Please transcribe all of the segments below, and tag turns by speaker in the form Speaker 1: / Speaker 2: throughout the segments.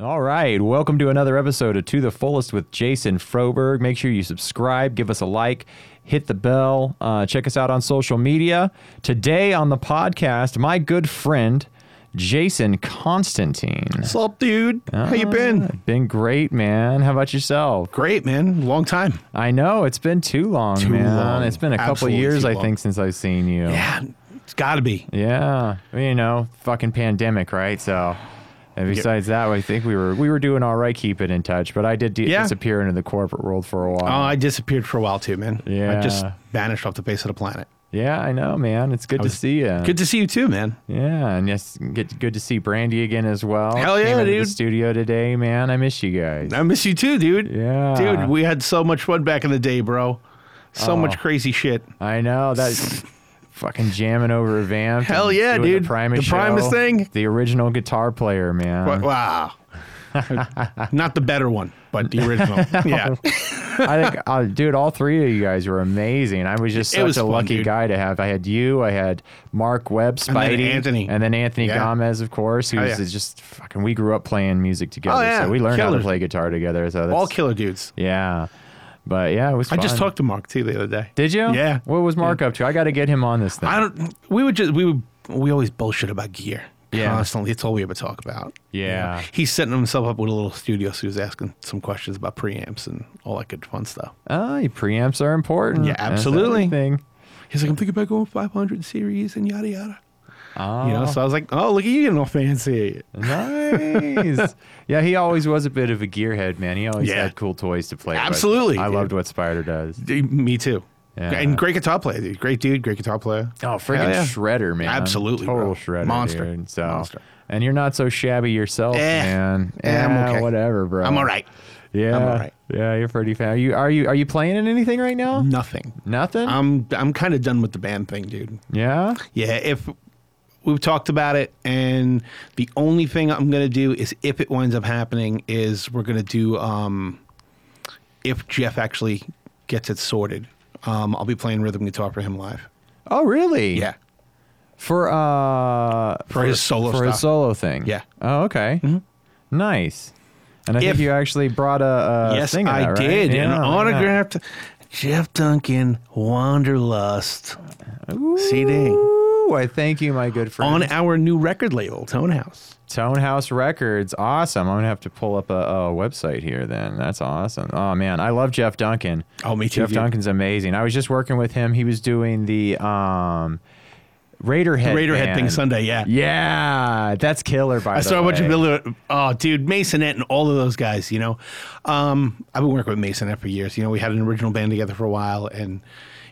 Speaker 1: All right. Welcome to another episode of To the Fullest with Jason Froberg. Make sure you subscribe, give us a like, hit the bell, uh, check us out on social media. Today on the podcast, my good friend, Jason Constantine.
Speaker 2: What's up, dude? How you been?
Speaker 1: Been great, man. How about yourself?
Speaker 2: Great, man. Long time.
Speaker 1: I know it's been too long, man.
Speaker 2: long.
Speaker 1: It's been a couple
Speaker 2: Absolutely
Speaker 1: years,
Speaker 2: too
Speaker 1: I
Speaker 2: long.
Speaker 1: think, since I've seen you.
Speaker 2: Yeah, it's got to be.
Speaker 1: Yeah, Well, you know, fucking pandemic, right? So, and besides that, I think we were we were doing all right keeping in touch. But I did de-
Speaker 2: Yeah.
Speaker 1: disappear into the corporate world for a
Speaker 2: Oh,
Speaker 1: while.
Speaker 2: I disappeared for a while too, man.
Speaker 1: Yeah.
Speaker 2: I just vanished off the face of the planet.
Speaker 1: yeah, I know, man. It's good to
Speaker 2: was-
Speaker 1: see you.
Speaker 2: Good to see you too, man.
Speaker 1: Yeah, and yes, get, good to see Brandy again as well.
Speaker 2: Hell yeah,
Speaker 1: Came into The
Speaker 2: dude.
Speaker 1: studio today, man. I miss you guys.
Speaker 2: I miss you too, dude.
Speaker 1: Yeah.
Speaker 2: Dude, we had so much fun back in the day, bro. So
Speaker 1: Oh.
Speaker 2: much crazy shit.
Speaker 1: I know that. Fucking jamming over a vamp.
Speaker 2: Hell
Speaker 1: and
Speaker 2: yeah,
Speaker 1: doing
Speaker 2: dude.
Speaker 1: The Primus,
Speaker 2: The Primus
Speaker 1: show.
Speaker 2: thing.
Speaker 1: The original guitar player, man.
Speaker 2: But, wow. Not the better one, but the original. yeah.
Speaker 1: I think, uh, dude, all three of you guys were amazing. I was just
Speaker 2: It
Speaker 1: such
Speaker 2: was
Speaker 1: a
Speaker 2: fun,
Speaker 1: lucky
Speaker 2: dude.
Speaker 1: guy to have. I had you, I had Mark Webb,
Speaker 2: And then
Speaker 1: Spidey,
Speaker 2: Anthony.
Speaker 1: and then Anthony
Speaker 2: Yeah. Oh,
Speaker 1: Gomez, of course, who's
Speaker 2: yeah.
Speaker 1: is just fucking. We grew up playing music together,
Speaker 2: Oh, yeah.
Speaker 1: so we learned how to
Speaker 2: Killers.
Speaker 1: play guitar together. So that's,
Speaker 2: All killer dudes.
Speaker 1: yeah, but yeah, it was.
Speaker 2: I just
Speaker 1: fun.
Speaker 2: talked to Mark too the other day.
Speaker 1: Did you?
Speaker 2: Yeah.
Speaker 1: What was Mark up to? I got to get him on this thing.
Speaker 2: I don't. We would just we would we always bullshit about gear.
Speaker 1: Yeah.
Speaker 2: Constantly, it's all we ever talk about. you
Speaker 1: Yeah.
Speaker 2: know? he's setting himself up with a little studio, so he was asking some questions about preamps and all that good fun stuff.
Speaker 1: Oh, your preamps are important.
Speaker 2: Yeah,
Speaker 1: That's
Speaker 2: absolutely.
Speaker 1: everything.
Speaker 2: He's like, I'm thinking about going 500 series and yada yada.
Speaker 1: Oh,
Speaker 2: You know, so I was like, oh, look at you getting all fancy.
Speaker 1: nice. yeah, he always was a bit of a gearhead, man. He always
Speaker 2: Yeah.
Speaker 1: had cool toys to play. with.
Speaker 2: Absolutely,
Speaker 1: I
Speaker 2: dude.
Speaker 1: loved what Spider does.
Speaker 2: D- Me too.
Speaker 1: Yeah.
Speaker 2: And great guitar player, dude. Great dude, great guitar player.
Speaker 1: Oh,
Speaker 2: Hell
Speaker 1: freaking
Speaker 2: yeah.
Speaker 1: shredder, man!
Speaker 2: Absolutely,
Speaker 1: total
Speaker 2: bro.
Speaker 1: shredder,
Speaker 2: Monster.
Speaker 1: dude. So,
Speaker 2: Monster.
Speaker 1: and you're not so shabby yourself,
Speaker 2: Eh.
Speaker 1: man.
Speaker 2: Eh, I'm
Speaker 1: Eh,
Speaker 2: okay.
Speaker 1: Whatever, bro.
Speaker 2: I'm all right.
Speaker 1: Yeah,
Speaker 2: all right.
Speaker 1: Yeah, you're pretty fan. Are you are you are you playing in anything right now?
Speaker 2: Nothing.
Speaker 1: Nothing.
Speaker 2: I'm I'm kind of done with the band thing, dude.
Speaker 1: yeah.
Speaker 2: Yeah, if we've talked about it, and the only thing I'm gonna do is if it winds up happening is we're gonna do um, if Jeff actually gets it sorted. Um, I'll be playing rhythm guitar for him live.
Speaker 1: Oh, really?
Speaker 2: Yeah,
Speaker 1: For uh,
Speaker 2: for, his solo
Speaker 1: for
Speaker 2: stuff.
Speaker 1: his solo thing.
Speaker 2: Yeah. Mm-hmm.
Speaker 1: Oh, okay. Nice. And I
Speaker 2: If-
Speaker 1: think you actually brought a, a
Speaker 2: yes,
Speaker 1: thing. of
Speaker 2: I
Speaker 1: that, right?
Speaker 2: did an
Speaker 1: Yeah, yeah.
Speaker 2: autographed Jeff Duncan Wanderlust CD
Speaker 1: Ooh, I thank you, my good friend.
Speaker 2: on our new record label, Tone House.
Speaker 1: Tone House Records. Awesome. I'm going to have to pull up a, a website here then. That's awesome. Oh, man. I love Jeff Duncan.
Speaker 2: Oh, me too,
Speaker 1: Jeff
Speaker 2: dude.
Speaker 1: Duncan's amazing. I was just working with him. He was doing the um, Raiderhead
Speaker 2: Raiderhead
Speaker 1: band.
Speaker 2: thing Sunday, yeah.
Speaker 1: Yeah. That's killer, by
Speaker 2: I
Speaker 1: the
Speaker 2: saw a
Speaker 1: way.
Speaker 2: bunch of Billy. Oh, dude, Masonette and all of those guys. You know, um, I've been working with Masonette for years. You know, we had an original band together for a while, and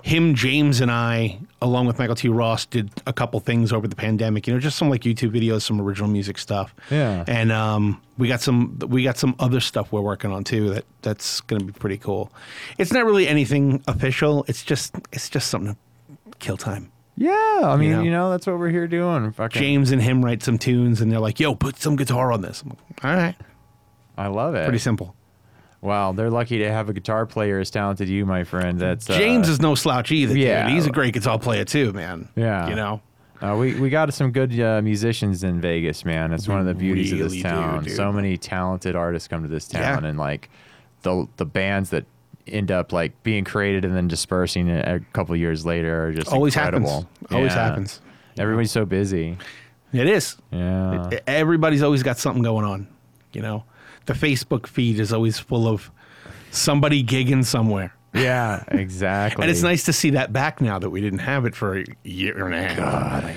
Speaker 2: him, James, and I, along with Michael T. Ross, did a couple things over the pandemic. You know, just some like YouTube videos, some original music stuff.
Speaker 1: Yeah.
Speaker 2: And um, we got some we got some other stuff we're working on too. That that's going to be pretty cool. It's not really anything official. It's just it's just something to kill time.
Speaker 1: Yeah. I mean, you know,
Speaker 2: know.
Speaker 1: that's what we're here doing. Fucking,
Speaker 2: James and him write some tunes, and they're like, "Yo, put some guitar on this." I'm like, all right.
Speaker 1: I love it.
Speaker 2: Pretty simple.
Speaker 1: wow. They're lucky to have a guitar player as talented as you, my friend. That's uh,
Speaker 2: James is no slouch either.
Speaker 1: yeah.
Speaker 2: Yeah, dude. he's a great guitar player too, man.
Speaker 1: Yeah.
Speaker 2: you know,
Speaker 1: Uh, we we got some good uh, musicians in Vegas, man. It's one of the beauties of
Speaker 2: really
Speaker 1: this
Speaker 2: do,
Speaker 1: town.
Speaker 2: dude.
Speaker 1: so many talented artists come to this town,
Speaker 2: Yeah.
Speaker 1: and like the the bands that end up like being created and then dispersing a a couple years later are just
Speaker 2: Always happens.
Speaker 1: incredible.
Speaker 2: Always happens.
Speaker 1: Everybody's so busy.
Speaker 2: it is.
Speaker 1: Yeah.
Speaker 2: Everybody's always got something going on. You know, the Facebook feed is always full of somebody gigging somewhere,
Speaker 1: yeah. Exactly.
Speaker 2: and it's nice to see that back now that we didn't have it for a year and a half. God,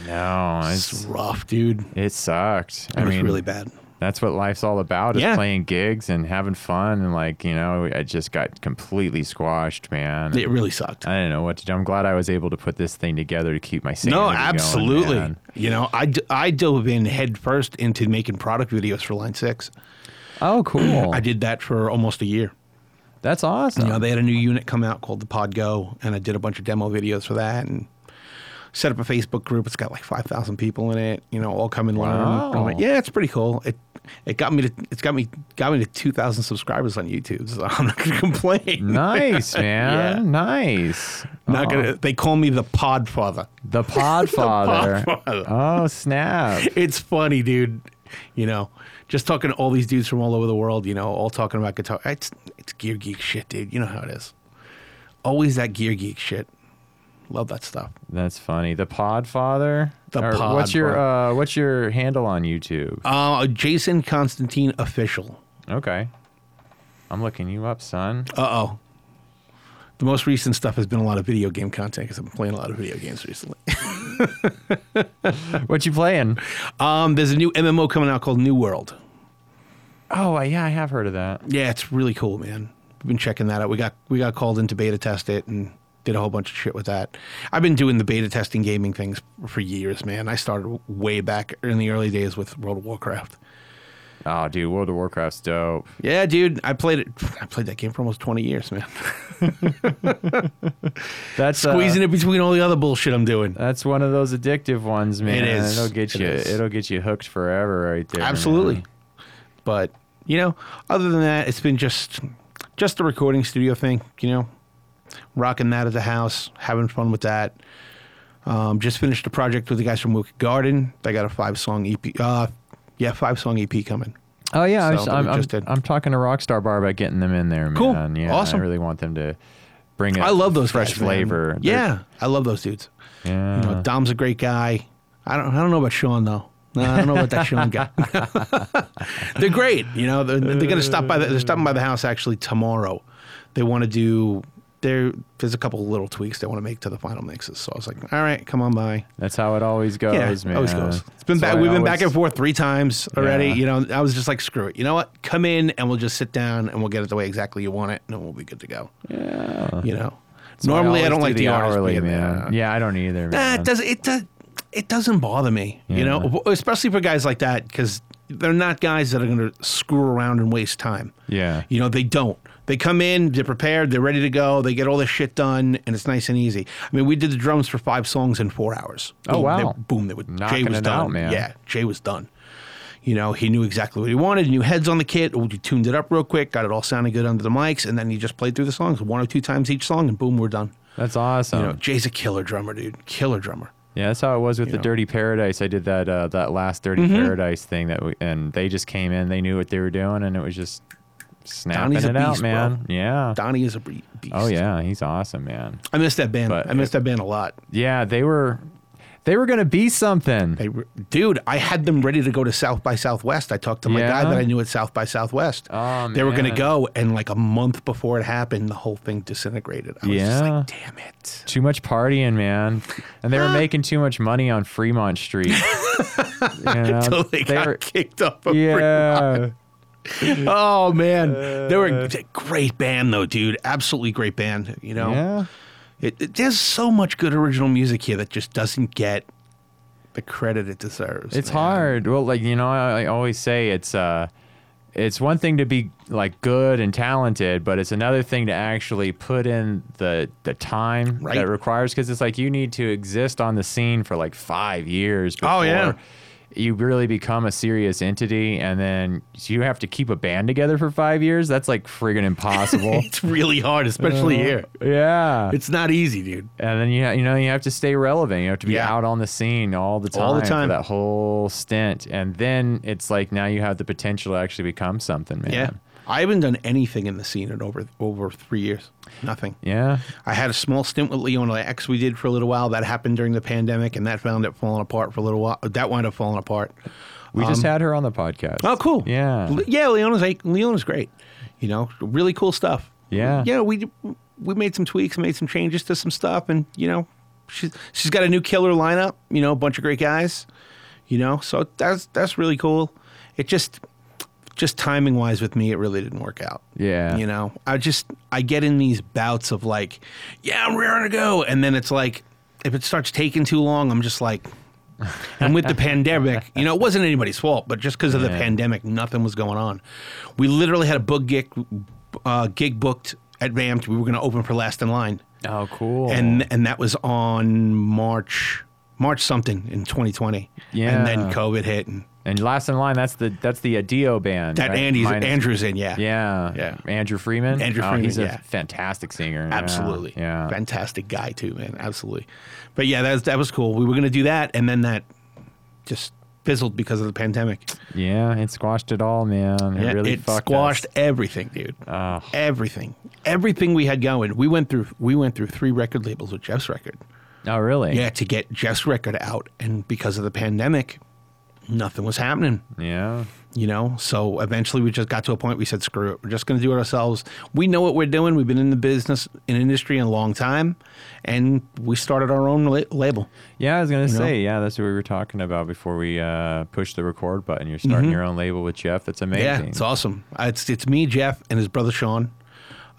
Speaker 1: No, it's
Speaker 2: it's rough, dude. It
Speaker 1: it sucked. I
Speaker 2: was
Speaker 1: mean,
Speaker 2: really bad.
Speaker 1: that's what life's all about is
Speaker 2: Yeah.
Speaker 1: playing gigs and having fun and like you know I just got completely squashed, man.
Speaker 2: It really sucked.
Speaker 1: I don't know what to do. I'm glad I was able to put this thing together to keep my sanity.
Speaker 2: No,
Speaker 1: going,
Speaker 2: absolutely.
Speaker 1: man.
Speaker 2: you know, I, d- I dove in head first into making product videos for Line 6.
Speaker 1: oh, cool.
Speaker 2: I did that for almost a year.
Speaker 1: That's awesome.
Speaker 2: You know, they had a new unit come out called the Pod Go, and I did a bunch of demo videos for that and set up a Facebook group. It's got like five thousand people in it. You know, all come and learn.
Speaker 1: Wow.
Speaker 2: And I'm like, yeah, it's pretty cool. It it got me to it's got me got me to two thousand subscribers on YouTube. So I'm not gonna complain.
Speaker 1: Mm. nice, man. Nice.
Speaker 2: Not
Speaker 1: Oh,
Speaker 2: gonna. They call me the Podfather.
Speaker 1: The Podfather.
Speaker 2: Podfather.
Speaker 1: oh, snap.
Speaker 2: It's funny, dude. you know, just talking to all these dudes from all over the world, you know, all talking about guitar. It's it's gear geek shit, dude. You know how it is. Always that gear geek shit. Love that stuff.
Speaker 1: That's funny. The Podfather.
Speaker 2: The
Speaker 1: Or What's your
Speaker 2: Podfather.
Speaker 1: uh, What's your handle on YouTube?
Speaker 2: Uh, Jason Constantine official.
Speaker 1: Okay, I'm looking you up, son.
Speaker 2: Uh oh. The most recent stuff has been a lot of video game content because I've been playing a lot of video games recently.
Speaker 1: What you playing?
Speaker 2: Um, there's a new MMO coming out called New World.
Speaker 1: Oh, yeah, I have heard of that.
Speaker 2: Yeah, it's really cool, man. We've been checking that out. We got we got called in to beta test it and did a whole bunch of shit with that. I've been doing the beta testing gaming things for years, man. I started way back in the early days with World of Warcraft.
Speaker 1: Oh, dude, World of Warcraft's dope.
Speaker 2: Yeah, dude, I played it. I played that game for almost twenty years, man.
Speaker 1: That's uh,
Speaker 2: Squeezing it between all the other bullshit I'm doing.
Speaker 1: That's one of those addictive ones, man.
Speaker 2: is.
Speaker 1: It'll get
Speaker 2: It
Speaker 1: you.
Speaker 2: is.
Speaker 1: It'll get you hooked forever, right there.
Speaker 2: Absolutely.
Speaker 1: man.
Speaker 2: But you know, other than that, it's been just just the recording studio thing. You know, rocking that at the house, having fun with that. Um, just finished a project with the guys from Wicked Garden. They got a five song EP. Uh, yeah, five song EP coming.
Speaker 1: Oh yeah, I
Speaker 2: So,
Speaker 1: was-
Speaker 2: but we
Speaker 1: I'm, I'm,
Speaker 2: just did.
Speaker 1: I'm talking to Rockstar Bar about getting them in there, man.
Speaker 2: Cool.
Speaker 1: Yeah,
Speaker 2: Awesome.
Speaker 1: I really want them to bring. I
Speaker 2: I love those
Speaker 1: fresh
Speaker 2: guys, man.
Speaker 1: flavor. They're-
Speaker 2: Yeah, I love those dudes.
Speaker 1: yeah.
Speaker 2: You know, Dom's a great guy. I don't. I don't know about Sean though. No, I don't know about that Sean guy. they're great. You know, they're, they're going to stop by. The, they're stopping by the house actually tomorrow. They want to do. There, there's a couple little tweaks they want to make to the final mixes. So I was like, all right, come on by.
Speaker 1: That's how it always goes,
Speaker 2: Yeah,
Speaker 1: man.
Speaker 2: always goes. It's been
Speaker 1: That's
Speaker 2: back.
Speaker 1: why I
Speaker 2: We've been back
Speaker 1: always-
Speaker 2: and forth three times already.
Speaker 1: Yeah.
Speaker 2: You know, I was just like, screw it. You know what? Come in and we'll just sit down and we'll get it the way exactly you want it, and then we'll be good to go.
Speaker 1: Yeah.
Speaker 2: You know.
Speaker 1: That's why
Speaker 2: Normally, I,
Speaker 1: Uh-huh. always
Speaker 2: don't
Speaker 1: do
Speaker 2: like the, artist
Speaker 1: hourly,
Speaker 2: being there.
Speaker 1: man. Yeah, I don't either.
Speaker 2: Nah,
Speaker 1: man.
Speaker 2: Uh, it does it does it doesn't bother me,
Speaker 1: Yeah.
Speaker 2: you know, especially for guys like that because they're not guys that are going to screw around and waste time.
Speaker 1: Yeah.
Speaker 2: You know, they don't. They come in, they're prepared, they're ready to go, they get all this shit done, and it's nice and easy. I mean, we did the drums for five songs in four hours.
Speaker 1: Oh,
Speaker 2: Boom,
Speaker 1: wow.
Speaker 2: they- boom, they were, Jay
Speaker 1: Knocking
Speaker 2: was
Speaker 1: it
Speaker 2: done.
Speaker 1: out, man.
Speaker 2: Yeah, Jay was done. You know, he knew exactly what he wanted, knew heads on the kit. We tuned it up real quick, got it all sounding good under the mics, and then he just played through the songs one or two times each song, and boom, we're done.
Speaker 1: That's awesome.
Speaker 2: You know, Jay's a killer drummer, dude. Killer drummer.
Speaker 1: Yeah, that's how it was with the
Speaker 2: know. Mm-hmm.
Speaker 1: Dirty Paradise. I did that uh, that last Dirty Paradise thing that, we, and they just came in. They knew what they were doing, and it was just snapping
Speaker 2: Donnie's a
Speaker 1: it out,
Speaker 2: beast, bro.
Speaker 1: man. Yeah.
Speaker 2: Donnie is a bre- beast.
Speaker 1: Oh yeah, he's awesome, man.
Speaker 2: I miss that band.
Speaker 1: But-
Speaker 2: I miss that band a lot.
Speaker 1: Yeah, they were, they were gonna be something.
Speaker 2: They were, dude, I had them ready to go to South by Southwest. I talked to my
Speaker 1: Yeah?
Speaker 2: guy that I knew at South by Southwest.
Speaker 1: Oh,
Speaker 2: They were going
Speaker 1: man.
Speaker 2: to go, and like a month before it happened, the whole thing disintegrated. I was just
Speaker 1: Yeah.
Speaker 2: like, damn it.
Speaker 1: Too much partying, man, and
Speaker 2: Ah.
Speaker 1: they were making too much money on Fremont Street. You know,
Speaker 2: Till they, got
Speaker 1: were-
Speaker 2: kicked off. of
Speaker 1: Uh, yeah,
Speaker 2: Free- Oh, man. they were
Speaker 1: Uh.
Speaker 2: a great band, though, dude. Absolutely great band. You know,
Speaker 1: yeah.
Speaker 2: it, it- there's so much good original music here that just doesn't get the credit it deserves.
Speaker 1: It's
Speaker 2: man.
Speaker 1: hard. Well, like you know, I, I always say it's uh, it's one thing to be like good and talented, but it's another thing to actually put in the the time
Speaker 2: Right.
Speaker 1: that requires because it's like you need to exist on the scene for like five years. Before
Speaker 2: Oh, yeah.
Speaker 1: You really become a serious entity, and then you have to keep a band together for five years. That's like friggin' impossible.
Speaker 2: It's really hard, especially here.
Speaker 1: yeah,
Speaker 2: It's not easy, dude.
Speaker 1: and then you ha- you know you have to stay relevant. You have to be
Speaker 2: Yeah.
Speaker 1: out on the scene all the time,
Speaker 2: All the
Speaker 1: for
Speaker 2: time.
Speaker 1: that whole stint. And then it's like now you have the potential to actually become something, man.
Speaker 2: Yeah. I haven't done anything in the scene in over over three years. Nothing.
Speaker 1: Yeah.
Speaker 2: I had a small stint with Leon X we did for a little while. That happened during the pandemic and that found it falling apart for a little while. That wound up falling apart.
Speaker 1: We just had her on the podcast.
Speaker 2: Um, Oh, cool.
Speaker 1: Yeah.
Speaker 2: Le- yeah, Leona's like Leona's great. You know, really cool stuff.
Speaker 1: Yeah.
Speaker 2: Yeah, we we made some tweaks, made some changes to some stuff and, you know, she's she's got a new killer lineup, you know, a bunch of great guys. You know, so that's that's really cool. It just just timing wise with me, it really didn't work out.
Speaker 1: Yeah.
Speaker 2: You know, I just I get in these bouts of like, yeah, I'm raring to go, and then it's like, if it starts taking too long, I'm just like, and with the pandemic, you know, it wasn't anybody's fault, but just because of the
Speaker 1: Yeah.
Speaker 2: pandemic, nothing was going on. We literally had a book gig, uh, gig booked at Vamped. We were going to open for Last in Line,
Speaker 1: Oh, cool.
Speaker 2: and and that was on March March something in 2020.
Speaker 1: Yeah.
Speaker 2: and then COVID hit, and
Speaker 1: and last in line, that's the that's the Adio band.
Speaker 2: that
Speaker 1: right?
Speaker 2: Andy's
Speaker 1: Minus-
Speaker 2: Andrew's in, yeah,
Speaker 1: Yeah.
Speaker 2: Yeah.
Speaker 1: Andrew Freeman.
Speaker 2: Andrew
Speaker 1: Oh,
Speaker 2: Freeman,
Speaker 1: he's a
Speaker 2: yeah.
Speaker 1: fantastic singer. Yeah.
Speaker 2: Absolutely.
Speaker 1: Yeah.
Speaker 2: Fantastic guy too, man. Absolutely. But yeah, that was, that was cool. We were going to do that and then that just fizzled because of the pandemic.
Speaker 1: Yeah, it squashed it all, man. It
Speaker 2: Yeah,
Speaker 1: really
Speaker 2: it
Speaker 1: fucked
Speaker 2: squashed
Speaker 1: us.
Speaker 2: everything, dude. Everything, everything we had going. We went through. We went through three record labels with Jeff's record.
Speaker 1: Oh, really?
Speaker 2: Yeah, to get Jeff's record out, and because of the pandemic, nothing was happening.
Speaker 1: Yeah.
Speaker 2: You know, so eventually we just got to a point. We said, "Screw it, we're just going to do it ourselves." We know what we're doing. We've been in the business in industry a long time, and we started our own la- label.
Speaker 1: Yeah, I was gonna
Speaker 2: know?
Speaker 1: say, yeah, that's what we were talking about before we uh, pushed the record button. You're starting your own label with Jeff. That's amazing.
Speaker 2: Mm-hmm. Yeah, it's awesome. Uh, It's it's me, Jeff, and his brother Sean,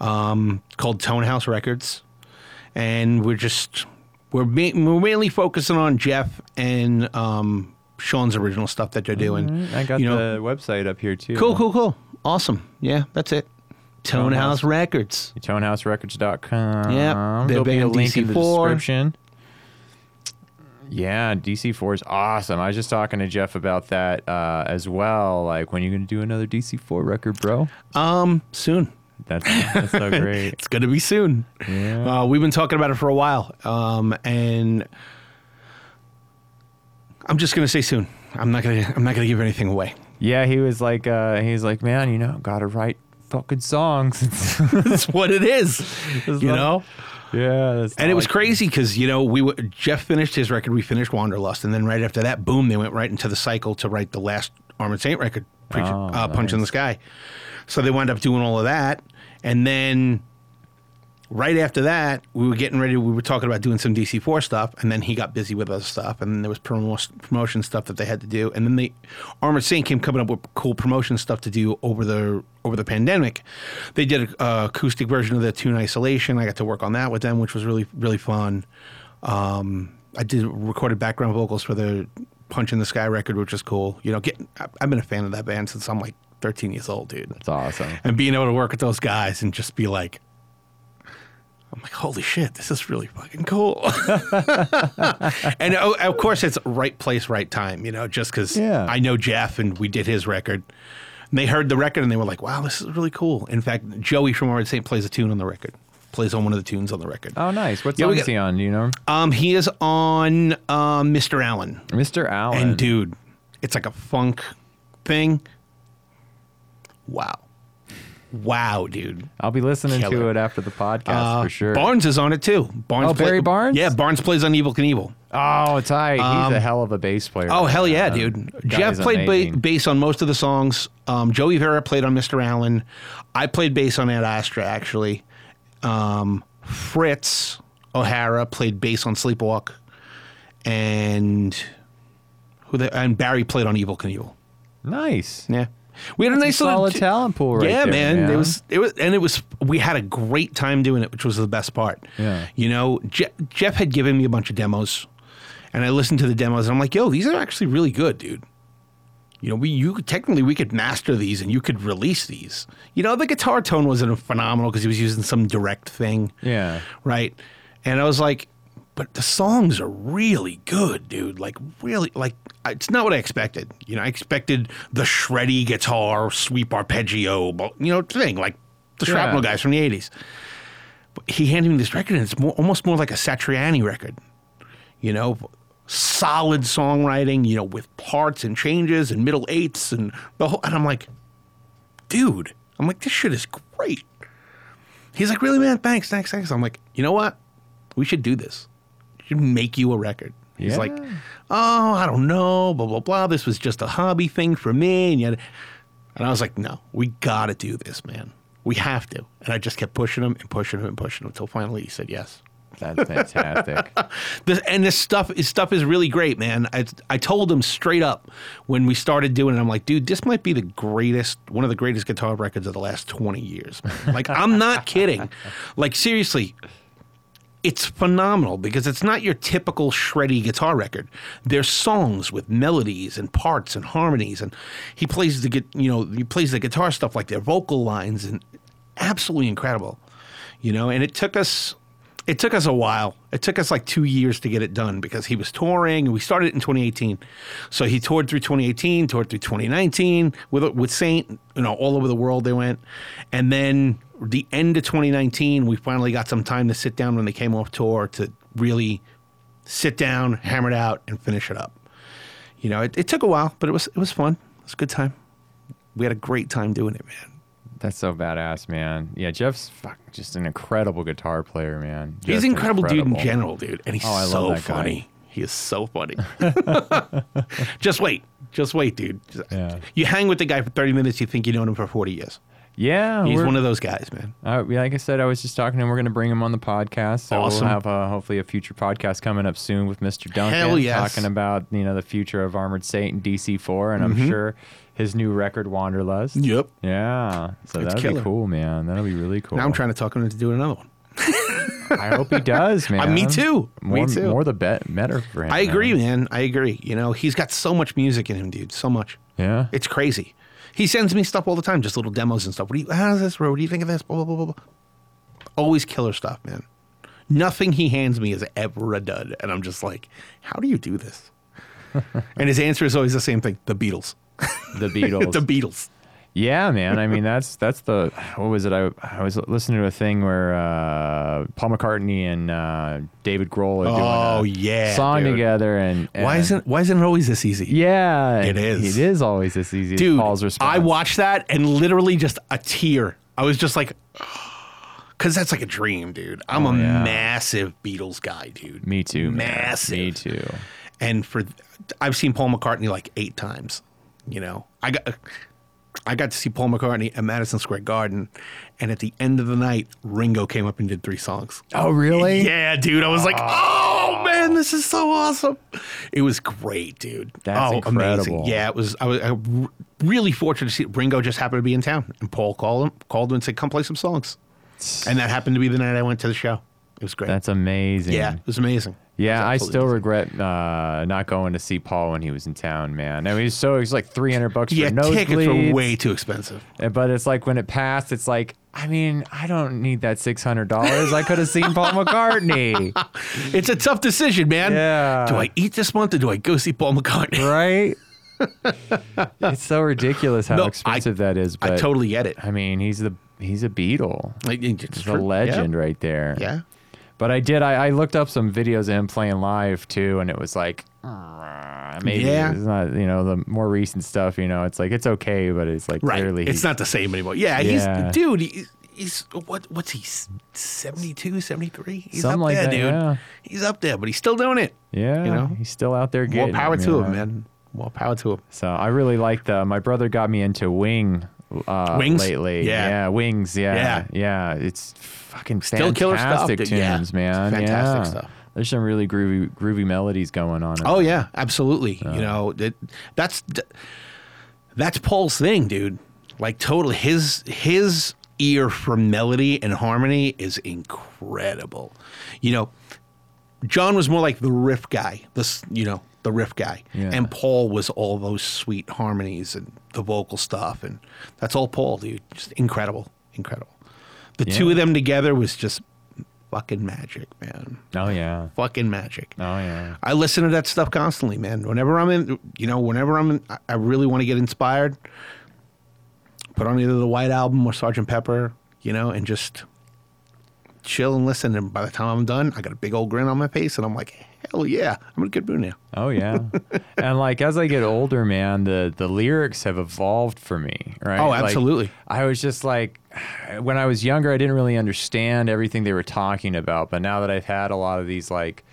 Speaker 2: um, called Tone House Records, and we're just we're ma- we're mainly focusing on Jeff and um, Sean's original stuff that they're doing.
Speaker 1: Mm-hmm, I got
Speaker 2: you know,
Speaker 1: the website up here too.
Speaker 2: cool, cool, cool, awesome. Yeah, that's it. Tone,
Speaker 1: Tone
Speaker 2: House
Speaker 1: House.
Speaker 2: Records.
Speaker 1: ToneHouseRecords.com.
Speaker 2: Yep, they're
Speaker 1: There'll be
Speaker 2: big
Speaker 1: a
Speaker 2: on
Speaker 1: link in the
Speaker 2: DC4.
Speaker 1: description. Yeah, DC4 is awesome. I was just talking to Jeff about that uh, as well. Like, when are you going to do another DC4 record, bro?
Speaker 2: Um, soon.
Speaker 1: That's, that's so great.
Speaker 2: It's gonna be soon.
Speaker 1: Yeah.
Speaker 2: Uh, we've been talking about it for a while, um, and I'm just gonna say soon. I'm not gonna. I'm not gonna give anything away.
Speaker 1: Yeah, he was like, uh, he was like, man, you know, gotta write fucking songs.
Speaker 2: That's what it is,
Speaker 1: It's
Speaker 2: you
Speaker 1: not-
Speaker 2: know.
Speaker 1: yeah, that's
Speaker 2: And
Speaker 1: not
Speaker 2: it was
Speaker 1: like-
Speaker 2: crazy because you know we were, Jeff finished his record, we finished Wanderlust, and then right after that, boom, they went right into the cycle to write the last Armored Saint record, Preacher,
Speaker 1: Oh,
Speaker 2: uh, Punch in the
Speaker 1: nice.
Speaker 2: Sky. So they wound up doing all of that, and then right after that, we were getting ready. We were talking about doing some DC four stuff, and then he got busy with other stuff, and then there was promo- promotion stuff that they had to do, and then the Armored Saint came coming up with cool promotion stuff to do over the over the pandemic. They did a uh, acoustic version of the tune Isolation. I got to work on that with them, which was really really fun. Um, I did recorded background vocals for the Punch in the Sky record, which is cool. You know, get I- I've been a fan of that band since I'm like 13 years old, dude
Speaker 1: It's awesome.
Speaker 2: and being able to work with those guys and just be like, I'm like, holy shit, this is really fucking cool. and oh, of course, it's right place, right time, you know, just because
Speaker 1: Yeah.
Speaker 2: I know Jeff and we did his record. And they heard the record and they were like, wow, this is really cool. In fact, Joey from Art St. plays a tune on the record, plays on one of the tunes on the record.
Speaker 1: Oh, nice. What
Speaker 2: Yeah,
Speaker 1: song
Speaker 2: we
Speaker 1: is
Speaker 2: got-
Speaker 1: he on? Do you know?
Speaker 2: Um, he is on um, Mr. Allen.
Speaker 1: Mr. Allen.
Speaker 2: And dude, it's like a funk thing. Wow. Wow, dude.
Speaker 1: I'll be listening to
Speaker 2: Killer.
Speaker 1: it after the podcast
Speaker 2: Uh,
Speaker 1: for sure.
Speaker 2: Barnes is on it too. Barnes
Speaker 1: Oh, Barry Barnes?
Speaker 2: Yeah, Barnes plays on Evil Knievel.
Speaker 1: oh, it's tight. He's a hell of a bass player.
Speaker 2: Um, Oh hell yeah,
Speaker 1: Um,
Speaker 2: dude!
Speaker 1: guy
Speaker 2: Jeff
Speaker 1: is
Speaker 2: played ba-
Speaker 1: amazing.
Speaker 2: bass on most of the songs. Um, Joey Vera played on Mr. Allen. I played bass on Ad Astra actually. Um, Fritz O'Hara played bass on Sleepwalk, and who the, and Barry played on Evil Knievel.
Speaker 1: nice.
Speaker 2: Yeah, we had a nice little
Speaker 1: Solid
Speaker 2: t-
Speaker 1: talent pool, right
Speaker 2: yeah,
Speaker 1: there,
Speaker 2: man. It was it was and it was we had a great time doing it, which was the best part.
Speaker 1: Yeah.
Speaker 2: You know, Je- Jeff had given me a bunch of demos and I listened to the demos and I'm like, "Yo, these are actually really good, dude." You know, we you could- technically we could master these and you could release these. You know, the guitar tone wasn't phenomenal because he was using some direct thing.
Speaker 1: Yeah.
Speaker 2: Right? And I was like, but the songs are really good, dude. Like, really, like, I- it's not what I expected. You know, I expected the shreddy guitar, sweep arpeggio, bu- you know, thing, like the
Speaker 1: Yeah.
Speaker 2: shrapnel guys from the 80s. But he handed me this record, and it's more, almost more like a Satriani record, you know, solid songwriting, you know, with parts and changes and middle eights and the whole. And I'm like, dude, I'm like, this shit is great. He's like, really, man? Thanks, thanks, thanks. I'm like, you know what? We should do this. We should make you a record. He's
Speaker 1: Yeah.
Speaker 2: like, oh, I don't know, blah, blah, blah. This was just a hobby thing for me. And, yet, and I was like, no, we got to do this, man. We have to. And I just kept pushing him and pushing him and pushing him until finally he said yes.
Speaker 1: That's fantastic.
Speaker 2: This, and this stuff, this stuff is really great, man. I, I told him straight up when we started doing it. I'm like, dude, this might be the greatest, one of the greatest guitar records of the last 20 years. man." Like, I'm not kidding. Like, seriously, it's phenomenal because it's not your typical shreddy guitar record. There's songs with melodies and parts and harmonies, and he plays the gui- you know he plays the guitar stuff like their vocal lines and absolutely incredible, you know. And it took us it took us a while. It took us like two years to get it done because he was touring and we started it in 2018. So he toured through 2018, toured through 2019 with with Saint, you know, all over the world they went, and then the end of 2019, we finally got some time to sit down when they came off tour to really sit down, hammer it out, and finish it up. You know, it, it took a while, but it was it was fun. was a good time. We had a great time doing it, man.
Speaker 1: That's so badass, man. Yeah, Jeff's fuck, just an incredible guitar player, man.
Speaker 2: he's
Speaker 1: Just
Speaker 2: an incredible, dude in general, dude, and he's
Speaker 1: Oh, I love
Speaker 2: so
Speaker 1: that guy.
Speaker 2: funny. He is so funny. just wait, just wait, dude. Just-
Speaker 1: Yeah.
Speaker 2: You hang with the guy for thirty minutes, you think you know him for forty years.
Speaker 1: Yeah,
Speaker 2: He's
Speaker 1: we're-
Speaker 2: one of those guys, man.
Speaker 1: Uh, yeah, like I said, I was just talking to him. We're going to bring him on the podcast. So
Speaker 2: Awesome.
Speaker 1: we'll have uh, hopefully a future podcast coming up soon with Mr. Duncan
Speaker 2: Hell yes.
Speaker 1: talking about you know the future of Armored Saint and DC4, and
Speaker 2: Mm-hmm.
Speaker 1: I'm sure his new record Wanderlust.
Speaker 2: Yep.
Speaker 1: Yeah, so that'd be
Speaker 2: killer.
Speaker 1: cool, man. That'll be really cool.
Speaker 2: Now I'm trying to talk him into doing another one.
Speaker 1: I hope he does, man.
Speaker 2: Uh, me too. Me
Speaker 1: More,
Speaker 2: too.
Speaker 1: More the bet, better for him.
Speaker 2: I agree,
Speaker 1: man.
Speaker 2: man. I agree. You know, he's got so much music in him, dude. So much.
Speaker 1: Yeah.
Speaker 2: It's crazy. He sends me stuff all the time, just little demos and stuff. What do you, how's this road? What do you think of this? Blah, blah, blah, blah, blah. Always killer stuff, man. Nothing he hands me is ever a dud. And I'm just like, how do you do this? and his answer is always the same thing the Beatles.
Speaker 1: the Beatles.
Speaker 2: the Beatles.
Speaker 1: Yeah, man. I mean, that's that's the what was it? I I was listening to a thing where uh, Paul McCartney and uh, David Grohl are
Speaker 2: Oh,
Speaker 1: doing a
Speaker 2: yeah,
Speaker 1: song
Speaker 2: dude.
Speaker 1: together, and,
Speaker 2: Why
Speaker 1: and-
Speaker 2: isn't, why isn't it always this easy?
Speaker 1: yeah,
Speaker 2: It
Speaker 1: and
Speaker 2: is.
Speaker 1: it is always this easy. as
Speaker 2: Dude,
Speaker 1: Paul's response.
Speaker 2: I watched that and literally just a tear. I was just like, because that's like a dream, dude. I'm a
Speaker 1: Oh, yeah.
Speaker 2: massive Beatles guy, dude.
Speaker 1: me too, man.
Speaker 2: Massive.
Speaker 1: me too.
Speaker 2: and for I've seen Paul McCartney like eight times. You know, I got I got to see Paul McCartney at Madison Square Garden, and at the end of the night, Ringo came up and did three songs.
Speaker 1: Oh, really?
Speaker 2: Yeah, dude, I was like,
Speaker 1: ah.
Speaker 2: oh man, this is so awesome. It was great, dude.
Speaker 1: That's
Speaker 2: oh,
Speaker 1: incredible.
Speaker 2: amazing. Yeah, it was. I was I w- really fortunate to see Ringo just happened to be in town, and Paul called him called him and said, come play some songs, and that happened to be the night I went to the show. It was great.
Speaker 1: That's amazing.
Speaker 2: yeah, it was amazing.
Speaker 1: Yeah, I
Speaker 2: It was absolutely
Speaker 1: still
Speaker 2: amazing.
Speaker 1: regret uh, not going to see Paul when he was in town, man. I mean, he's so he's like three hundred bucks
Speaker 2: Yeah,
Speaker 1: for nosebleeds.
Speaker 2: tickets were way too expensive.
Speaker 1: Uh, But it's like when it passed, it's like, I mean, I don't need that six hundred dollars. I could have seen Paul McCartney,
Speaker 2: It's a tough decision, man.
Speaker 1: Yeah.
Speaker 2: Do I eat this month or do I go see Paul McCartney?
Speaker 1: right? it's so ridiculous how
Speaker 2: No, I-
Speaker 1: expensive that is. But
Speaker 2: I totally get it.
Speaker 1: I mean, he's the he's a Beatle,
Speaker 2: Like, it- It's
Speaker 1: the
Speaker 2: true.
Speaker 1: legend right there.
Speaker 2: Yeah. yeah.
Speaker 1: But I did. I, I looked up some videos of him playing live too, and it was like, "Ah, maybe
Speaker 2: Yeah.
Speaker 1: it's not. You know, the more recent stuff. You know, it's like it's okay, but it's like
Speaker 2: Right.
Speaker 1: clearly
Speaker 2: It's
Speaker 1: he-
Speaker 2: not the same anymore. Yeah.
Speaker 1: Yeah.
Speaker 2: He's, dude, he's, he's what, what's he, 72, 73? He's
Speaker 1: Something
Speaker 2: up
Speaker 1: like
Speaker 2: there,
Speaker 1: that,
Speaker 2: dude.
Speaker 1: yeah.
Speaker 2: He's up there, but he's still doing it.
Speaker 1: Yeah,
Speaker 2: you know?
Speaker 1: he's still out there
Speaker 2: More
Speaker 1: getting
Speaker 2: power
Speaker 1: it, you
Speaker 2: to
Speaker 1: know?
Speaker 2: him, man. More power to him.
Speaker 1: So I really like the. My brother got me into Wing. Uh,
Speaker 2: Wings?
Speaker 1: lately,
Speaker 2: Yeah.
Speaker 1: Wings, yeah,
Speaker 2: Yeah.
Speaker 1: yeah, It's fucking
Speaker 2: Still
Speaker 1: fantastic
Speaker 2: killer stuff,
Speaker 1: tunes,
Speaker 2: dude. Yeah.
Speaker 1: man.
Speaker 2: Fantastic
Speaker 1: yeah.
Speaker 2: stuff.
Speaker 1: There's some really groovy, groovy melodies going on. in
Speaker 2: Oh yeah, absolutely. You know, that that's that's Paul's thing, dude. Like totally his his ear for melody and harmony is incredible. You know, John was more like the riff guy. This, you know, the riff guy.
Speaker 1: Yeah.
Speaker 2: And Paul was all those sweet harmonies and the vocal stuff and that's all Paul, dude. Just incredible, incredible. The two
Speaker 1: Yeah.
Speaker 2: of them together was just fucking magic, man.
Speaker 1: Oh yeah,
Speaker 2: Fucking magic.
Speaker 1: oh yeah.
Speaker 2: I listen to that stuff constantly, man. Whenever I'm in, you know, whenever I'm in, I- I really want to get inspired. Put on either the White Album or Sergeant Pepper, you know, and just chill and listen. And by the time I'm done, I got a big old grin on my face, and I'm like, hell yeah, I'm in a good mood now.
Speaker 1: Oh yeah, and like as I get older, man, the the lyrics have evolved for me, right?
Speaker 2: Oh,
Speaker 1: Like,
Speaker 2: absolutely.
Speaker 1: I was just like, when I was younger, I didn't really understand everything they were talking about, but now that I've had a lot of these like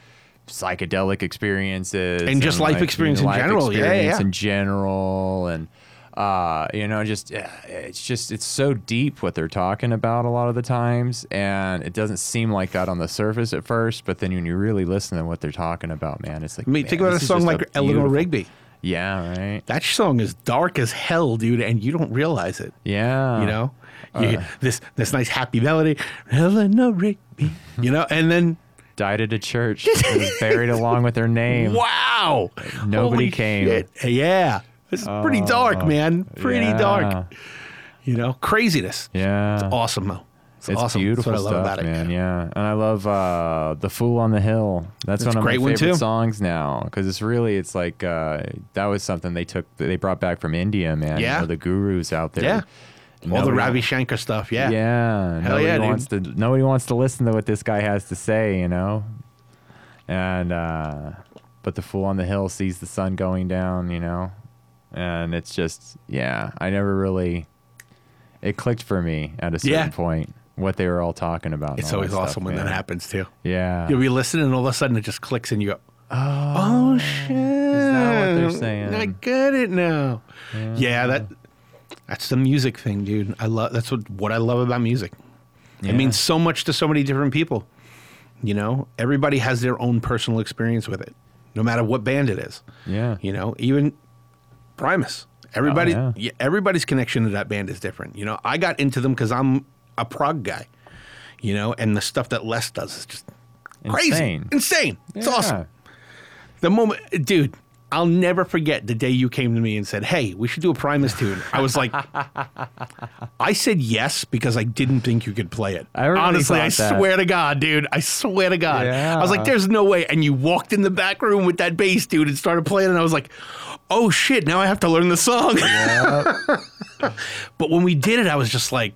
Speaker 1: psychedelic experiences
Speaker 2: And just life experience in
Speaker 1: life
Speaker 2: general, yeah, yeah,
Speaker 1: experience
Speaker 2: yeah.
Speaker 1: in general, and uh, you know, just uh, it's just it's so deep what they're talking about a lot of the times, and it doesn't seem like that on the surface at first, but then when you really listen to what they're talking about, man, it's like
Speaker 2: I mean,
Speaker 1: man,
Speaker 2: think about a
Speaker 1: this is
Speaker 2: song
Speaker 1: just
Speaker 2: like Eleanor
Speaker 1: beautiful-
Speaker 2: Rigby.
Speaker 1: yeah, right.
Speaker 2: That song is dark as hell, dude, and you don't realize it.
Speaker 1: Yeah.
Speaker 2: you know
Speaker 1: uh.
Speaker 2: you, this this nice happy melody Eleanor Rigby you know and then
Speaker 1: Died at a church. It was buried along with her name.
Speaker 2: Wow.
Speaker 1: Nobody came. Oh,
Speaker 2: Yeah. This is pretty dark, man. Pretty
Speaker 1: yeah.
Speaker 2: dark. You know, craziness.
Speaker 1: Yeah.
Speaker 2: It's awesome, though. It's,
Speaker 1: It's
Speaker 2: awesome.
Speaker 1: beautiful
Speaker 2: That's what
Speaker 1: stuff,
Speaker 2: I love about
Speaker 1: man.
Speaker 2: it.
Speaker 1: Yeah, and I love uh, the Fool on the Hill. That's, one
Speaker 2: a
Speaker 1: of my
Speaker 2: great one,
Speaker 1: favorite
Speaker 2: too.
Speaker 1: songs now because it's really it's like uh, that was something they took they brought back from India, man. You
Speaker 2: Yeah.
Speaker 1: know, the gurus out there.
Speaker 2: Yeah. All the
Speaker 1: Nobody-
Speaker 2: Ravi Shankar stuff. Yeah.
Speaker 1: Yeah,
Speaker 2: Hell
Speaker 1: nobody
Speaker 2: yeah, dude.
Speaker 1: wants to nobody wants to listen to what this guy has to say, you know. And uh, but the Fool on the Hill sees the sun going down, you know. and it's just yeah, I never really it clicked for me at a certain
Speaker 2: Yeah. point
Speaker 1: point what they were all talking about. and
Speaker 2: It's
Speaker 1: all
Speaker 2: always
Speaker 1: that stuff,
Speaker 2: awesome when
Speaker 1: man.
Speaker 2: that happens too.
Speaker 1: Yeah.
Speaker 2: You'll be listening, and all of a sudden it just clicks, and you go, "Oh, shit!" Is
Speaker 1: that what they're saying?
Speaker 2: Oh, I get it now. Yeah. that that's the music thing, dude. I love that's what what I love about music.
Speaker 1: Yeah.
Speaker 2: It means so much to so many different people. You know, everybody has their own personal experience with it, no matter what band it is.
Speaker 1: Yeah.
Speaker 2: You know, even Primus. Everybody,
Speaker 1: Oh, yeah.
Speaker 2: yeah, everybody's connection to that band is different. You know, I got into them because I'm a prog guy. You know, and the stuff that Les does is just crazy,
Speaker 1: Insane.
Speaker 2: insane. It's awesome.
Speaker 1: Yeah.
Speaker 2: The moment, dude, I'll never forget the day you came to me and said, "Hey, we should do a Primus tune." I was like, I said yes because I didn't think you could play it.
Speaker 1: I really
Speaker 2: Honestly, I
Speaker 1: thought that.
Speaker 2: swear to God, dude, I swear to God, I was like,
Speaker 1: Yeah.
Speaker 2: "There's no way." And you walked in the back room with that bass, dude, and started playing, and I was like, "Oh shit!" Now I have to learn the song. but when we did it, I was just like,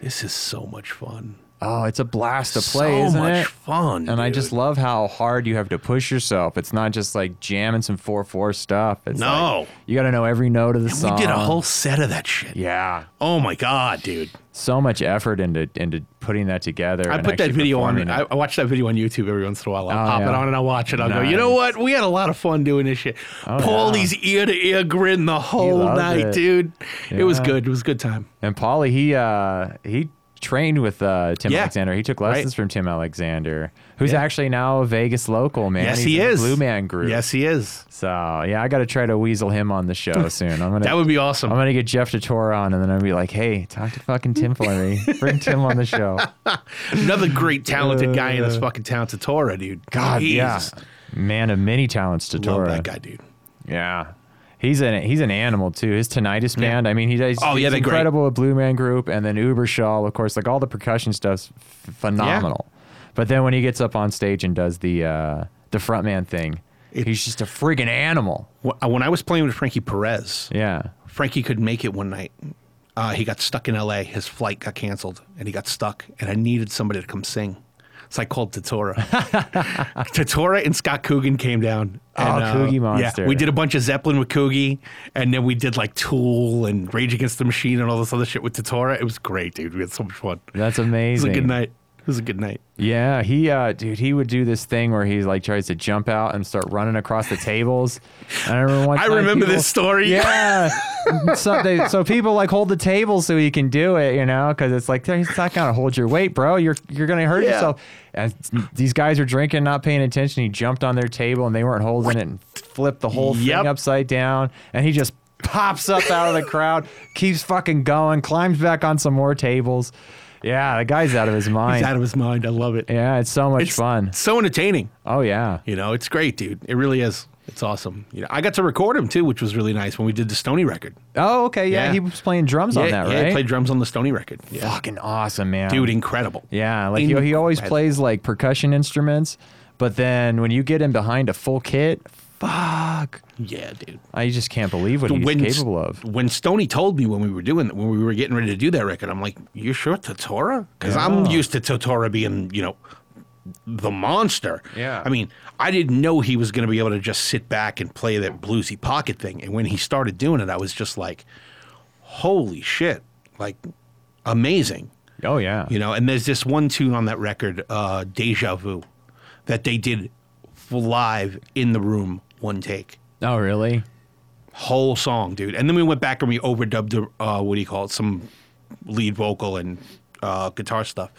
Speaker 2: "This is so much fun."
Speaker 1: Oh, it's a blast to play,
Speaker 2: so
Speaker 1: isn't
Speaker 2: much
Speaker 1: it?
Speaker 2: fun,
Speaker 1: And I
Speaker 2: dude.
Speaker 1: just love how hard you have to push yourself. It's not just like jamming some four four stuff. It's
Speaker 2: No.
Speaker 1: like, you got to know every note of the
Speaker 2: we
Speaker 1: song.
Speaker 2: did a whole set of that shit.
Speaker 1: yeah,
Speaker 2: Oh my god, dude.
Speaker 1: so much effort into into putting that together.
Speaker 2: I
Speaker 1: and
Speaker 2: put that
Speaker 1: actually
Speaker 2: video on.
Speaker 1: performing
Speaker 2: I,
Speaker 1: it.
Speaker 2: I watch that video on YouTube every once in a while. I'll
Speaker 1: Oh,
Speaker 2: pop it
Speaker 1: yeah.
Speaker 2: on and I'll watch it. I'll go, you know what? We had a lot of fun doing this shit. Paulie's ear to ear grin the whole
Speaker 1: Oh, loved
Speaker 2: night,
Speaker 1: it.
Speaker 2: dude. It was
Speaker 1: Yeah.
Speaker 2: good. It was a good time.
Speaker 1: and Paulie, he uh, he trained with uh, Tim
Speaker 2: Yeah.
Speaker 1: Alexander. He took lessons from Tim Alexander, who's actually now a Vegas local man.
Speaker 2: yes,
Speaker 1: He's
Speaker 2: he
Speaker 1: in the
Speaker 2: is.
Speaker 1: Blue Man Group.
Speaker 2: Yes, he is.
Speaker 1: So yeah, I got to try to weasel him on the show soon. I'm gonna
Speaker 2: That would be awesome.
Speaker 1: I'm gonna get Jeff Tator on, and then I'll be like, "Hey, talk to fucking Tim for me. Bring Tim on the show."
Speaker 2: Another great, talented guy in this fucking town, Tatora, dude.
Speaker 1: God,
Speaker 2: He's-
Speaker 1: yeah, man of many talents,
Speaker 2: Love
Speaker 1: Tator.
Speaker 2: that guy, dude.
Speaker 1: Yeah. He's an he's an animal too. His tinnitus band. I mean, he does.
Speaker 2: Oh,
Speaker 1: he's
Speaker 2: yeah, they're great.
Speaker 1: incredible with Blue Man Group, and then Ubershaw, of course. Like all the percussion stuff's f- phenomenal. But then when he gets up on stage and does the uh, the frontman thing, he's just a friggin' animal.
Speaker 2: Wh- uh, When I was playing with Frankie Perez,
Speaker 1: Yeah.
Speaker 2: Frankie could make it one night. Uh, he got stuck in LA. His flight got canceled and he got stuck. And I needed somebody to come sing. So I called Tatora. Tatora and Scott Coogan came down. And, uh,
Speaker 1: Oh, Coogie
Speaker 2: Yeah,
Speaker 1: Monster.
Speaker 2: we did a bunch of Zeppelin with Coogie. And then we did like Tool and Rage Against the Machine and all this other shit with Tatora. It was great, dude. We had so much fun. It
Speaker 1: That's
Speaker 2: was
Speaker 1: amazing.
Speaker 2: a good night. It was a good night.
Speaker 1: Yeah, he uh dude, he would do this thing where he like tries to jump out and start running across the tables. And I remember one
Speaker 2: I
Speaker 1: time
Speaker 2: remember
Speaker 1: people-
Speaker 2: this story.
Speaker 1: Yeah. so, they, so people like hold the table so he can do it, you know, because it's like it's not gonna hold your weight, bro. You're you're gonna hurt
Speaker 2: Yeah.
Speaker 1: yourself. And these guys are drinking, not paying attention. He jumped on their table and they weren't holding it and flipped the whole
Speaker 2: Yep.
Speaker 1: thing upside down. And he just pops up out of the crowd, keeps fucking going, climbs back on some more tables. Yeah, the guy's out of his mind.
Speaker 2: He's out of his mind. I love it.
Speaker 1: Yeah, it's so much
Speaker 2: It's
Speaker 1: fun.
Speaker 2: So entertaining.
Speaker 1: Oh yeah.
Speaker 2: You know, it's great, dude. It really is. It's awesome. You know, I got to record him too, which was really nice when we did the Stony record.
Speaker 1: Oh okay. Yeah,
Speaker 2: Yeah.
Speaker 1: he was playing drums on
Speaker 2: yeah,
Speaker 1: that,
Speaker 2: yeah, he
Speaker 1: right?
Speaker 2: played drums on the Stony record. Yeah.
Speaker 1: Fucking awesome, man.
Speaker 2: Dude, incredible.
Speaker 1: Yeah, like he, he always
Speaker 2: Incredible.
Speaker 1: plays like percussion instruments, but then when you get him behind a full kit, fuck,
Speaker 2: Yeah, dude.
Speaker 1: I just can't believe what he's
Speaker 2: when,
Speaker 1: capable of.
Speaker 2: When Stony told me when we were doing when we were getting ready to do that record, I'm like, "You sure Totora?" Because I'm
Speaker 1: Yeah.
Speaker 2: used to Totora being, you know, the monster.
Speaker 1: Yeah.
Speaker 2: I mean, I didn't know he was going to be able to just sit back and play that bluesy pocket thing. And when he started doing it, I was just like, "Holy shit!" Like, amazing.
Speaker 1: Oh yeah,
Speaker 2: You know, and there's this one tune on that record, uh, Deja Vu, that they did live in the room, one take,
Speaker 1: oh really?
Speaker 2: whole song, dude. And then we went back and we overdubbed, uh, what do you call it, some lead vocal and uh, guitar stuff.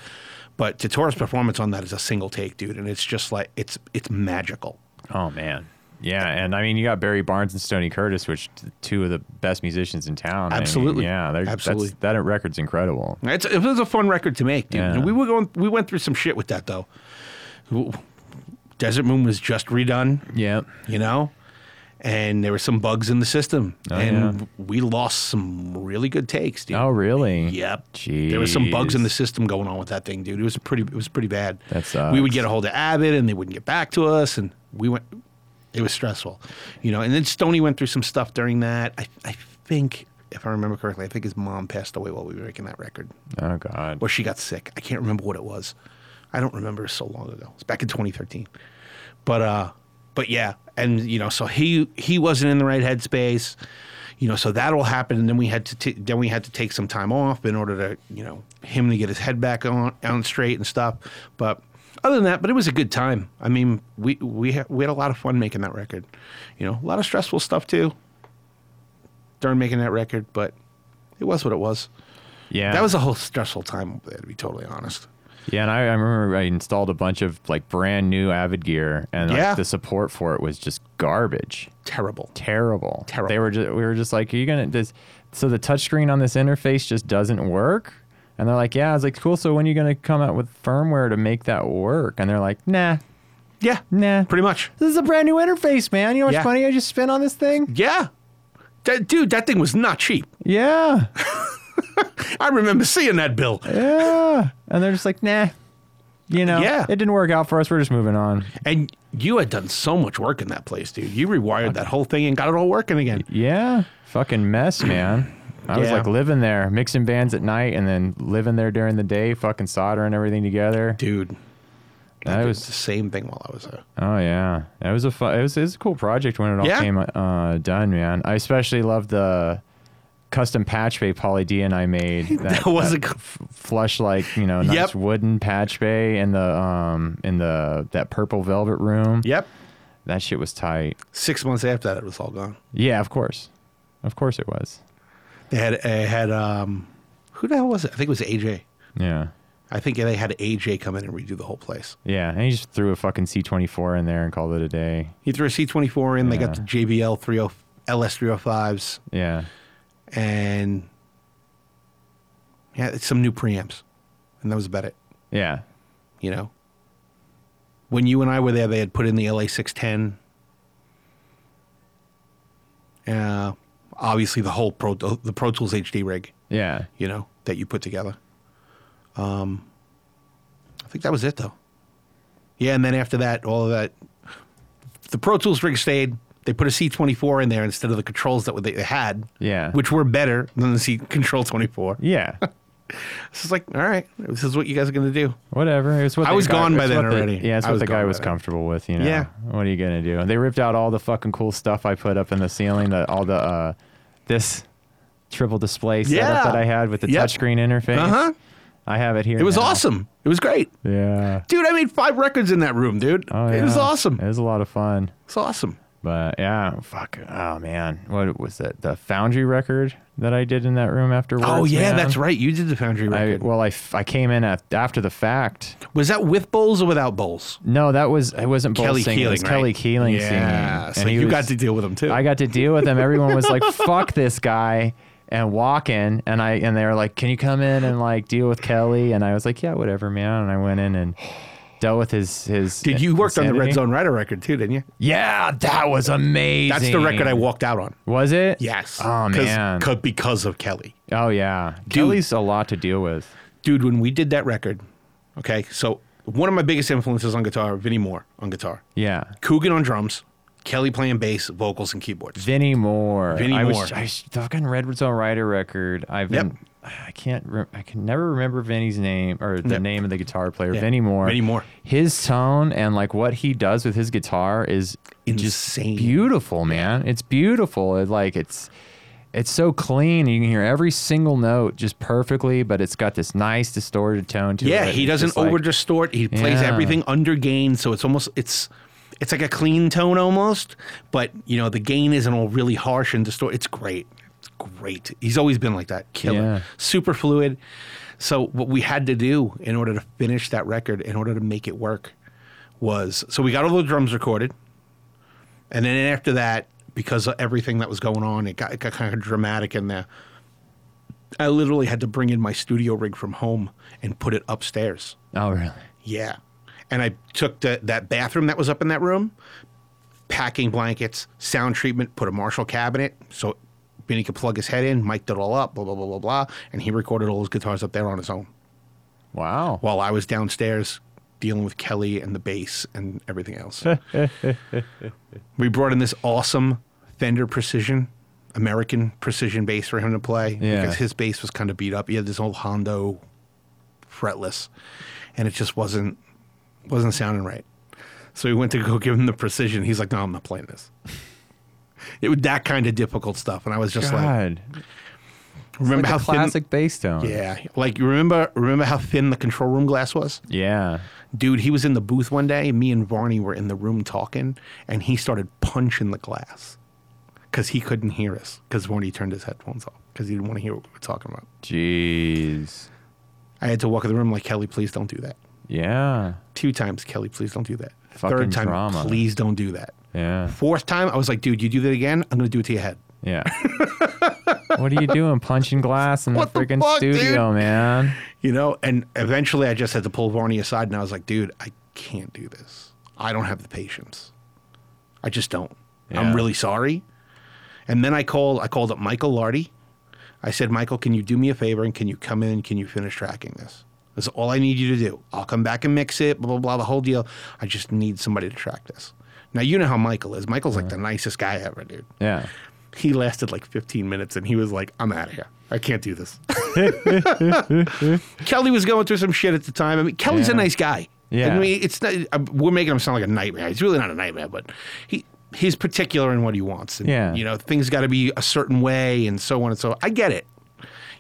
Speaker 2: But Tatora's performance on that is a single take, dude, and it's just like it's it's magical.
Speaker 1: Oh man, yeah. And I mean, you got Barry Barnes and Stony Curtis, which t- two of the best musicians in town. I mean,
Speaker 2: Absolutely.
Speaker 1: yeah, they're- that's-
Speaker 2: Absolutely.
Speaker 1: that record's incredible.
Speaker 2: It's, it was a fun record to make, dude.
Speaker 1: Yeah.
Speaker 2: And we were going, we went through some shit with that though. Desert Moon was just redone.
Speaker 1: Yeah,
Speaker 2: you know? And there were some bugs in the system. and
Speaker 1: Oh, yeah.
Speaker 2: we lost some really good takes, dude.
Speaker 1: Oh really?
Speaker 2: Yep.
Speaker 1: Jeez.
Speaker 2: There were some bugs in the system going on with that thing, dude. It was pretty it was pretty bad.
Speaker 1: That sucks.
Speaker 2: We would get a hold of Abbott and they wouldn't get back to us and we went it was stressful. You know, and then Stoney went through some stuff during that. I I think if I remember correctly, I think his mom passed away while we were making that record.
Speaker 1: Oh god.
Speaker 2: Or she got sick. I can't remember what it was. I don't remember so long ago. It was back in 2013. But uh but yeah, and you know, so he he wasn't in the right headspace. You know, so that all happened, and then we had to t- then we had to take some time off in order to you know him to get his head back on on straight and stuff. But other than that, but it was a good time. I mean, we we ha- we had a lot of fun making that record. You know, a lot of stressful stuff too during making that record, but it was what it was.
Speaker 1: Yeah.
Speaker 2: That was a whole stressful time over there, to be totally honest.
Speaker 1: Yeah, and I, I remember I installed a bunch of like brand new Avid gear, and like,
Speaker 2: Yeah.
Speaker 1: the support for it was just garbage,
Speaker 2: Terrible.
Speaker 1: terrible,
Speaker 2: Terrible.
Speaker 1: They were just we were just like, are you gonna this? So the touchscreen on this interface just doesn't work. And they're like, yeah. I was like, cool. So when are you gonna come out with firmware to make that work? And they're like, nah,
Speaker 2: Yeah.
Speaker 1: nah.
Speaker 2: Pretty much.
Speaker 1: This is a brand new interface, man. You know how much
Speaker 2: Yeah.
Speaker 1: money I just spent on this thing?
Speaker 2: Yeah. That, dude, that thing was not cheap.
Speaker 1: Yeah,
Speaker 2: I remember seeing that bill.
Speaker 1: yeah. And they're just like, nah. You know,
Speaker 2: Yeah.
Speaker 1: it didn't work out for us. We're just moving on.
Speaker 2: And you had done so much work in that place, dude. You rewired that whole thing and got it all working again.
Speaker 1: Yeah, fucking mess, man. I was
Speaker 2: Yeah.
Speaker 1: like living there, mixing bands at night, and then living there during the day, fucking soldering everything together.
Speaker 2: Dude,
Speaker 1: That
Speaker 2: it was
Speaker 1: was
Speaker 2: the same thing while I was there.
Speaker 1: oh yeah, it was a fun, it was, it was a cool project when it all
Speaker 2: Yeah.
Speaker 1: came uh, done, man. I especially loved the custom patch bay Polly D and I made.
Speaker 2: That was a good-
Speaker 1: f- flush like you know nice
Speaker 2: Yep.
Speaker 1: wooden patch bay in the um in the that purple velvet room.
Speaker 2: Yep.
Speaker 1: That shit was tight.
Speaker 2: Six months after that, it was all gone.
Speaker 1: Yeah, of course, of course it was.
Speaker 2: They had, they had um, who the hell was it? I think it was AJ.
Speaker 1: Yeah.
Speaker 2: I think they had AJ come in and redo the whole place.
Speaker 1: Yeah, and he just threw a fucking C24 in there and called it a day.
Speaker 2: He threw a C24 in. They got the
Speaker 1: Yeah.
Speaker 2: JBL 30, LS305s
Speaker 1: Yeah.
Speaker 2: and yeah, some new preamps. And that was about it,
Speaker 1: Yeah.
Speaker 2: you know? When you and I were there, they had put in the LA610. Uh, obviously, the whole Pro, the Pro Tools HD rig,
Speaker 1: Yeah.
Speaker 2: you know, that you put together. Um, I think that was it, though. Yeah, and then after that, all of that, the Pro Tools rig stayed. They put a C24 in there instead of the controls that they had,
Speaker 1: Yeah.
Speaker 2: which were better than the C Control 24.
Speaker 1: Yeah.
Speaker 2: It's like, all right, this is what you guys are going to do.
Speaker 1: Whatever. It's what
Speaker 2: I
Speaker 1: the
Speaker 2: was
Speaker 1: guy-
Speaker 2: gone by
Speaker 1: it's
Speaker 2: then
Speaker 1: what the-
Speaker 2: already.
Speaker 1: yeah, it's
Speaker 2: I
Speaker 1: what
Speaker 2: was
Speaker 1: the guy
Speaker 2: gone
Speaker 1: was
Speaker 2: by then.
Speaker 1: comfortable with, you know.
Speaker 2: Yeah.
Speaker 1: What are you gonna do? And they ripped out all the fucking cool stuff I put up in the ceiling, the, all the uh this triple display setup
Speaker 2: Yeah.
Speaker 1: that I had with the
Speaker 2: Yep.
Speaker 1: touchscreen interface.
Speaker 2: Uh-huh.
Speaker 1: I have it here.
Speaker 2: It was
Speaker 1: now.
Speaker 2: awesome. It was great.
Speaker 1: Yeah.
Speaker 2: Dude, I made five records in that room, dude.
Speaker 1: Oh,
Speaker 2: It was
Speaker 1: yeah.
Speaker 2: awesome.
Speaker 1: It was a lot of fun.
Speaker 2: It's awesome.
Speaker 1: But yeah, fuck. Oh man, what was that? The Foundry record that I did in that room afterwards.
Speaker 2: Oh, yeah,
Speaker 1: man?
Speaker 2: that's right. You did the Foundry
Speaker 1: I,
Speaker 2: record.
Speaker 1: well, I, f- I came in at, after the fact.
Speaker 2: was that with bowls or without bowls?
Speaker 1: No, that was it wasn't Bull
Speaker 2: Kelly
Speaker 1: singing. it
Speaker 2: Keeling,
Speaker 1: was
Speaker 2: right?
Speaker 1: Kelly Keeling singing.
Speaker 2: Yeah. So
Speaker 1: he
Speaker 2: you
Speaker 1: was-
Speaker 2: got to deal with them, too.
Speaker 1: I got to deal with him. Everyone was like, "Fuck this guy," and walking. And I and they were like, "Can you come in and like deal with Kelly?" And I was like, "Yeah, whatever, man." And I went in and dealt with his his.
Speaker 2: Did you worked on the Red
Speaker 1: insanity.
Speaker 2: Zone Rider record, too, didn't you?
Speaker 1: Yeah, that was amazing.
Speaker 2: That's the record I walked out on.
Speaker 1: was it.
Speaker 2: Yes.
Speaker 1: Oh man.
Speaker 2: Cause, because of Kelly.
Speaker 1: oh yeah. Kelly's a lot to deal with.
Speaker 2: dude, when we did that record, okay, so one of my biggest influences on guitar, Vinnie Moore on guitar,
Speaker 1: Yeah.
Speaker 2: Coogan on drums, Kelly playing bass, vocals, and keyboards.
Speaker 1: Vinnie Moore.
Speaker 2: Vinnie
Speaker 1: I
Speaker 2: Moore.
Speaker 1: Was, I was, the fucking Redwood Zone Rider record. I've been. I can't. Re- I can never remember Vinnie's name or the
Speaker 2: Yep.
Speaker 1: name of the guitar player.
Speaker 2: Yeah.
Speaker 1: Vinnie Moore.
Speaker 2: Vinnie Moore.
Speaker 1: His tone and like what he does with his guitar is
Speaker 2: Insane.
Speaker 1: just beautiful, man. It's beautiful. It like it's. It's so clean. You can hear every single note just perfectly, but it's got this nice distorted tone to it.
Speaker 2: yeah, he
Speaker 1: It's
Speaker 2: doesn't
Speaker 1: just like-
Speaker 2: over distort. He plays
Speaker 1: Yeah.
Speaker 2: everything under gain, so it's almost it's it's like a clean tone almost, but you know the gain isn't all really harsh and distort. It's great. It's great. He's always been like that. Killer.
Speaker 1: Yeah.
Speaker 2: Super fluid. So what we had to do in order to finish that record, in order to make it work, was so we got all the drums recorded. And then after that, because of everything that was going on, it got, it got kind of dramatic in there. I literally had to bring in my studio rig from home and put it upstairs.
Speaker 1: Oh really?
Speaker 2: Yeah. And I took the, that bathroom that was up in that room, packing blankets, sound treatment, put a Marshall cabinet so Benny could plug his head in, mic'd it all up, blah, blah, blah, blah, blah. And he recorded all his guitars up there on his own
Speaker 1: Wow.
Speaker 2: while I was downstairs dealing with Kelly and the bass and everything else. we brought in this awesome Fender Precision, American Precision bass for him to play
Speaker 1: Yeah.
Speaker 2: because his bass was kind of beat up. He had this old Hondo fretless, and it just wasn't wasn't sounding right. So we went to go give him the precision. He's like, no, I'm not playing this. It was that kind of difficult stuff, and I was just like,
Speaker 1: God,
Speaker 2: remember
Speaker 1: like
Speaker 2: how
Speaker 1: a classic bass tone.
Speaker 2: thin? Yeah, like you remember remember how thin the control room glass was?
Speaker 1: yeah.
Speaker 2: Dude, he was in the booth one day. Me and Varney were in the room talking, and he started punching the glass because he couldn't hear us because Varney turned his headphones off because he didn't want to hear what we were talking about.
Speaker 1: Jeez.
Speaker 2: I had to walk in the room like Kelly, please don't do that.
Speaker 1: Yeah.
Speaker 2: Two times, Kelly, please don't do that.
Speaker 1: Fucking
Speaker 2: Third time,
Speaker 1: drama.
Speaker 2: please don't do that.
Speaker 1: Yeah.
Speaker 2: Fourth time, I was like, dude, you do that again, I'm gonna do it to your head.
Speaker 1: Yeah. what are you doing? Punching glass in
Speaker 2: What
Speaker 1: the
Speaker 2: the
Speaker 1: freaking
Speaker 2: fuck,
Speaker 1: studio,
Speaker 2: dude?
Speaker 1: man.
Speaker 2: You know, and eventually I just had to pull Varney aside and I was like, dude, I can't do this. I don't have the patience. I just don't.
Speaker 1: Yeah.
Speaker 2: I'm really sorry. And then I called I called up Michael Lardy. I said, Michael, can you do me a favor and can you come in and can you finish tracking this? That's all I need you to do. I'll come back and mix it, blah, blah, blah, the whole deal. I just need somebody to track this. Now you know how Michael is. Michael's like the nicest guy ever, dude.
Speaker 1: Yeah.
Speaker 2: He lasted like 15 minutes and he was like, I'm out of here. I can't do this. Kelly was going through some shit at the time. I mean, Kelly's
Speaker 1: Yeah.
Speaker 2: a nice guy.
Speaker 1: Yeah.
Speaker 2: I mean, it's not, uh, we're making him sound like a nightmare. He's really not a nightmare, but he he's particular in what he wants. And,
Speaker 1: Yeah.
Speaker 2: You know, things got to be a certain way and so on and so on. I get it.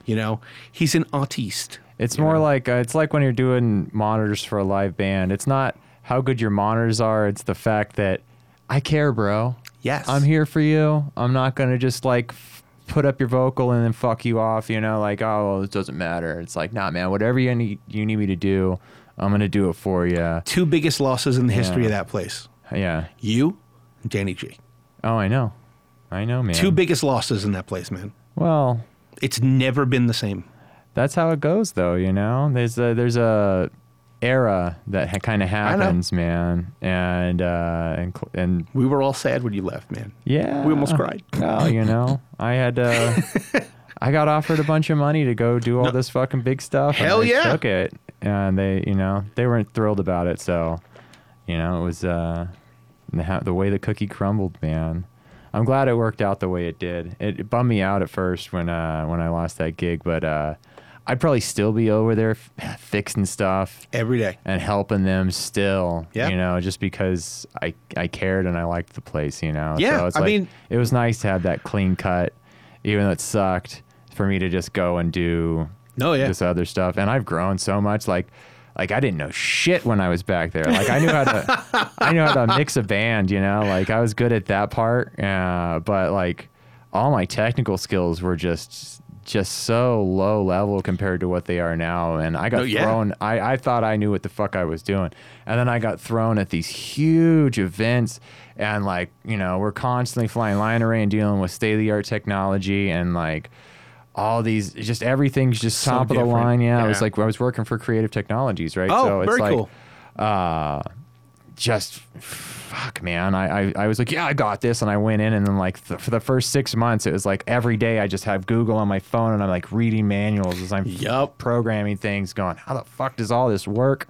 Speaker 2: You know, he's an artiste.
Speaker 1: It's more like uh, it's like when you're doing monitors for a live band. It's not how good your monitors are. It's the fact that I care, bro.
Speaker 2: Yes.
Speaker 1: I'm here for you. I'm not gonna just like f- put up your vocal and then fuck you off. You know, like oh, well, it doesn't matter. It's like nah, man. Whatever you need, you need me to do, I'm gonna do it for you.
Speaker 2: Two biggest losses in the history of that place
Speaker 1: Yeah.
Speaker 2: you, and Danny G.
Speaker 1: Oh, I know. I know, man.
Speaker 2: Two biggest losses in that place, man.
Speaker 1: well,
Speaker 2: It's never been the same.
Speaker 1: that's how it goes though you know there's a there's a era that ha- kind of
Speaker 2: know.
Speaker 1: happens man and uh and cl- and
Speaker 2: We were all sad when you left, man.
Speaker 1: yeah
Speaker 2: We almost cried.
Speaker 1: well uh, you know i had uh i got offered a bunch of money to go do all this fucking big stuff
Speaker 2: Hell
Speaker 1: and they
Speaker 2: yeah.
Speaker 1: took it and they you know they weren't thrilled about it so you know it was uh the, ho- the way the cookie crumbled man i'm glad it worked out the way it did it, it bummed me out at first when uh when i lost that gig but uh i'd probably still be over there f- fixing stuff
Speaker 2: Every day.
Speaker 1: and helping them still
Speaker 2: Yeah.
Speaker 1: you know just because i i cared and i liked the place you know
Speaker 2: Yeah,
Speaker 1: so it's
Speaker 2: I
Speaker 1: like,
Speaker 2: mean-
Speaker 1: it was nice to have that clean cut even though it sucked for me to just go and do
Speaker 2: Oh, yeah.
Speaker 1: this other stuff and i've grown so much like like i didn't know shit when i was back there like i knew how to i knew how to mix a band you know like i was good at that part uh, but like all my technical skills were just just so low level compared to what they are now and i got
Speaker 2: No, Oh, yeah.
Speaker 1: thrown I, I thought i knew what the fuck i was doing and then i got thrown at these huge events and like you know we're constantly flying line array and dealing with state of the art technology and like all these just everything's just
Speaker 2: So
Speaker 1: top of the
Speaker 2: different.
Speaker 1: line yeah, it was
Speaker 2: Yeah.
Speaker 1: like i was working for creative technologies right
Speaker 2: Oh,
Speaker 1: so it's
Speaker 2: very
Speaker 1: like
Speaker 2: cool.
Speaker 1: uh just fuck man I, I i was like yeah i got this and i went in and then like th- for the first six months it was like every day i just have google on my phone and i'm like reading manuals as i'm
Speaker 2: Yup.
Speaker 1: programming things going how the fuck does all this work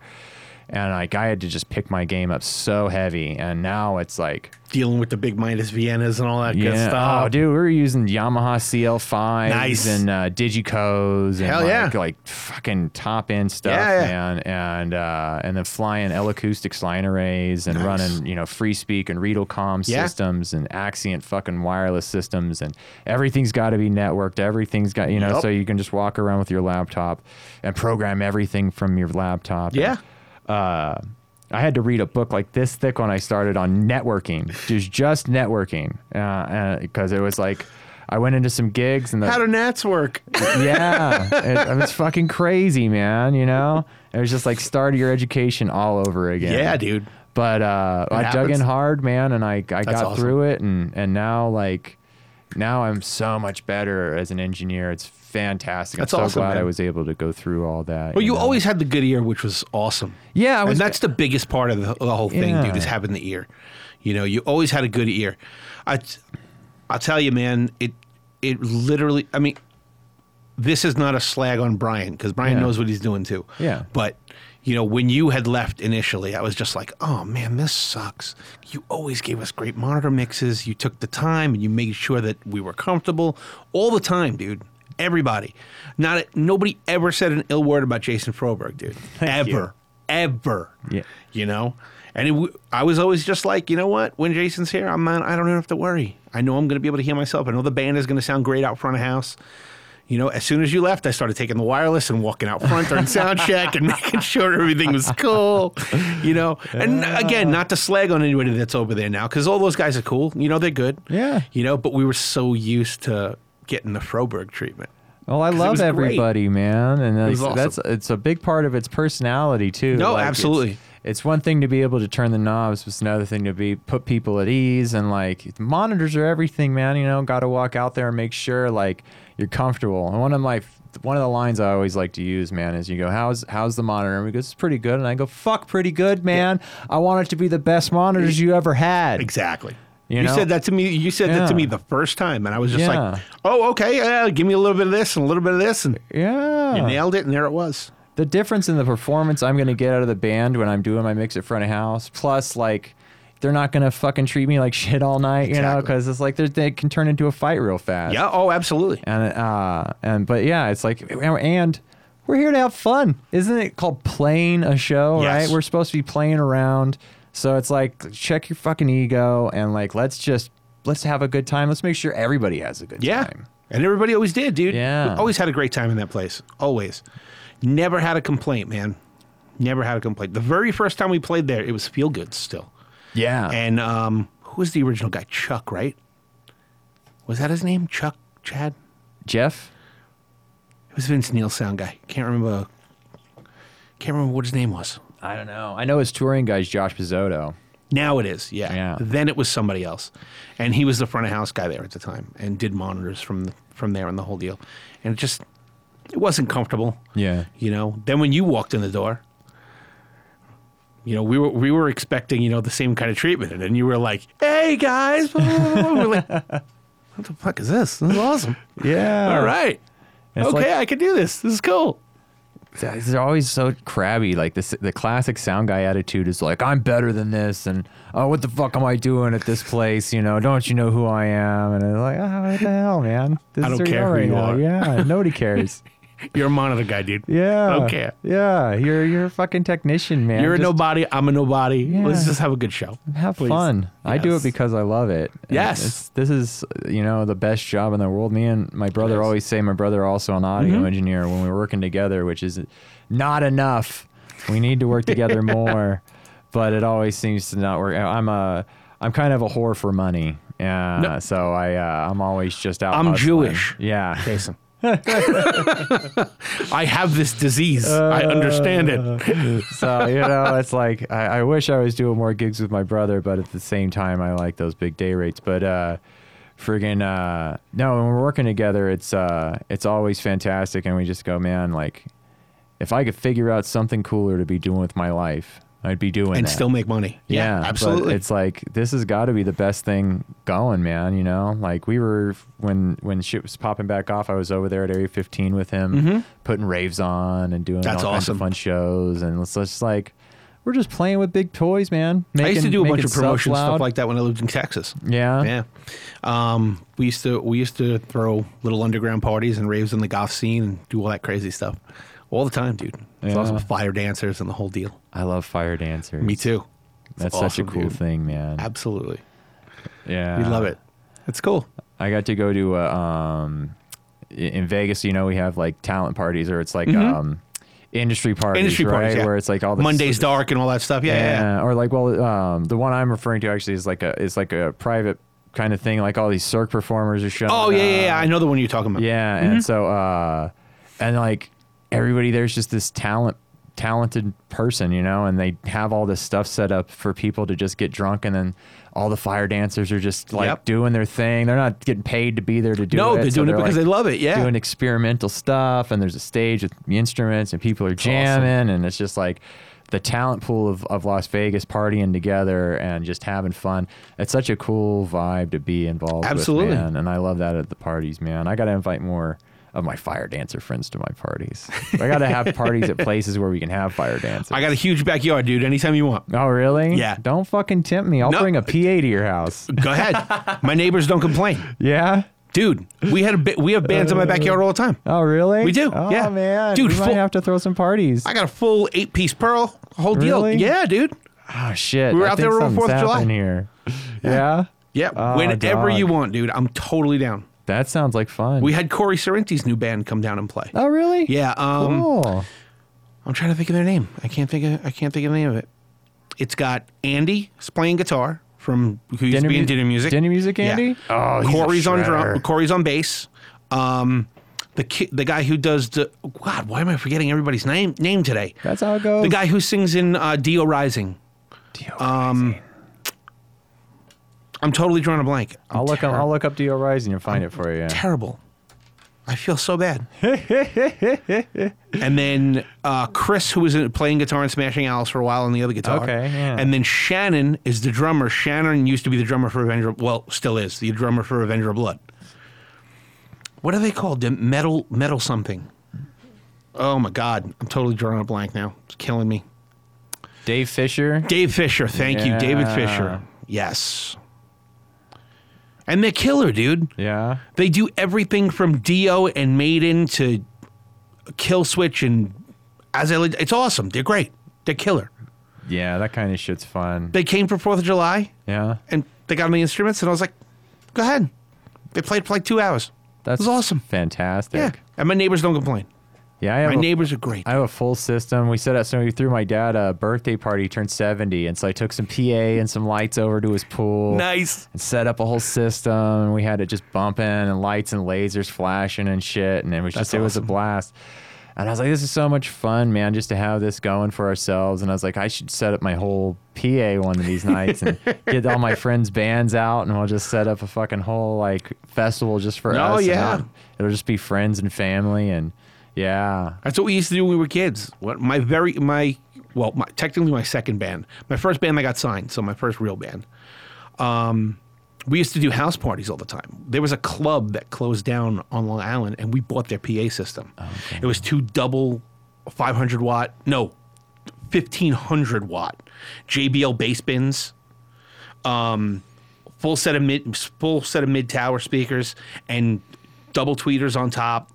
Speaker 1: and like i had to just pick my game up so heavy and now it's like
Speaker 2: dealing with the big minus Viennas and all that good
Speaker 1: yeah
Speaker 2: stuff.
Speaker 1: oh dude we were using yamaha cl5s
Speaker 2: Nice.
Speaker 1: and uh, digicos and
Speaker 2: Hell
Speaker 1: like,
Speaker 2: yeah.
Speaker 1: like fucking top end stuff
Speaker 2: Yeah, yeah.
Speaker 1: man and uh, and then flying L acoustics line arrays and
Speaker 2: Nice.
Speaker 1: running you know free speak and readlecom
Speaker 2: Yeah.
Speaker 1: systems and Axient fucking wireless systems and everything's got to be networked everything's got you know
Speaker 2: Yup.
Speaker 1: so you can just walk around with your laptop and program everything from your laptop
Speaker 2: Yeah.
Speaker 1: uh, I had to read a book like this thick when I started on networking, just just networking, because it was like I went into some gigs and the,
Speaker 2: How do Nats work?
Speaker 1: yeah, it, it was fucking crazy, man. You know, it was just like start your education all over again.
Speaker 2: Yeah, dude.
Speaker 1: But uh, I dug in
Speaker 2: happens.
Speaker 1: hard, man, and I I got
Speaker 2: awesome.
Speaker 1: through it, and and now like now I'm so much better as an engineer. It's fantastic.
Speaker 2: That's
Speaker 1: I'm so
Speaker 2: awesome,
Speaker 1: glad
Speaker 2: man.
Speaker 1: I was able to go through all that.
Speaker 2: Well, you
Speaker 1: know?
Speaker 2: always had the good ear, which was awesome.
Speaker 1: Yeah, I was-
Speaker 2: and that's the biggest part of the, the whole thing,
Speaker 1: Yeah.
Speaker 2: dude, is having the ear. You know, you always had a good ear. I, I'll tell you, man. It, it literally. I mean, this is not a slag on Brian because Brian
Speaker 1: Yeah.
Speaker 2: knows what he's doing too.
Speaker 1: Yeah.
Speaker 2: But you know, when you had left initially, I was just like, "Oh man, this sucks." You always gave us great monitor mixes. You took the time and you made sure that we were comfortable all the time, dude. Everybody, not nobody ever said an ill word about Jason Froberg, dude. ever, ever.
Speaker 1: Yeah.
Speaker 2: You know, And it, w- I was always just like, you know what? When Jason's here, I'm not, I don't have to worry. I know I'm going to be able to hear myself. I know the band is going to sound great out front of house. You know, as soon as you left, I started taking the wireless and walking out front during sound check and making sure everything was cool. You know, and again, not to slag on anybody that's over there now, because all those guys are cool. You know, they're good.
Speaker 1: Yeah.
Speaker 2: You know, but we were so used to getting the Froberg treatment.
Speaker 1: Well, I
Speaker 2: 'Cause it
Speaker 1: love
Speaker 2: was great.
Speaker 1: everybody, man, and that's,
Speaker 2: was awesome.
Speaker 1: that's it's a big part of its personality too.
Speaker 2: No,
Speaker 1: it's-
Speaker 2: absolutely.
Speaker 1: It's, one thing to be able to turn the knobs, but it's another thing to be put people at ease and like monitors are everything, man. You know, got to walk out there and make sure like you're comfortable. And one of my one of the lines I always like to use, man, is you go, "How's how's the monitor?" And we go, "It's pretty good." And I go, "Fuck, pretty good, man. I want it to be the best monitors you ever had."
Speaker 2: Exactly.
Speaker 1: You
Speaker 2: You,
Speaker 1: know?
Speaker 2: said that to me. You said that to
Speaker 1: Yeah.
Speaker 2: me the first time, and I was just
Speaker 1: Yeah.
Speaker 2: like, "Oh, okay. Yeah, give me a little bit of this and a little bit of this, and
Speaker 1: Yeah.
Speaker 2: you nailed it." And there it was.
Speaker 1: the difference in the performance I'm gonna get out of the band when I'm doing my mix at front of house, plus like they're not gonna fucking treat me like shit all night, you know,
Speaker 2: Exactly.
Speaker 1: because it's like they're- they can turn into a fight real fast.
Speaker 2: Yeah. Oh, absolutely.
Speaker 1: And uh, and but yeah, it's like and we're here to have fun, isn't it? Called playing a show,
Speaker 2: Yes.
Speaker 1: right? We're supposed to be playing around, so it's like check your fucking ego and like let's just let's have a good time. Let's make sure everybody has a good
Speaker 2: Yeah.
Speaker 1: time.
Speaker 2: And everybody always did, dude.
Speaker 1: Yeah.
Speaker 2: We always had a great time in that place. Always. Never had a complaint, man. Never had a complaint. The very first time we played there, it was feel good still.
Speaker 1: Yeah.
Speaker 2: And um, who was the original guy? Chuck, right? Was that his name? Chuck Chad?
Speaker 1: Jeff.
Speaker 2: It was Vince Neil sound guy. Can't remember. Can't remember what his name was.
Speaker 1: I don't know. I know his touring guy's Josh Pizzotto.
Speaker 2: Now it is, yeah.
Speaker 1: Yeah.
Speaker 2: Then it was somebody else, and he was the front of house guy there at the time, and did monitors from from there and the whole deal, and it just it wasn't comfortable.
Speaker 1: Yeah.
Speaker 2: You know. Then when you walked in the door, you know we were we were expecting you know the same kind of treatment, and then you were like, "Hey guys," blah, blah, blah, blah. we were like, "What the fuck is this? This is awesome.
Speaker 1: Yeah.
Speaker 2: All right,
Speaker 1: It's
Speaker 2: okay,
Speaker 1: like-
Speaker 2: I can do this. This is cool."
Speaker 1: Guys, They're always so crabby. Like this, the classic sound guy attitude is like, "I'm better than this," and "Oh, what the fuck am I doing at this place?" You know, don't you know who I am? And it's like, "Oh, what the hell, man? This
Speaker 2: I
Speaker 1: is
Speaker 2: don't
Speaker 1: where
Speaker 2: care who
Speaker 1: right
Speaker 2: you
Speaker 1: now."
Speaker 2: are.
Speaker 1: Yeah, nobody cares.
Speaker 2: You're a monitor guy, dude.
Speaker 1: Yeah,
Speaker 2: I don't care.
Speaker 1: Yeah, you're you're a fucking technician, man.
Speaker 2: You're a
Speaker 1: Just
Speaker 2: nobody. I'm a nobody. Let's
Speaker 1: Yeah.
Speaker 2: just have a good show.
Speaker 1: Have
Speaker 2: please.
Speaker 1: fun. I do it
Speaker 2: Yes.
Speaker 1: because I love it. And
Speaker 2: Yes.
Speaker 1: it's- this is you know the best job in the world. Me and my brother
Speaker 2: Yes. Mm-hmm.
Speaker 1: always say my brother also an audio engineer when we're working together, which is not enough. We need to work together more, but it always seems to not work. I'm a I'm kind of a whore for money. Yeah, so I uh, I'm always just out.
Speaker 2: I'm
Speaker 1: hustling.
Speaker 2: Jewish.
Speaker 1: Yeah,
Speaker 2: Jason. I have this disease. I understand
Speaker 1: Uh,
Speaker 2: it.
Speaker 1: so you know it's like I, I wish i was doing more gigs with my brother but at the same time i like those big day rates but uh friggin uh no when we're working together it's uh it's always fantastic and we just go man like if i could figure out something cooler to be doing with my life i'd be doing
Speaker 2: And
Speaker 1: that
Speaker 2: still make money.
Speaker 1: yeah, but
Speaker 2: absolutely.
Speaker 1: it's like this has got to be the best thing going, man. You know, like we were when when shit was popping back off. I was over there at Area 15 with him, putting raves on and doing
Speaker 2: Mm-hmm. That's
Speaker 1: all kinds
Speaker 2: awesome.
Speaker 1: of fun shows, and it's just like we're just playing with big toys, man.
Speaker 2: I used to
Speaker 1: Making-
Speaker 2: do a bunch
Speaker 1: making
Speaker 2: of promotion
Speaker 1: loud.
Speaker 2: stuff like that when I lived in Texas.
Speaker 1: yeah,
Speaker 2: Yeah. Um, we used to we used to throw little underground parties and raves in the goth scene and do all that crazy stuff. All the time, dude. It's
Speaker 1: Yeah.
Speaker 2: awesome. Fire dancers and the whole deal.
Speaker 1: I love fire dancers.
Speaker 2: Me too. It's
Speaker 1: That's such a
Speaker 2: awesome,
Speaker 1: cool
Speaker 2: dude.
Speaker 1: thing, man.
Speaker 2: Absolutely.
Speaker 1: yeah,
Speaker 2: We love it. It's cool.
Speaker 1: I got to go to uh, um, i- in Vegas. You know, we have like talent parties, or it's like um, industry parties,
Speaker 2: Mm-hmm. Industry
Speaker 1: right?
Speaker 2: parties, yeah.
Speaker 1: Where it's like all the
Speaker 2: Monday's dark and all that stuff. Yeah, yeah. yeah.
Speaker 1: Yeah, or like well, um, the one I'm referring to actually is like a is like a private kind of thing. Like all these circ performers are showing.
Speaker 2: Oh yeah, yeah, yeah. Mm-hmm.
Speaker 1: up.
Speaker 2: I know the one you're talking about.
Speaker 1: Uh, yeah. And so, uh, and like everybody there's just this talent, talented person, you know, and they have all this stuff set up for people to just get drunk, and then all the fire dancers are just like
Speaker 2: Yep.
Speaker 1: doing their thing. They're not getting paid to be there to do
Speaker 2: No,
Speaker 1: it.
Speaker 2: they're
Speaker 1: so
Speaker 2: doing it because
Speaker 1: like,
Speaker 2: they love it. Yeah.
Speaker 1: doing experimental stuff and there's a stage with instruments and people are jamming and it's just like the talent pool of, of Las Vegas partying together and just having fun. It's such a cool vibe to be involved
Speaker 2: Absolutely.
Speaker 1: with, man. And I love that at the parties, man. I got to invite more of my fire dancer friends to my parties. I got to have parties at places where we can have fire dancers.
Speaker 2: I got a huge backyard, dude. Anytime you want.
Speaker 1: oh, really?
Speaker 2: Yeah.
Speaker 1: Don't fucking tempt me. I'll
Speaker 2: No.
Speaker 1: bring a PA to your house.
Speaker 2: Go ahead. My neighbors don't complain,
Speaker 1: Yeah?
Speaker 2: dude. We had a bi- we have bands in my backyard all the time.
Speaker 1: Oh, really?
Speaker 2: We do,
Speaker 1: Oh,
Speaker 2: yeah.
Speaker 1: man.
Speaker 2: Dude,
Speaker 1: we might
Speaker 2: full-
Speaker 1: have to throw some parties.
Speaker 2: I got a full eight piece pearl, whole deal.
Speaker 1: Really?
Speaker 2: Yeah, dude.
Speaker 1: Oh shit!
Speaker 2: We were
Speaker 1: I
Speaker 2: out
Speaker 1: think
Speaker 2: there on
Speaker 1: something's
Speaker 2: 4th of July.
Speaker 1: happening here. Yeah.
Speaker 2: Yeah,
Speaker 1: Oh,
Speaker 2: whenever
Speaker 1: dog.
Speaker 2: you want, dude. I'm totally down.
Speaker 1: That sounds like fun.
Speaker 2: We had Corey Sorrenti's new band come down and play.
Speaker 1: oh really?
Speaker 2: Yeah, um,
Speaker 1: cool.
Speaker 2: I'm trying to think of their name. I can't think of I can't think of the name of it. It's got Andy is playing guitar from who used
Speaker 1: Dinner
Speaker 2: to be in
Speaker 1: Mu-
Speaker 2: Dinner Music.
Speaker 1: Dinner Music,
Speaker 2: Yeah.
Speaker 1: Andy? Oh, he's a
Speaker 2: Corey's on drum.
Speaker 1: shredder.
Speaker 2: Corey's on bass. Um, the ki- the guy who does the God, why am I forgetting everybody's name name today?
Speaker 1: That's how it goes.
Speaker 2: the guy who sings in uh, Dio Rising.
Speaker 1: um,
Speaker 2: I'm totally drawing a blank. I'm
Speaker 1: I'll look. Up,
Speaker 2: terrible.
Speaker 1: I'll look up Do Rising and find it for you.
Speaker 2: terrible. I feel so bad. and then uh, Chris, who was in- playing guitar and smashing Alice for a while on the other guitar.
Speaker 1: Okay, yeah.
Speaker 2: And then Shannon is the drummer. Shannon used to be the drummer for Avenger. Well, still is the drummer for Avenger of Blood. What are they called? The metal metal something. Oh my God! I'm totally drawing a blank now. It's killing me.
Speaker 1: Dave Fisher.
Speaker 2: Dave Fisher. Thank you, David
Speaker 1: Yeah.
Speaker 2: Fisher. Yes. And they're killer, dude.
Speaker 1: Yeah.
Speaker 2: They do everything from Dio and Maiden to Kill Switch and as I, it's awesome. They're great. They're killer.
Speaker 1: Yeah. That kind of shit's fun.
Speaker 2: They came for Fourth of July
Speaker 1: Yeah.
Speaker 2: and they got on the instruments and I was like, go ahead. They played for like two hours.
Speaker 1: That's
Speaker 2: it was awesome.
Speaker 1: Fantastic.
Speaker 2: Yeah. And my neighbors don't complain.
Speaker 1: Yeah, I have
Speaker 2: My
Speaker 1: a-
Speaker 2: neighbors are great.
Speaker 1: I have a full system. We set up so we threw my dad a birthday party. He turned 70. And so I took some PA and some lights over to his pool.
Speaker 2: nice.
Speaker 1: And set up a whole system. And we had it just bumping and lights and lasers flashing and shit. And it was just, it was a
Speaker 2: awesome.
Speaker 1: blast. And I was like, this is so much fun, man, just to have this going for ourselves. And I was like, I should set up my whole PA one of these nights and get all my friends' bands out. And we'll just set up a fucking whole like festival just for
Speaker 2: No,
Speaker 1: us. and
Speaker 2: Oh, yeah.
Speaker 1: it'll- It'll just be friends and family. And yeah.
Speaker 2: That's what we used to do when we were kids. What my very my well, my, technically my second band, my first band I got signed, so my first real band. Um, we used to do house parties all the time. There was a club that closed down on Long Island, and we bought their PA system. It was two double, five hundred watt, no, fifteen hundred watt JBL bass bins um, full set of mid full set of mid tower speakers and double tweeters on top,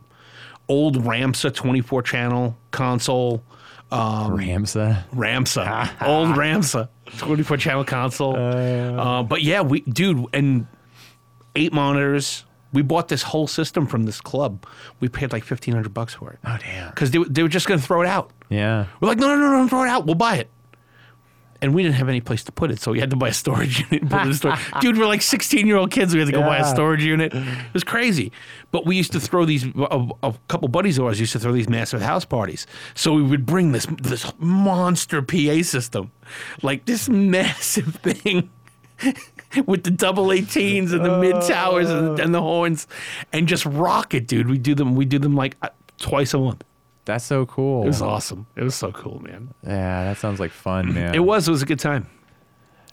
Speaker 2: old Ramsa 24 channel console, Um,
Speaker 1: Ramsa.
Speaker 2: Ramsa, old Ramsa 24 channel console. Uh, but yeah, we dude and eight monitors. We bought this whole system from this club. We paid like 1500 bucks for it.
Speaker 1: Oh, damn.
Speaker 2: Cuz they, were- they were just going to throw it out.
Speaker 1: Yeah.
Speaker 2: We're like, "No, no, no, no, don't throw it out. We'll buy it." And we didn't have any place to put it, so we had to buy a storage unit. And put it in the store. Dude, we're like 16 year old kids. We had to go buy a
Speaker 1: Yeah.
Speaker 2: storage unit. It was crazy. But we used to throw these, a, a couple buddies of ours used to throw these massive house parties. So we would bring this, this monster PA system, like this massive thing. With the double 18s and the mid towers and, and the horns, and just rock it, dude. We do them. We do them like uh, twice a month.
Speaker 1: That's so cool.
Speaker 2: It was awesome. It was so cool, man.
Speaker 1: yeah, that sounds like fun, man.
Speaker 2: It was. It was a good time.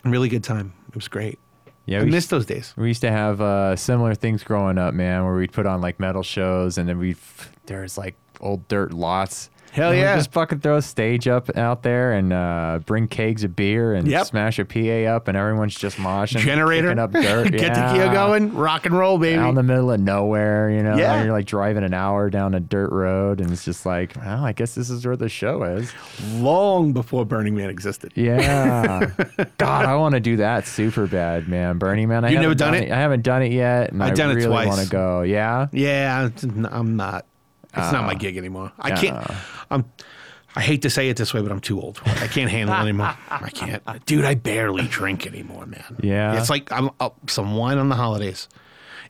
Speaker 2: A really good time. It was great.
Speaker 1: Yeah,
Speaker 2: I
Speaker 1: we,
Speaker 2: miss those days.
Speaker 1: we used to have uh, similar things growing up, man, where we'd put on like metal shows and then we'd, there's like old dirt lots.
Speaker 2: Hell
Speaker 1: And we'd
Speaker 2: yeah.
Speaker 1: Just fucking throw a stage up out there and uh, bring kegs of beer and
Speaker 2: Yep.
Speaker 1: smash a PA up and everyone's just moshing.
Speaker 2: Generator.
Speaker 1: Kicking up dirt.
Speaker 2: Get
Speaker 1: yeah.
Speaker 2: the gear going. Rock and roll, baby.
Speaker 1: Out in the middle of nowhere, you know,
Speaker 2: Yeah.
Speaker 1: you're like driving an hour down a dirt road, and it's just like, well, I guess this is where the show is.
Speaker 2: Long before Burning Man existed.
Speaker 1: Yeah. God, I want to do that super bad, man. Burning Man. I
Speaker 2: You've never
Speaker 1: haven't
Speaker 2: done it?
Speaker 1: I haven't done it yet. And
Speaker 2: I've
Speaker 1: I
Speaker 2: done it
Speaker 1: really
Speaker 2: twice.
Speaker 1: want to go. Yeah.
Speaker 2: Yeah, it's n- I'm not. It's
Speaker 1: Uh,
Speaker 2: not my gig anymore. I can't. I'm. I hate to say it this way, but I'm too old. for it. I can't handle it anymore. I can't, dude. I barely drink anymore, man.
Speaker 1: Yeah.
Speaker 2: it's like I'm up some wine on the holidays.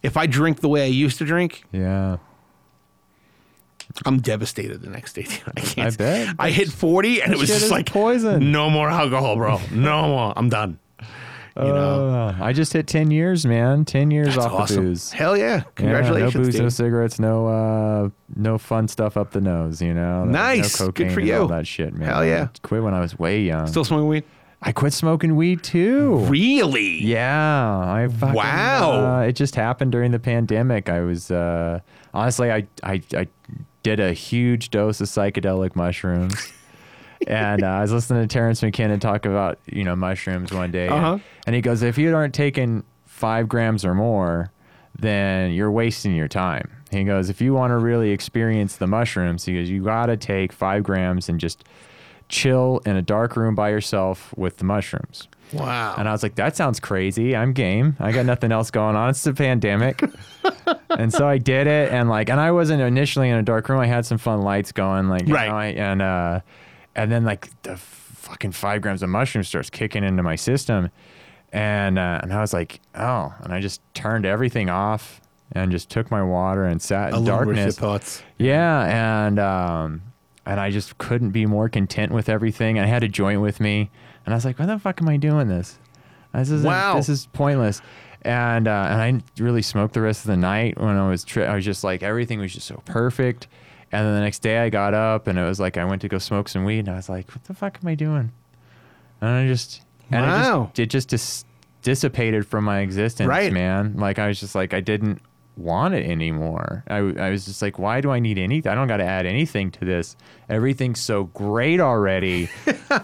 Speaker 2: If I drink the way I used to drink,
Speaker 1: Yeah.
Speaker 2: I'm devastated the next day. dude. I can't.
Speaker 1: I bet.
Speaker 2: I hit 40 and it was
Speaker 1: shit
Speaker 2: just
Speaker 1: is
Speaker 2: like
Speaker 1: poison.
Speaker 2: No more alcohol, bro. No more. I'm done. You know,
Speaker 1: Uh, I just hit 10 years, man. 10 years
Speaker 2: that's
Speaker 1: off
Speaker 2: awesome.
Speaker 1: the booze. Yeah,
Speaker 2: Hell yeah! Congratulations,
Speaker 1: no booze,
Speaker 2: dude.
Speaker 1: no cigarettes, no uh, no fun stuff up the nose, you know. No-
Speaker 2: Nice.
Speaker 1: No
Speaker 2: Good
Speaker 1: cocaine
Speaker 2: for
Speaker 1: and all
Speaker 2: you.
Speaker 1: that shit, man.
Speaker 2: Hell yeah.
Speaker 1: I quit when I was way young.
Speaker 2: Still smoking weed?
Speaker 1: I quit smoking weed too.
Speaker 2: Really?
Speaker 1: Yeah, I fucking,
Speaker 2: Wow.
Speaker 1: Uh, it just happened during the pandemic. I was uh, honestly, I, I I did a huge dose of psychedelic mushrooms, and uh, I was listening to Terrence McKinnon talk about you know mushrooms one day, and-
Speaker 2: Uh-huh.
Speaker 1: and, he goes, if you aren't taking five grams or more, then you're wasting your time. He goes, if you want to really experience the mushrooms, he goes, you gotta take five grams and just chill in a dark room by yourself with the mushrooms.
Speaker 2: Wow.
Speaker 1: And I was like, that sounds crazy. I'm game. I got nothing else going on. It's a pandemic. and so I did it. And like, and I wasn't initially in a dark room. I had some fun lights going. Like, you
Speaker 2: Right.
Speaker 1: know, I- and, uh, and then like the f- fucking five grams of mushroom starts kicking into my system. And, uh, and I was like, oh, and I just turned everything off and just took my water and sat in
Speaker 2: Alone with your
Speaker 1: darkness.
Speaker 2: thoughts.
Speaker 1: Yeah, and um, and I just couldn't be more content with everything. I had a joint with me, and I was like, "Why the fuck am I doing this? This is
Speaker 2: Wow.
Speaker 1: this is pointless." And uh, and I really smoked the rest of the night when I was tri- I was just like everything was just so perfect. And then the next day I got up and it was like I went to go smoke some weed and I was like, "What the fuck am I doing?" And I just and
Speaker 2: Wow.
Speaker 1: it just it just dis- dissipated from my existence,
Speaker 2: Right.
Speaker 1: man. Like I was just like I didn't want it anymore. I, w- I was just like, why do I need anything? I don't got to add anything to this. Everything's so great already.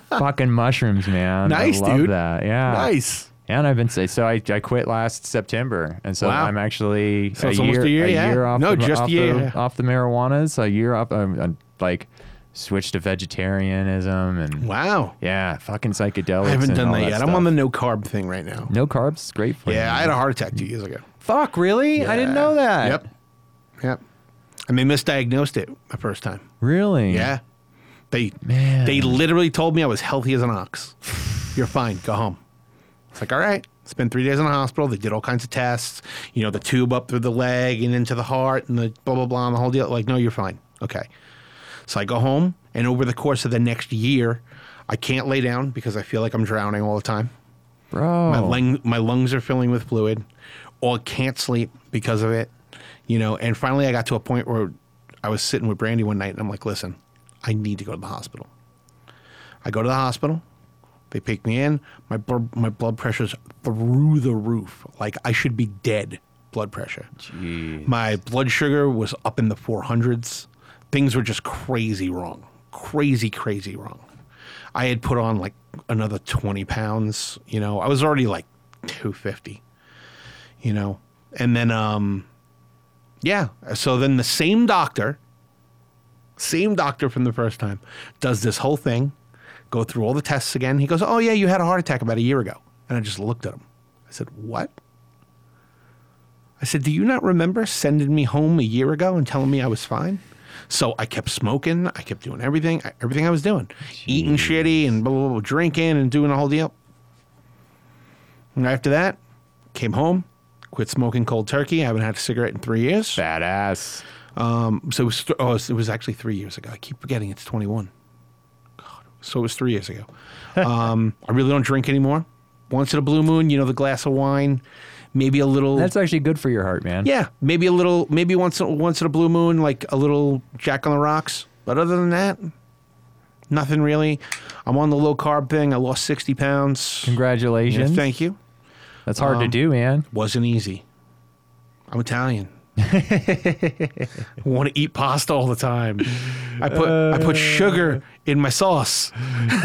Speaker 1: Fucking mushrooms, man.
Speaker 2: Nice,
Speaker 1: I love
Speaker 2: dude.
Speaker 1: That yeah.
Speaker 2: Nice.
Speaker 1: And I've been say so. I, I quit last September, and so
Speaker 2: Wow.
Speaker 1: I'm actually
Speaker 2: So
Speaker 1: a,
Speaker 2: it's almost
Speaker 1: year,
Speaker 2: a year, yeah.
Speaker 1: year off.
Speaker 2: No,
Speaker 1: the,
Speaker 2: just a
Speaker 1: off
Speaker 2: year.
Speaker 1: The, off the marijuana. So a year off. I'm, I'm like switched to vegetarianism and
Speaker 2: Wow.
Speaker 1: yeah, fucking psychedelics.
Speaker 2: I haven't
Speaker 1: and
Speaker 2: done
Speaker 1: all
Speaker 2: that yet.
Speaker 1: Stuff.
Speaker 2: I'm on the no carb thing right now.
Speaker 1: no carbs. It's great for you.
Speaker 2: Yeah, I had a heart attack two years ago.
Speaker 1: Fuck, really? I didn't
Speaker 2: Yeah.
Speaker 1: know that.
Speaker 2: Yep. Yep. And they misdiagnosed it the first time.
Speaker 1: Really?
Speaker 2: Yeah. They
Speaker 1: Man.
Speaker 2: they literally told me I was healthy as an ox. You're fine. Go home. It's like, all right. Spent three days in the hospital. They did all kinds of tests. You know, the tube up through the leg and into the heart and the blah blah blah and the whole deal. Like, no, you're fine. Okay. So I go home, and over the course of the next year, I can't lay down because I feel like I'm drowning all the time.
Speaker 1: Bro.
Speaker 2: My,
Speaker 1: Oh.
Speaker 2: lung, my lungs are filling with fluid, or can't sleep because of it. You know, and finally I got to a point where I was sitting with Brandy one night and I'm like, listen, I need to go to the hospital. I go to the hospital. They pick me in. My, bl- my blood pressure's through the roof. Like I should be dead, blood pressure.
Speaker 1: Jeez.
Speaker 2: My blood sugar was up in the 400s. Things were just crazy wrong. Crazy, crazy wrong. I had put on like another 20 pounds. You know, I was already like 250, you know. And then, um, yeah. So then the same doctor, same doctor from the first time, does this whole thing, go through all the tests again. He goes, Oh, yeah, you had a heart attack about a year ago. And I just looked at him. I said, What? I said, Do you not remember sending me home a year ago and telling me I was fine? So I kept smoking. I kept doing everything, I- everything I was doing, eating shitty and blah, blah, blah, drinking and doing the whole deal. And after that, came home, quit smoking cold turkey. I haven't had a cigarette in three years.
Speaker 1: Badass.
Speaker 2: So it was, th- oh, it was actually three years ago. I keep forgetting it's 21. God. So it was three years ago. um, I really don't drink anymore. Once in a blue moon, you know, the glass of wine, maybe a little.
Speaker 1: That's actually good for your heart, man.
Speaker 2: yeah, maybe a little, maybe once in- once in a blue moon, like a little Jack on the Rocks. But other than that, nothing really. I'm on the low carb thing. I lost 60 pounds. Yeah,
Speaker 1: Congratulations.
Speaker 2: thank you. Um,
Speaker 1: That's hard to do, man.
Speaker 2: Wasn't easy. I'm Italian. want to eat pasta all the time. I put I
Speaker 1: Uh.
Speaker 2: put sugar in my sauce.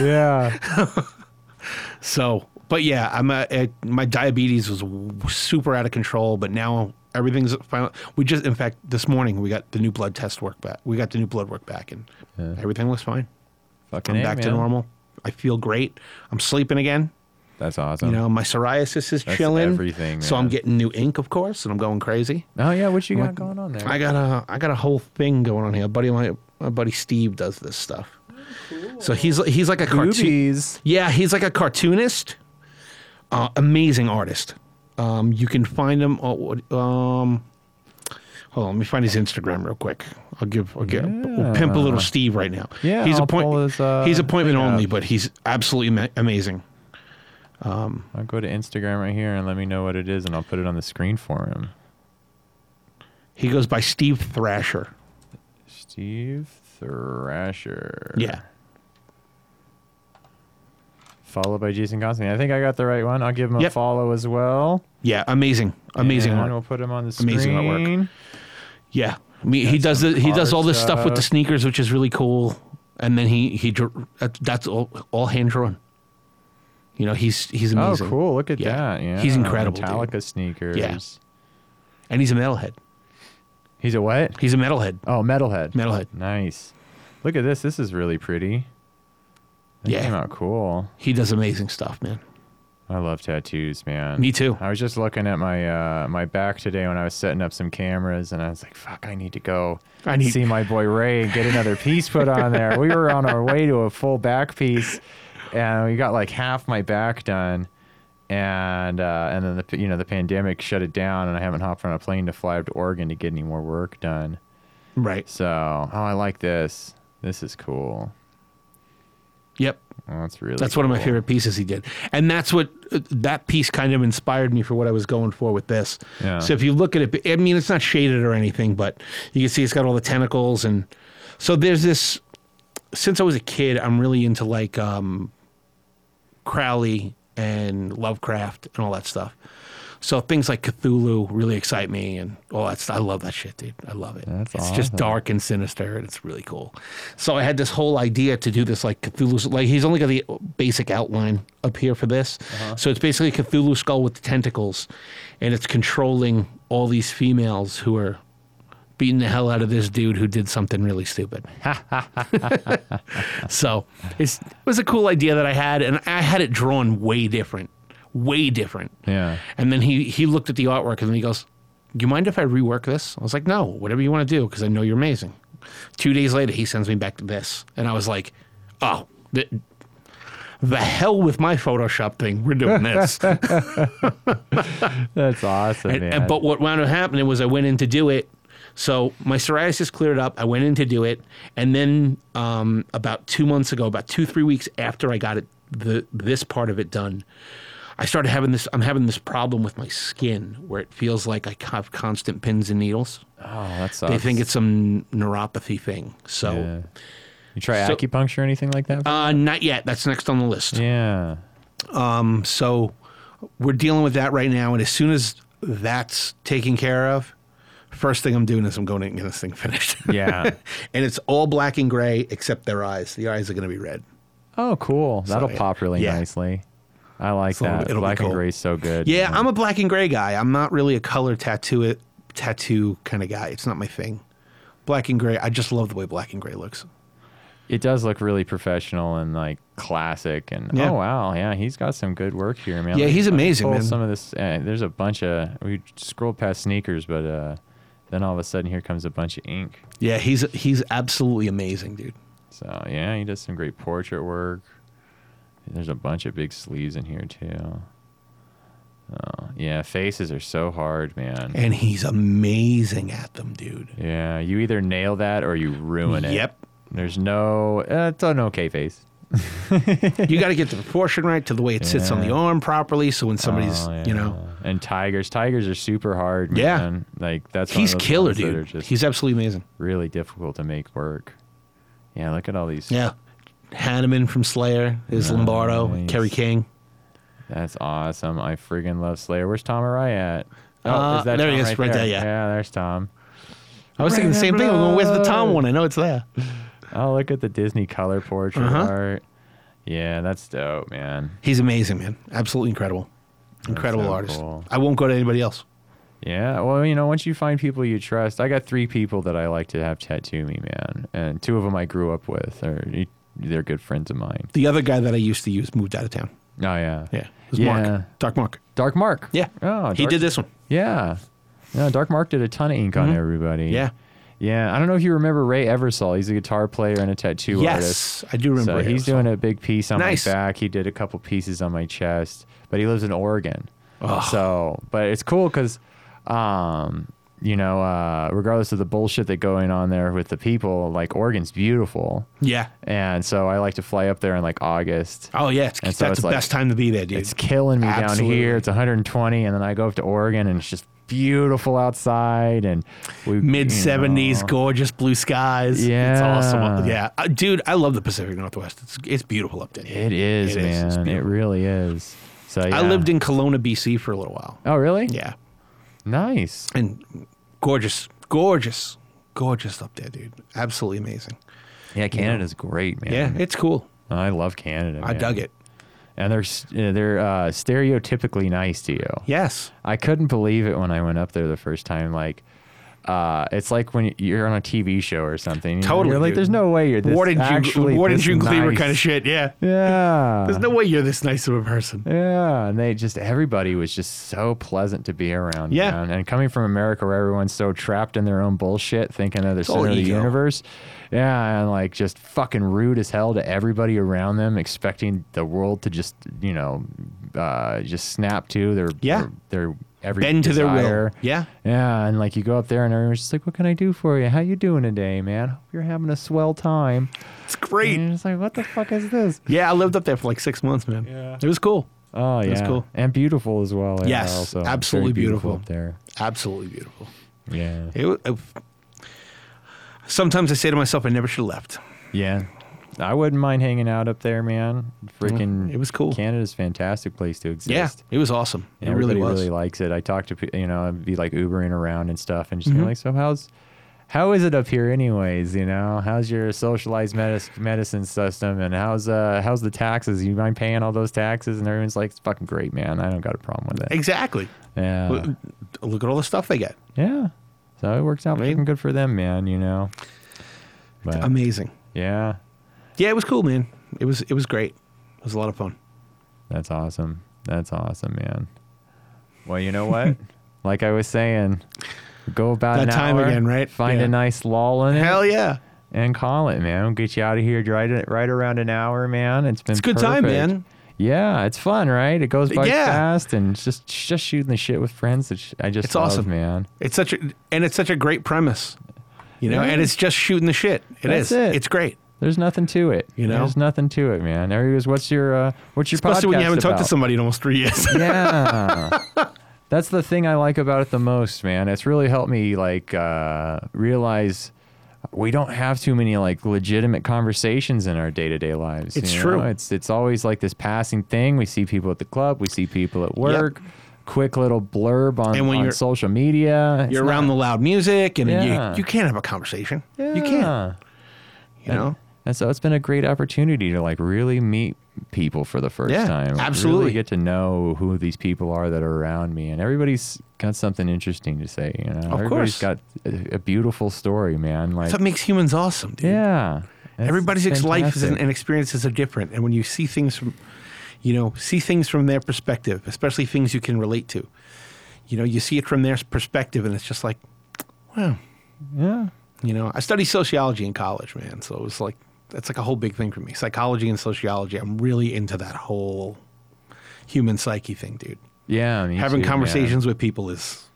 Speaker 1: Yeah.
Speaker 2: So, but yeah, I'm a, a, my diabetes was super out of control, but now everything's final. We just in fact this morning we got the new blood test work back. We got the new blood work back and everything looks fine.
Speaker 1: Fucking
Speaker 2: I'm
Speaker 1: A,
Speaker 2: back to
Speaker 1: man.
Speaker 2: normal. I feel great. I'm sleeping again.
Speaker 1: That's awesome.
Speaker 2: You know, my psoriasis is chilling.
Speaker 1: everything,
Speaker 2: So I'm
Speaker 1: man.
Speaker 2: getting new ink, of course, and I'm going crazy.
Speaker 1: oh yeah, what you got going on there?
Speaker 2: I got a I got a whole thing going on here. A buddy of my my buddy Steve does this stuff.
Speaker 1: Oh,
Speaker 2: So he's he's like a cartoon.
Speaker 1: Boobies.
Speaker 2: Yeah, he's like a cartoonist. Uh, amazing artist. Um, you can find him. on what- Um, hold on, let me find his Instagram real quick. I'll give. I'll get. We'll pimp a little Steve right now.
Speaker 1: Yeah,
Speaker 2: he's
Speaker 1: I'll
Speaker 2: appoint-
Speaker 1: pull his, uh,
Speaker 2: He's appointment
Speaker 1: thing up.
Speaker 2: only, but he's absolutely ama- amazing.
Speaker 1: I'll go to Instagram right here and let me know what it is, and I'll put it on the screen for him.
Speaker 2: He goes by Steve Thrasher.
Speaker 1: Steve Thrasher.
Speaker 2: Yeah.
Speaker 1: Followed by Jason Constantine. I think I got the right one. I'll give him a
Speaker 2: Yep.
Speaker 1: follow as well.
Speaker 2: Yeah, amazing, amazing
Speaker 1: and
Speaker 2: art.
Speaker 1: We'll put him on the screen.
Speaker 2: Amazing artwork. Yeah, I mean, he does the, he does all this stuff with the
Speaker 1: stuff.
Speaker 2: sneakers, which is really cool. And then he he dr- that- that's all all hand drawn. You know, he's he's
Speaker 1: Oh,
Speaker 2: amazing.
Speaker 1: cool! Look at
Speaker 2: Yeah.
Speaker 1: that. Yeah,
Speaker 2: He's incredible, dude.
Speaker 1: Metallica sneakers.
Speaker 2: And he's a metalhead.
Speaker 1: He's a what?
Speaker 2: He's a metalhead.
Speaker 1: Oh, metalhead.
Speaker 2: Metalhead.
Speaker 1: Nice. Look at this. This is really pretty. That
Speaker 2: Yeah.
Speaker 1: came out cool.
Speaker 2: He does amazing stuff, man.
Speaker 1: I love tattoos, man.
Speaker 2: Me too.
Speaker 1: I was just looking at my uh, my back today when I was setting up some cameras, and I was like, "Fuck, I need to go
Speaker 2: I need-
Speaker 1: see my boy Ray and get another piece put on there." We were on our way to a full back piece, and we got like half my back done, and uh, and then the you know the pandemic shut it down, and I haven't hopped on a plane to fly up to Oregon to get any more work done.
Speaker 2: Right.
Speaker 1: So, oh, I like this. This is cool.
Speaker 2: Yep.
Speaker 1: Oh, that's really
Speaker 2: That's one of my
Speaker 1: cool.
Speaker 2: favorite pieces he did. And that's what that piece kind of inspired me for what I was going for with this.
Speaker 1: Yeah.
Speaker 2: So if you look at it, I mean, it's not shaded or anything, but you can see it's got all the tentacles. And so there's this, since I was a kid, I'm really into like um, Crowley and Lovecraft and all that stuff. So things like Cthulhu really excite me and all that stuff. I love that shit, dude. I love it.
Speaker 1: That's
Speaker 2: it's just
Speaker 1: awesome.
Speaker 2: dark and sinister and it's really cool. So I had this whole idea to do this like Cthulhu. Like he's only got the basic outline up here for this.
Speaker 1: Uh-huh.
Speaker 2: So it's basically Cthulhu skull with the tentacles and it's controlling all these females who are beating the hell out of this dude who did something really stupid. So it's, it was a cool idea that I had, and I had it drawn way different, way different.
Speaker 1: Yeah.
Speaker 2: And then he he looked at the artwork and he goes, "Do you mind if I rework this?" I was like, "No, whatever you want to do, because I know you're amazing." Two days later, he sends me back this, and I was like, "Oh." The, the hell with my Photoshop thing. We're doing this.
Speaker 1: That's awesome,
Speaker 2: And-
Speaker 1: man.
Speaker 2: and- but what wound up happening was I went in to do it. So my psoriasis cleared up. I went in to do it, and then um, about two months ago, about two three weeks after I got it, the this part of it done, I started having this. I'm having this problem with my skin where it feels like I have constant pins and needles.
Speaker 1: oh, that sucks.
Speaker 2: They think it's some neuropathy thing. So
Speaker 1: Yeah. You try
Speaker 2: So-
Speaker 1: acupuncture or anything like that?
Speaker 2: uh, not yet. That's next on the list.
Speaker 1: yeah.
Speaker 2: So we're dealing with that right now. And as soon as that's taken care of, first thing I'm doing is I'm going to get this thing finished.
Speaker 1: Yeah.
Speaker 2: and it's all black and gray except their eyes. The eyes are going to be red.
Speaker 1: Oh, cool. That'll
Speaker 2: yeah.
Speaker 1: pop really
Speaker 2: Yeah.
Speaker 1: nicely. I like
Speaker 2: So it'll-
Speaker 1: that.
Speaker 2: it'll be
Speaker 1: Black
Speaker 2: cool.
Speaker 1: and gray's so good.
Speaker 2: Yeah,
Speaker 1: man.
Speaker 2: I'm a black and gray guy. I'm not really a color tattoo it, tattoo kind of guy. It's not my thing. Black and gray. I just love the way black and gray looks.
Speaker 1: it does look really professional and like classic. And
Speaker 2: Yeah.
Speaker 1: oh wow, yeah, he's got some good work here, man.
Speaker 2: Yeah,
Speaker 1: Let me-
Speaker 2: he's
Speaker 1: let me
Speaker 2: amazing,
Speaker 1: pull
Speaker 2: man.
Speaker 1: Some of this. Uh, there's a bunch of we scrolled past sneakers, but uh, then all of a sudden here comes a bunch of ink.
Speaker 2: Yeah, he's he's absolutely amazing, dude.
Speaker 1: So yeah, he does some great portrait work. There's a bunch of big sleeves in here too. Oh, yeah, faces are so hard, man.
Speaker 2: And he's amazing at them, dude.
Speaker 1: Yeah, you either nail that or you ruin it.
Speaker 2: Yep.
Speaker 1: There's no. Uh, it's an okay face.
Speaker 2: You got to get the proportion right to the way it sits on
Speaker 1: Yeah.
Speaker 2: the arm properly. So when somebody's,
Speaker 1: Oh, yeah.
Speaker 2: you know,
Speaker 1: And tigers. Tigers are super hard.
Speaker 2: Yeah.
Speaker 1: Man. Like that's. one of
Speaker 2: He's
Speaker 1: those
Speaker 2: killer,
Speaker 1: ones that are
Speaker 2: dude.
Speaker 1: just
Speaker 2: He's absolutely amazing.
Speaker 1: really difficult to make work. Yeah, look at all these.
Speaker 2: Yeah. Hanneman from Slayer is Lombardo,
Speaker 1: Nice.
Speaker 2: Kerry King.
Speaker 1: That's awesome. I friggin' love Slayer. Where's Tom Arai at? Oh,
Speaker 2: Uh,
Speaker 1: is that
Speaker 2: there
Speaker 1: Tom
Speaker 2: he is, right there, yeah.
Speaker 1: Yeah, there's Tom.
Speaker 2: I was thinking the same thing. I'm going, Where's the Tom one? I know it's there.
Speaker 1: Oh, look at the Disney color portrait
Speaker 2: Uh-huh.
Speaker 1: art. Yeah, that's dope, man.
Speaker 2: He's amazing, man. Absolutely incredible. Incredible
Speaker 1: so
Speaker 2: artist.
Speaker 1: cool.
Speaker 2: I won't go to anybody else.
Speaker 1: Yeah, well, you know, once you find people you trust, I got three people that I like to have tattoo me, man, and two of them I grew up with, or they're good friends of mine.
Speaker 2: The other guy that I used to use moved out of town.
Speaker 1: Oh yeah,
Speaker 2: Yeah. It was
Speaker 1: Yeah.
Speaker 2: Mark. Dark Mark.
Speaker 1: Dark Mark.
Speaker 2: Yeah.
Speaker 1: oh,
Speaker 2: he
Speaker 1: Dark-
Speaker 2: did this one.
Speaker 1: Yeah, no, Dark Mark did a ton of ink on everybody.
Speaker 2: Yeah.
Speaker 1: yeah. I don't know if you remember Ray Eversole. He's a guitar player and a tattoo artist.
Speaker 2: Yes. I do remember.
Speaker 1: So
Speaker 2: it.
Speaker 1: he's doing a big piece on
Speaker 2: Nice.
Speaker 1: my back. He did a couple pieces on my chest, but he lives in Oregon. So, but it's cool because, um, you know, uh, regardless of the bullshit that going on there with the people, like Oregon's beautiful,
Speaker 2: Yeah.
Speaker 1: and so I like to fly up there in like August.
Speaker 2: Oh, yeah. It's,
Speaker 1: And
Speaker 2: that's
Speaker 1: so it's
Speaker 2: the
Speaker 1: like-
Speaker 2: best time to be there, dude.
Speaker 1: It's killing me
Speaker 2: Absolutely.
Speaker 1: down here. It's 120, and then I go up to Oregon, and it's just beautiful outside, and we
Speaker 2: Mid
Speaker 1: you
Speaker 2: seventies,
Speaker 1: know.
Speaker 2: gorgeous blue skies. it's
Speaker 1: Yeah.
Speaker 2: awesome. Yeah, Uh, dude, I love the Pacific Northwest. It's it's beautiful up there.
Speaker 1: It is,
Speaker 2: It is. It's
Speaker 1: man. It
Speaker 2: beautiful.
Speaker 1: really is. So yeah.
Speaker 2: I lived in Kelowna, BC, for a little while.
Speaker 1: Oh really?
Speaker 2: Yeah,
Speaker 1: Nice.
Speaker 2: and gorgeous, gorgeous, gorgeous up there, dude. Absolutely amazing.
Speaker 1: Yeah, Canada's great, man.
Speaker 2: Yeah, it's cool.
Speaker 1: I love Canada.
Speaker 2: I
Speaker 1: man.
Speaker 2: dug it.
Speaker 1: and they're s- uh, they're uh, stereotypically nice to you.
Speaker 2: Yes.
Speaker 1: I couldn't believe it when I went up there the first time. Like, Uh, it's like when you're on a TV show or something. you know?
Speaker 2: Totally,
Speaker 1: You're like,
Speaker 2: dude.
Speaker 1: there's no way you're this
Speaker 2: Warden
Speaker 1: actually
Speaker 2: June, Warden
Speaker 1: this
Speaker 2: June Cleaver
Speaker 1: nice.
Speaker 2: kind of shit. Yeah.
Speaker 1: Yeah.
Speaker 2: There's no way you're this nice of a person.
Speaker 1: Yeah, and they just everybody was just so pleasant to be around.
Speaker 2: Yeah.
Speaker 1: man. and coming from America, where everyone's so trapped in their own bullshit, thinking they're the
Speaker 2: all
Speaker 1: center of the
Speaker 2: ego.
Speaker 1: universe. Yeah, and like just fucking rude as hell to everybody around them, expecting the world to just you know, uh, just snap to their
Speaker 2: Yeah.
Speaker 1: their, their every
Speaker 2: Bend to their will.
Speaker 1: desire.
Speaker 2: Yeah.
Speaker 1: Yeah, and like you go up there and everyone's just like, "What can I do for you? How you doing today, man? Hope you're having a swell time."
Speaker 2: It's great.
Speaker 1: And you're just like, "What the fuck is this?"
Speaker 2: Mm. Yeah, I lived up there for like six months, man.
Speaker 1: Yeah.
Speaker 2: It was cool.
Speaker 1: Oh yeah,
Speaker 2: That's cool.
Speaker 1: and beautiful as well. yeah,
Speaker 2: Yes,
Speaker 1: also.
Speaker 2: absolutely
Speaker 1: Very
Speaker 2: beautiful.
Speaker 1: up there.
Speaker 2: Absolutely beautiful.
Speaker 1: Yeah,
Speaker 2: It, wa- it, sometimes I say to myself, I never should have left.
Speaker 1: yeah. I wouldn't mind hanging out up there, man. Freaking,
Speaker 2: Mm, it was cool.
Speaker 1: Canada's a fantastic place to exist.
Speaker 2: Yeah, it was awesome.
Speaker 1: And
Speaker 2: it really
Speaker 1: everybody
Speaker 2: was.
Speaker 1: really likes it. I talk to pe- you know, I'd be like Ubering around and stuff, and just
Speaker 2: Mm-hmm.
Speaker 1: be like, so how's how is it up here, anyways? You know, how's your socialized medis- medicine system, and how's uh how's the taxes? You mind paying all those taxes? And everyone's like, it's fucking great, man. I don't got a problem with it.
Speaker 2: exactly.
Speaker 1: Yeah,
Speaker 2: Look- Look at all the stuff they get.
Speaker 1: yeah. So it works out
Speaker 2: Right?
Speaker 1: fucking good for them, man. You know. But,
Speaker 2: Amazing.
Speaker 1: yeah,
Speaker 2: Yeah, it was cool, man. It was it was great. It was a lot of fun.
Speaker 1: That's awesome. That's awesome, man. Well, you know what? like I was saying, go about
Speaker 2: That
Speaker 1: an
Speaker 2: time
Speaker 1: hour,
Speaker 2: again, right?
Speaker 1: Find
Speaker 2: Yeah.
Speaker 1: a nice lull in it
Speaker 2: Hell yeah.
Speaker 1: and call it, man. We'll get you out of here right right around an hour, man. It's been
Speaker 2: It's a good time,
Speaker 1: perfect.
Speaker 2: man.
Speaker 1: Yeah, it's fun, right? It goes by
Speaker 2: Yeah.
Speaker 1: fast, and it's just it's just shooting the shit with friends. It's, I just
Speaker 2: It's
Speaker 1: love,
Speaker 2: awesome.
Speaker 1: man.
Speaker 2: It's such a and it's such a great premise. You know,
Speaker 1: Yeah.
Speaker 2: and it's just shooting the shit. It
Speaker 1: That's
Speaker 2: is.
Speaker 1: it.
Speaker 2: It's great.
Speaker 1: There's nothing to it,
Speaker 2: You know?
Speaker 1: There's nothing to it, man. There he goes. What's your uh, what's your
Speaker 2: Especially
Speaker 1: podcast
Speaker 2: when you haven't talked to
Speaker 1: about?"
Speaker 2: somebody in almost three years.
Speaker 1: yeah that's the thing i like about it the most man it's really helped me like uh, realize we don't have too many like legitimate conversations in our day-to-day lives
Speaker 2: It's
Speaker 1: you know?
Speaker 2: true.
Speaker 1: it's it's always like this passing thing we see people at the club we see people at work quick little blurb on,
Speaker 2: And when
Speaker 1: on
Speaker 2: you're-
Speaker 1: social media It's
Speaker 2: You're around
Speaker 1: not-
Speaker 2: the loud music and
Speaker 1: Yeah.
Speaker 2: you, you can't have a conversation. You can't.
Speaker 1: Yeah.
Speaker 2: You know?
Speaker 1: And so it's been a great opportunity to like really meet people for the first
Speaker 2: Yeah,
Speaker 1: time.
Speaker 2: absolutely.
Speaker 1: Really get to know who these people are that are around me. And everybody's got something interesting to say, you know.
Speaker 2: course.
Speaker 1: Everybody's got a, a beautiful story, man. Like
Speaker 2: That's what makes humans awesome, dude.
Speaker 1: Yeah. That's
Speaker 2: Everybody's ex- life and,
Speaker 1: fantastic.
Speaker 2: and experiences are different. And when you see things from you know, see things from their perspective, especially things you can relate to. You know, you see it from their perspective and it's just like, wow.
Speaker 1: Yeah.
Speaker 2: You know, I studied sociology in college, man. So it was like that's like a whole big thing for me. Psychology and sociology. I'm really into that whole human psyche thing, dude.
Speaker 1: Yeah. me
Speaker 2: Having
Speaker 1: too, man.
Speaker 2: conversations with people is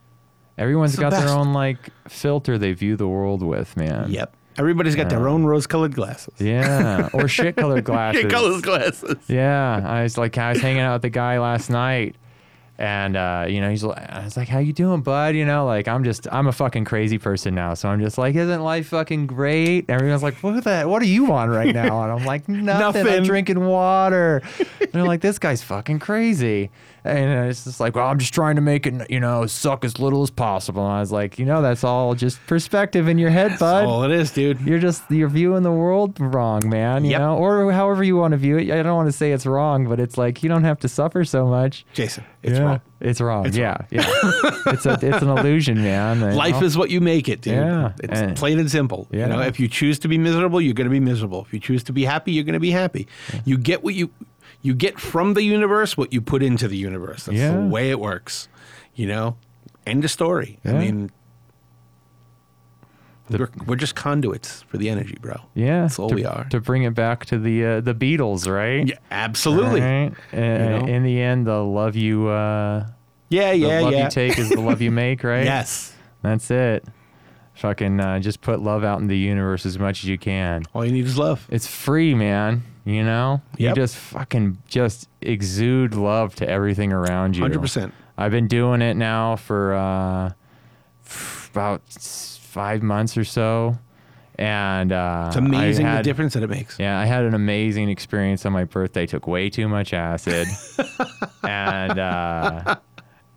Speaker 1: Everyone's
Speaker 2: the
Speaker 1: got their
Speaker 2: best.
Speaker 1: own like filter they view the world with, man.
Speaker 2: yep. Everybody's got their own rose-colored glasses.
Speaker 1: Yeah. Or shit colored glasses.
Speaker 2: colors glasses.
Speaker 1: Yeah, I was like, I was hanging out with the guy last night, and uh, you know, he's like, I was like, "How you doing, bud?" You know, like I'm just, I'm a fucking crazy person now, so I'm just like, "Isn't life fucking great?" Everyone's like, "What the? What are you on right now?" And I'm like, "Nothing.
Speaker 2: Nothing.
Speaker 1: I'm drinking water." And they're like, "This guy's fucking crazy," and it's just like, "Well, I'm just trying to make it, you know, suck as little as possible." And I was like, "You know, that's all just perspective in your head, bud."
Speaker 2: That's all it is, dude.
Speaker 1: you're just you're viewing the world wrong, man. You
Speaker 2: Yep.
Speaker 1: know, or however you want to view it. I don't want to say it's wrong, but it's like you don't have to suffer so much.
Speaker 2: Jason, it's
Speaker 1: yeah.
Speaker 2: wrong.
Speaker 1: It's wrong. yeah, yeah. it's a it's an illusion, man. you
Speaker 2: Life
Speaker 1: know?
Speaker 2: is what you make it, dude.
Speaker 1: Yeah,
Speaker 2: It's
Speaker 1: and-
Speaker 2: plain and simple.
Speaker 1: Yeah.
Speaker 2: You know, if you choose to be miserable, you're going to be miserable. If you choose to be happy, you're going to be happy. You get what you you get from the universe what you put into the universe. That's
Speaker 1: Yeah.
Speaker 2: the way it works. You know, end of story. I
Speaker 1: Yeah.
Speaker 2: mean, we're, we're just conduits for the energy, bro.
Speaker 1: yeah.
Speaker 2: that's all
Speaker 1: to,
Speaker 2: we are.
Speaker 1: To bring it back to the uh, the Beatles, right?
Speaker 2: yeah, absolutely.
Speaker 1: Right? Uh,
Speaker 2: know?
Speaker 1: In the end, the love you uh,
Speaker 2: Yeah,
Speaker 1: the
Speaker 2: yeah,
Speaker 1: love
Speaker 2: yeah.
Speaker 1: you take is the love you make, right?
Speaker 2: Yes.
Speaker 1: That's it. Fucking uh, just put love out in the universe as much as you can.
Speaker 2: All you need is love.
Speaker 1: It's free, man. You know,
Speaker 2: Yep.
Speaker 1: you just fucking just exude love to everything around you.
Speaker 2: 100%.
Speaker 1: I've been doing it now for uh, about s- five months or so, and uh,
Speaker 2: It's amazing
Speaker 1: I had,
Speaker 2: the difference that it makes.
Speaker 1: Yeah, I had an amazing experience on my birthday. Took way too much acid, and uh,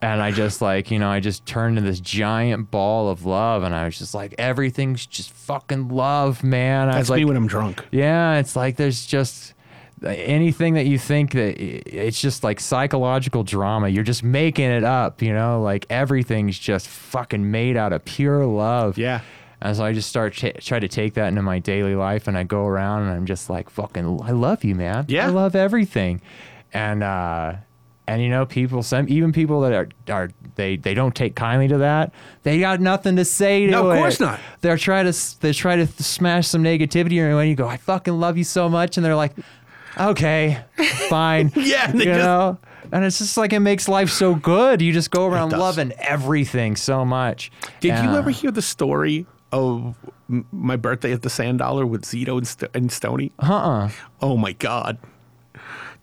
Speaker 1: and I just like you know I just turned into this giant ball of love, and I was just like everything's just fucking love, man. I was
Speaker 2: That's
Speaker 1: like,
Speaker 2: me when I'm drunk.
Speaker 1: yeah, it's like there's just anything that you think that i- it's just like psychological drama. You're just making it up, you know? Like everything's just fucking made out of pure love.
Speaker 2: Yeah.
Speaker 1: And so I just start t- try to take that into my daily life, and I go around and I'm just like, fucking, I love you, man.
Speaker 2: Yeah.
Speaker 1: I love everything, and uh, and you know, people, some even people that are are they they don't take kindly to that. They got nothing to say to
Speaker 2: No, of
Speaker 1: it.
Speaker 2: course not.
Speaker 1: They're trying to s- they try to th- smash some negativity, and when you go, I fucking love you so much, and they're like, okay, fine,
Speaker 2: Yeah, and
Speaker 1: you
Speaker 2: they just-
Speaker 1: know. And it's just like it makes life so good. You just go around
Speaker 2: does.
Speaker 1: loving everything so much.
Speaker 2: Did
Speaker 1: And,
Speaker 2: you
Speaker 1: uh,
Speaker 2: ever hear the story of m- my birthday at the Sand Dollar with Zito and, St- and Stony?
Speaker 1: Uh-uh.
Speaker 2: Oh my god.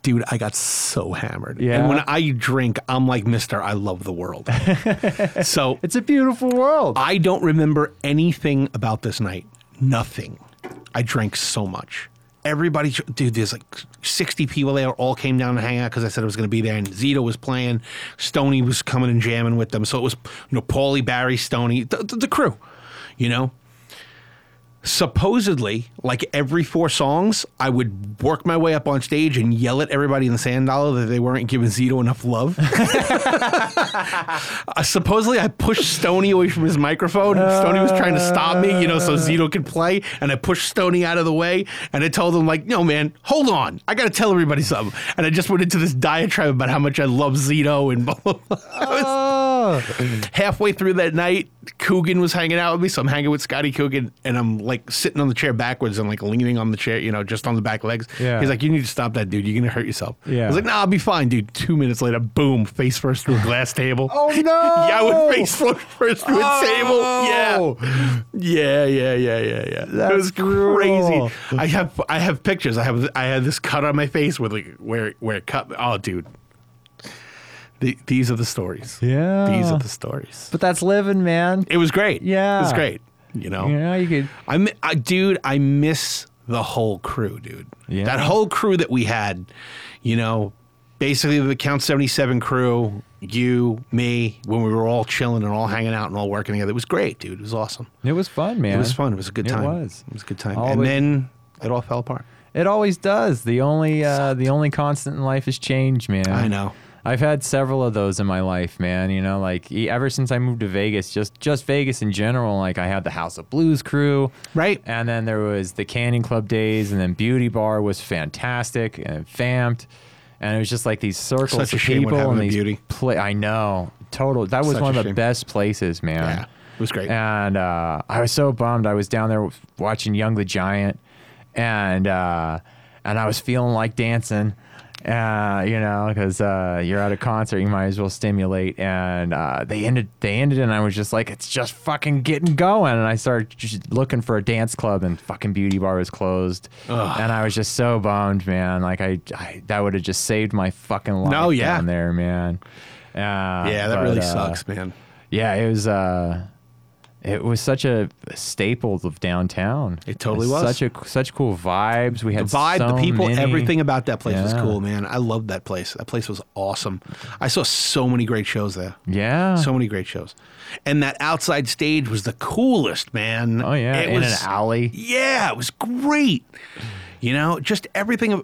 Speaker 2: Dude, I got so hammered.
Speaker 1: Yeah.
Speaker 2: And when I drink, I'm like, Mister, I love the world. so
Speaker 1: It's a beautiful world.
Speaker 2: I don't remember anything about this night. Nothing. I drank so much. Everybody, dude, there's like 60 people there, all came down to hang out because I said I was going to be there. And Zito was playing, Stony was coming and jamming with them. So it was, you know, Paulie, Barry, Stony, the, the, the crew, you know? Supposedly, like every four songs, I would work my way up on stage and yell at everybody in the Sand Dollar that they weren't giving Zito enough love. Uh, supposedly, I pushed Stony away from his microphone. Stony was trying to stop me, you know, so Zito could play. And I pushed Stony out of the way. And I told him, like, no, man, hold on. I got to tell everybody something. And I just went into this diatribe about how much I love Zito and blah, blah, blah. I was-
Speaker 1: Oh.
Speaker 2: halfway through that night, Coogan was hanging out with me, so I'm hanging with Scotty Coogan, and I'm like sitting on the chair backwards and like leaning on the chair, you know, just on the back legs.
Speaker 1: Yeah.
Speaker 2: He's like, "You need to stop that, dude. You're gonna hurt yourself."
Speaker 1: Yeah.
Speaker 2: I was like, "Nah, I'll be fine, dude." Two minutes later, boom, face first through a glass table.
Speaker 1: Oh, no!
Speaker 2: yeah, I went face first through a
Speaker 1: Oh!
Speaker 2: table. Yeah. Yeah, yeah, yeah, yeah, yeah.
Speaker 1: That's
Speaker 2: it was
Speaker 1: brutal.
Speaker 2: crazy. I have I have pictures. I have I had this cut on my face with like where where it cut. Oh, dude. The, these are the stories.
Speaker 1: Yeah.
Speaker 2: These are the stories.
Speaker 1: But that's living, man.
Speaker 2: It was great.
Speaker 1: Yeah.
Speaker 2: it was great. You know,
Speaker 1: You know, you could.
Speaker 2: I, mi- I, dude, I miss the whole crew, dude.
Speaker 1: Yeah.
Speaker 2: That whole crew that we had. You know, basically the Count Seventy Seven crew, you, me, when we were all chilling and all hanging out and all working together. It was great, dude. It was awesome.
Speaker 1: It was fun, man.
Speaker 2: It was fun. It was a good
Speaker 1: It
Speaker 2: time.
Speaker 1: was.
Speaker 2: It was a good time.
Speaker 1: All
Speaker 2: and
Speaker 1: the-
Speaker 2: then it all fell apart.
Speaker 1: It always does. The only uh, the only constant in life is change, man.
Speaker 2: I know.
Speaker 1: I've had several of those in my life, man. You know, like e- ever since I moved to Vegas, just just Vegas in general. Like I had the House of Blues crew,
Speaker 2: Right.
Speaker 1: And then there was the Canyon Club days, and then Beauty Bar was fantastic and vamped. And it was just like these circles
Speaker 2: Such a
Speaker 1: of
Speaker 2: shame what
Speaker 1: people
Speaker 2: happened
Speaker 1: and
Speaker 2: to
Speaker 1: these
Speaker 2: Beauty.
Speaker 1: pla- I know, total. That was
Speaker 2: Such
Speaker 1: one
Speaker 2: a
Speaker 1: of the
Speaker 2: shame.
Speaker 1: best places, man.
Speaker 2: Yeah, it was great.
Speaker 1: And uh, I was so bummed. I was down there watching Young the Giant, and uh, and I was feeling like dancing, uh, you know, because uh, you're at a concert, you might as well stimulate. And uh, they ended, they ended, and I was just like, it's just fucking getting going. And I started just looking for a dance club, and fucking Beauty Bar was closed. And I was just so bummed, man. Like I, I that would have just saved my fucking life
Speaker 2: No, yeah.
Speaker 1: down there, man. Uh,
Speaker 2: yeah, that
Speaker 1: but,
Speaker 2: really
Speaker 1: uh,
Speaker 2: sucks, man.
Speaker 1: yeah, it was. Uh, it was such a staple of downtown.
Speaker 2: It totally was.
Speaker 1: Such a such cool vibes. We had
Speaker 2: The vibe,
Speaker 1: so
Speaker 2: the people,
Speaker 1: many-
Speaker 2: everything about that place was
Speaker 1: Yeah.
Speaker 2: cool, man. I loved that place. That place was awesome. I saw so many great shows there.
Speaker 1: Yeah.
Speaker 2: So many great shows. And that outside stage was the coolest, man.
Speaker 1: oh yeah.
Speaker 2: It
Speaker 1: in
Speaker 2: was
Speaker 1: an alley.
Speaker 2: Yeah, it was great. You know, just everything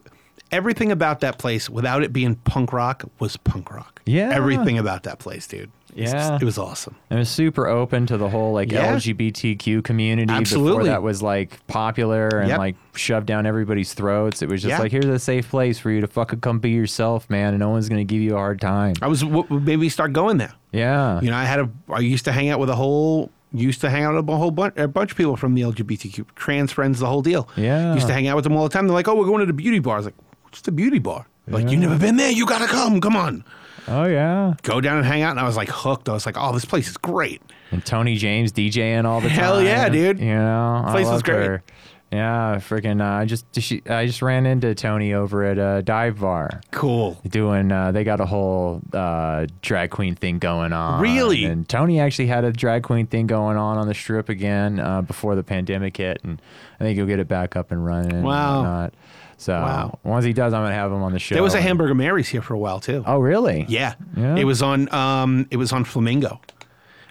Speaker 2: everything about that place without it being punk rock was punk rock.
Speaker 1: Yeah.
Speaker 2: Everything about that place, dude. It's just-
Speaker 1: Yeah.
Speaker 2: it was awesome.
Speaker 1: It was super open to the whole like
Speaker 2: Yeah.
Speaker 1: LGBTQ community before
Speaker 2: Absolutely.
Speaker 1: that was like popular and
Speaker 2: Yep.
Speaker 1: like shoved down everybody's throats. It was just
Speaker 2: Yeah.
Speaker 1: like here's a safe place for you to fucking come be yourself, man, and no one's gonna give you a hard time.
Speaker 2: I was what made me start going there.
Speaker 1: Yeah.
Speaker 2: You know, I had a, I used to hang out with a whole, used to hang out with a whole bunch, a bunch of people from the LGBTQ, trans friends, the whole deal.
Speaker 1: Yeah.
Speaker 2: Used to hang out with them all the time. They're like, oh, we're going to the beauty bar. I was like, what's the beauty bar? They're Like, you've never been there. You got to come. Come on.
Speaker 1: Oh yeah.
Speaker 2: Go down and hang out. And I was like hooked. I was like, oh, this place is great.
Speaker 1: and Tony James DJing all the time.
Speaker 2: Hell yeah, dude.
Speaker 1: You know, I
Speaker 2: Place was
Speaker 1: loved
Speaker 2: great.
Speaker 1: her. Yeah, freaking. Uh, I just she, I just ran into Tony over at a dive bar
Speaker 2: Cool.
Speaker 1: doing. Uh, they got a whole uh, drag queen thing going on.
Speaker 2: Really?
Speaker 1: And Tony actually had a drag queen thing going on on the strip again uh, before the pandemic hit, and I think he'll get it back up and running. and
Speaker 2: Wow.
Speaker 1: whatnot. So
Speaker 2: Wow.
Speaker 1: once he does, I'm gonna have him on the show.
Speaker 2: There was a
Speaker 1: and-
Speaker 2: Hamburger Mary's here for a while, too.
Speaker 1: Oh really?
Speaker 2: Yeah.
Speaker 1: Yeah.
Speaker 2: It was on, um, it was on Flamingo.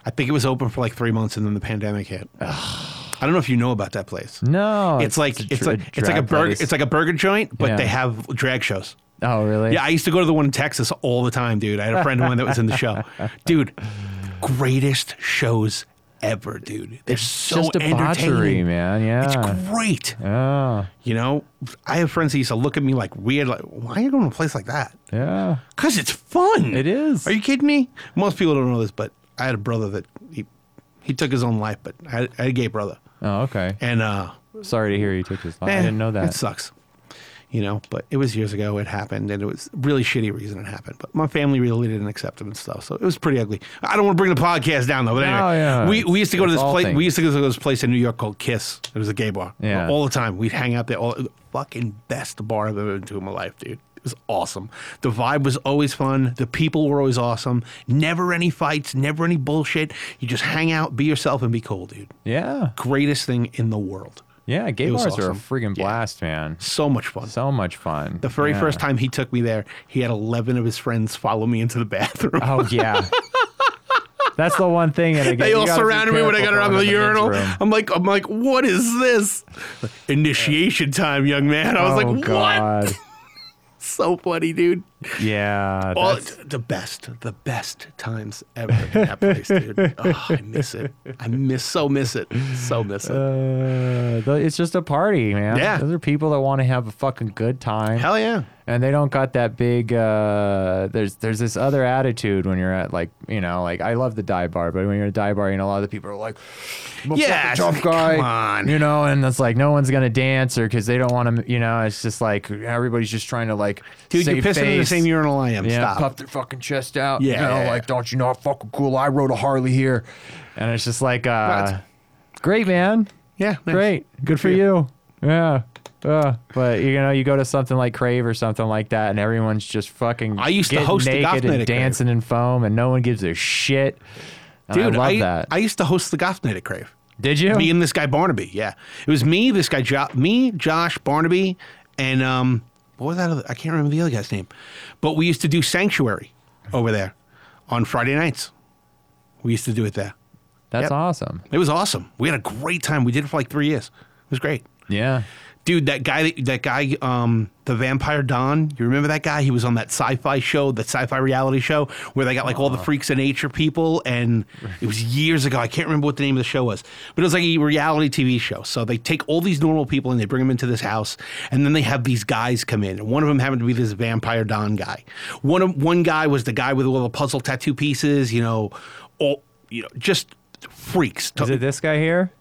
Speaker 2: I think it was open for like three months and then the pandemic hit. I don't know if you know about that place.
Speaker 1: No,
Speaker 2: It's like
Speaker 1: Oh, a
Speaker 2: it's
Speaker 1: dra-
Speaker 2: like it's like a
Speaker 1: drag
Speaker 2: burger
Speaker 1: place.
Speaker 2: it's like a burger joint, but
Speaker 1: Yeah.
Speaker 2: they have drag shows.
Speaker 1: oh really?
Speaker 2: Yeah, I used to go to the one in Texas all the time, dude. I had a friend of mine that was in the show. Dude, greatest shows ever, dude. They're so
Speaker 1: just debauchery,
Speaker 2: entertaining.
Speaker 1: man. Yeah.
Speaker 2: It's great.
Speaker 1: yeah.
Speaker 2: You know, I have friends that used to look at me like weird, like, why are you going to a place like that?
Speaker 1: Yeah.
Speaker 2: Because it's fun.
Speaker 1: It is.
Speaker 2: Are you kidding me? Most people don't know this, but I had a brother that he, he took his own life, but I, had- I had a gay brother.
Speaker 1: Oh, okay.
Speaker 2: And uh,
Speaker 1: Sorry to hear you took this. I
Speaker 2: eh,
Speaker 1: didn't know
Speaker 2: It
Speaker 1: that.
Speaker 2: sucks. You know, but it was years ago. It happened, and it was really shitty reason it happened. But my family really didn't accept him and stuff, so it was pretty ugly. I don't want to bring the podcast down though. But anyway,
Speaker 1: No, Oh, yeah.
Speaker 2: we, we used to go to
Speaker 1: It's
Speaker 2: this
Speaker 1: all
Speaker 2: place.
Speaker 1: things.
Speaker 2: We used to go to this place in New York called Kiss. It was a gay bar.
Speaker 1: Yeah.
Speaker 2: all the time. We'd hang out there. All the fucking best bar I've ever been to in my life, dude. It was awesome. The vibe was always fun. The people were always awesome. Never any fights. Never any bullshit. You just hang out, be yourself, and be cool, dude.
Speaker 1: Yeah.
Speaker 2: Greatest thing in the world.
Speaker 1: Yeah. Gay
Speaker 2: It was
Speaker 1: bars are a
Speaker 2: awesome.
Speaker 1: friggin'
Speaker 2: Yeah.
Speaker 1: blast, man.
Speaker 2: So much fun.
Speaker 1: So much fun.
Speaker 2: The very
Speaker 1: Yeah.
Speaker 2: first time he took me there, he had 11 of his friends follow me into the bathroom.
Speaker 1: Oh yeah. That's the one thing. And again,
Speaker 2: they
Speaker 1: you
Speaker 2: all
Speaker 1: gotta be
Speaker 2: surrounded me when I
Speaker 1: careful
Speaker 2: got around
Speaker 1: going to
Speaker 2: the
Speaker 1: men's
Speaker 2: urinal.
Speaker 1: room.
Speaker 2: I'm like, I'm like, what is this? Initiation time, young man. I was
Speaker 1: oh
Speaker 2: like, what?
Speaker 1: god.
Speaker 2: So funny, dude.
Speaker 1: Yeah.
Speaker 2: All,
Speaker 1: that's-
Speaker 2: the best, the best times ever in that place, dude. Oh, I miss it. I miss, so miss it. So miss it.
Speaker 1: uh, the- it's just a party, man.
Speaker 2: Yeah.
Speaker 1: Those are people that want to have a fucking good time.
Speaker 2: Hell yeah.
Speaker 1: and they don't got that big uh there's there's this other attitude when you're at like you know like i love the dive bar but when you're at a dive bar you know a lot of the people are like "I'm a
Speaker 2: Yeah,
Speaker 1: fucking tough
Speaker 2: come
Speaker 1: guy
Speaker 2: on.
Speaker 1: you know and it's like no one's gonna dance or because they don't want to you know it's just like everybody's just trying to like
Speaker 2: Dude, you're
Speaker 1: save
Speaker 2: pissing in the
Speaker 1: face.
Speaker 2: same urinal I am.
Speaker 1: yeah,
Speaker 2: Stop.
Speaker 1: puff their fucking chest out.
Speaker 2: Yeah,
Speaker 1: you know,
Speaker 2: yeah,
Speaker 1: like don't you know I'm fucking cool? I rode a Harley here, and it's just like, uh,
Speaker 2: it's-
Speaker 1: great man,
Speaker 2: Yeah. nice.
Speaker 1: Great. Good for you. Yeah. Uh, but you know, you go to something like Crave or something like that, and everyone's just fucking.
Speaker 2: I used to
Speaker 1: getting
Speaker 2: host the golf
Speaker 1: naked
Speaker 2: night
Speaker 1: and
Speaker 2: at Crave.
Speaker 1: dancing in foam, and no one gives a shit. And
Speaker 2: Dude,
Speaker 1: I love that.
Speaker 2: I used to host the Goth Night at Crave.
Speaker 1: Did you?
Speaker 2: Me and this guy Barnaby. Yeah, it was me, this guy, jo- me, Josh, Barnaby, and um, what was that? Other- I can't remember the other guy's name, but we used to do Sanctuary over there on Friday nights. We used to do it there.
Speaker 1: That's
Speaker 2: Yep.
Speaker 1: awesome.
Speaker 2: It was awesome. We had a great time. We did it for like three years. It was great,
Speaker 1: Yeah.
Speaker 2: dude. That guy, that guy, um, the Vampire Don. You remember that guy? He was on that sci-fi show, that sci-fi reality show, where they got like all
Speaker 1: Uh-huh.
Speaker 2: the freaks of nature people, and it was years ago. I can't remember what the name of the show was, but it was like a reality TV show. So they take all these normal people and they bring them into this house, and then they have these guys come in, and one of them happened to be this Vampire Don guy. One of, one guy was the guy with all the puzzle tattoo pieces, you know, all you know, just freaks.
Speaker 1: Is it this guy here?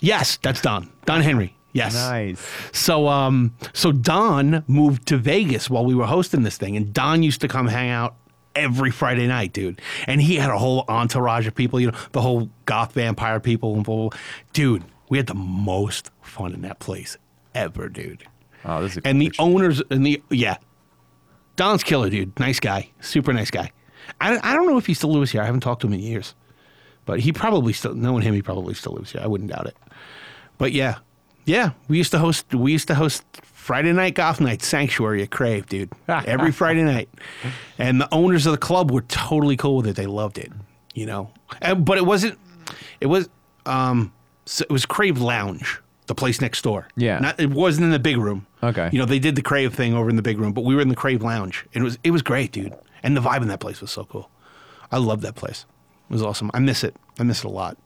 Speaker 2: yes, that's Don. Don Henry. Yes.
Speaker 1: Nice.
Speaker 2: So um so Don moved to Vegas while we were hosting this thing and Don used to come hang out every Friday night, dude. And he had a whole entourage of people, you know, the whole goth vampire people and blah, blah, blah. dude, we had the most fun in that place ever, dude.
Speaker 1: Oh, this is. A
Speaker 2: And the
Speaker 1: picture.
Speaker 2: owners and the yeah. Don's killer, dude. Nice guy. Super nice guy. I don't, I don't know if he still lives here. I haven't talked to him in years. But he probably still knowing him, he probably still lives here. I wouldn't doubt it. But yeah, yeah, we used to host we used to host Friday night golf night sanctuary at Crave, dude. Every Friday night, and the owners of the club were totally cool with it. They loved it, you know. And, but it wasn't. It was. Um, so it was Crave Lounge, the place next door.
Speaker 1: Yeah.
Speaker 2: Not, it wasn't in the big room.
Speaker 1: Okay.
Speaker 2: You know, they did the Crave thing over in the big room, but we were in the Crave Lounge. It was it was great, dude. And the vibe in that place was so cool. I love that place. It was awesome. I miss it. I miss it a lot.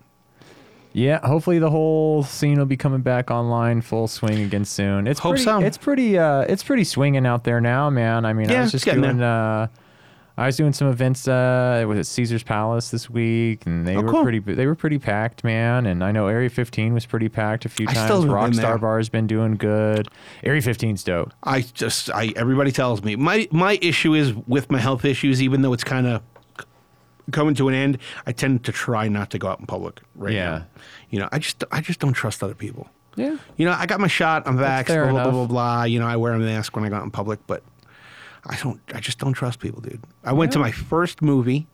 Speaker 1: yeah. Hopefully, the whole scene will be coming back online full swing again soon. It's
Speaker 2: Hope
Speaker 1: pretty,
Speaker 2: so.
Speaker 1: It's pretty. Uh, it's pretty swinging out there now, man. I mean, I
Speaker 2: Yeah,
Speaker 1: was just
Speaker 2: it's getting
Speaker 1: doing.
Speaker 2: there.
Speaker 1: Uh, I was doing some events. Uh, was at Caesar's Palace this week, and they were
Speaker 2: Oh, cool.
Speaker 1: pretty. They were pretty packed, man. And I know Area 15 was pretty packed a few
Speaker 2: I still
Speaker 1: times.
Speaker 2: haven't been there.
Speaker 1: Rockstar Bar's been doing good. Area 15's dope.
Speaker 2: I just I everybody tells me my my issue is with my health issues. Even though it's kind of coming to an end, I tend to try not to go out in public. Right?
Speaker 1: Yeah.
Speaker 2: now. You know, I just I just don't trust other people.
Speaker 1: Yeah.
Speaker 2: You know, I got my shot. I'm vaxxed.
Speaker 1: fair
Speaker 2: Blah, blah blah
Speaker 1: enough.
Speaker 2: blah blah. You know, I wear a mask when I go out in public, but I don't. I just don't trust people, dude. I went to
Speaker 1: Yeah.
Speaker 2: my first movie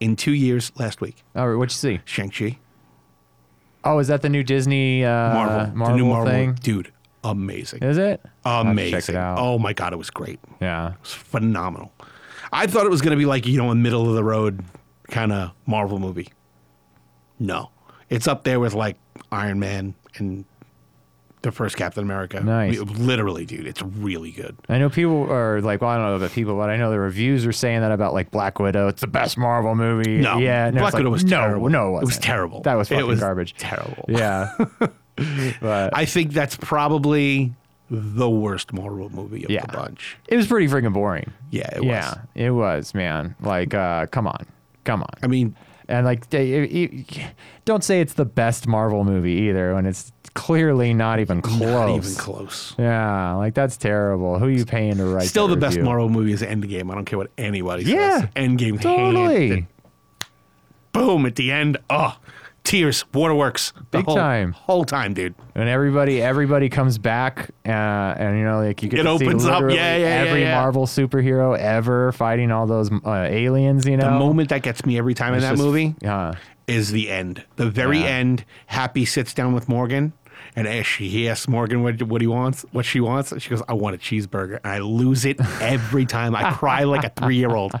Speaker 2: in two years last week.
Speaker 1: All right. What'd you see?
Speaker 2: Shang Chi,
Speaker 1: Oh, is that the new Disney uh,
Speaker 2: Marvel,
Speaker 1: Marvel
Speaker 2: the new Marvel, Uh,
Speaker 1: thing?
Speaker 2: dude. Amazing,
Speaker 1: Is it? I'll have to
Speaker 2: amazing.
Speaker 1: Check it out.
Speaker 2: Oh my god, it was great.
Speaker 1: Yeah.
Speaker 2: It's phenomenal. I thought it was going to be like, you know, a middle of the road kind of Marvel movie. No. It's up there with like Iron Man and the first Captain America.
Speaker 1: Nice.
Speaker 2: We- literally, dude, it's really good.
Speaker 1: I know people are like, well, I don't know about people, but I know the reviews are saying that about like Black Widow. It's the best Marvel movie.
Speaker 2: No,
Speaker 1: yeah, no,
Speaker 2: Black
Speaker 1: it's like,
Speaker 2: Widow was
Speaker 1: no,
Speaker 2: terrible.
Speaker 1: no, it,
Speaker 2: It was
Speaker 1: wasn't.
Speaker 2: terrible.
Speaker 1: That was
Speaker 2: It
Speaker 1: fucking
Speaker 2: was
Speaker 1: garbage.
Speaker 2: terrible.
Speaker 1: Yeah, but
Speaker 2: I think that's probably the worst Marvel movie of
Speaker 1: Yeah.
Speaker 2: the bunch.
Speaker 1: it was pretty freaking boring.
Speaker 2: Yeah, it
Speaker 1: yeah,
Speaker 2: was.
Speaker 1: it was, man. Like, uh, come on, come on.
Speaker 2: I mean,
Speaker 1: And like, they, it- it- don't say it's the best Marvel movie either, when it's clearly not even close.
Speaker 2: not even close.
Speaker 1: Yeah, like that's terrible. Who are you paying to write?
Speaker 2: Still,
Speaker 1: that
Speaker 2: the best
Speaker 1: review?
Speaker 2: Marvel movie is Endgame. I don't care what anybody
Speaker 1: Yeah,
Speaker 2: says. Endgame.
Speaker 1: Totally.
Speaker 2: handed- Boom at the end. Oh, tears, waterworks. The
Speaker 1: Big
Speaker 2: whole-
Speaker 1: time.
Speaker 2: Whole time, dude.
Speaker 1: and everybody everybody comes back uh, and you know like you get
Speaker 2: It
Speaker 1: to
Speaker 2: opens
Speaker 1: see
Speaker 2: up.
Speaker 1: literally
Speaker 2: Yeah, yeah, yeah,
Speaker 1: every
Speaker 2: yeah.
Speaker 1: Marvel superhero ever fighting all those uh, aliens you know
Speaker 2: The moment that gets me every time in
Speaker 1: It's
Speaker 2: that
Speaker 1: just-
Speaker 2: movie
Speaker 1: yeah
Speaker 2: is the end. The very
Speaker 1: Yeah.
Speaker 2: end. Happy sits down with Morgan. And as she, he asks Morgan what, what he wants, what she wants, and she goes, "I want a cheeseburger." And I lose it every time. I cry like a three-year-old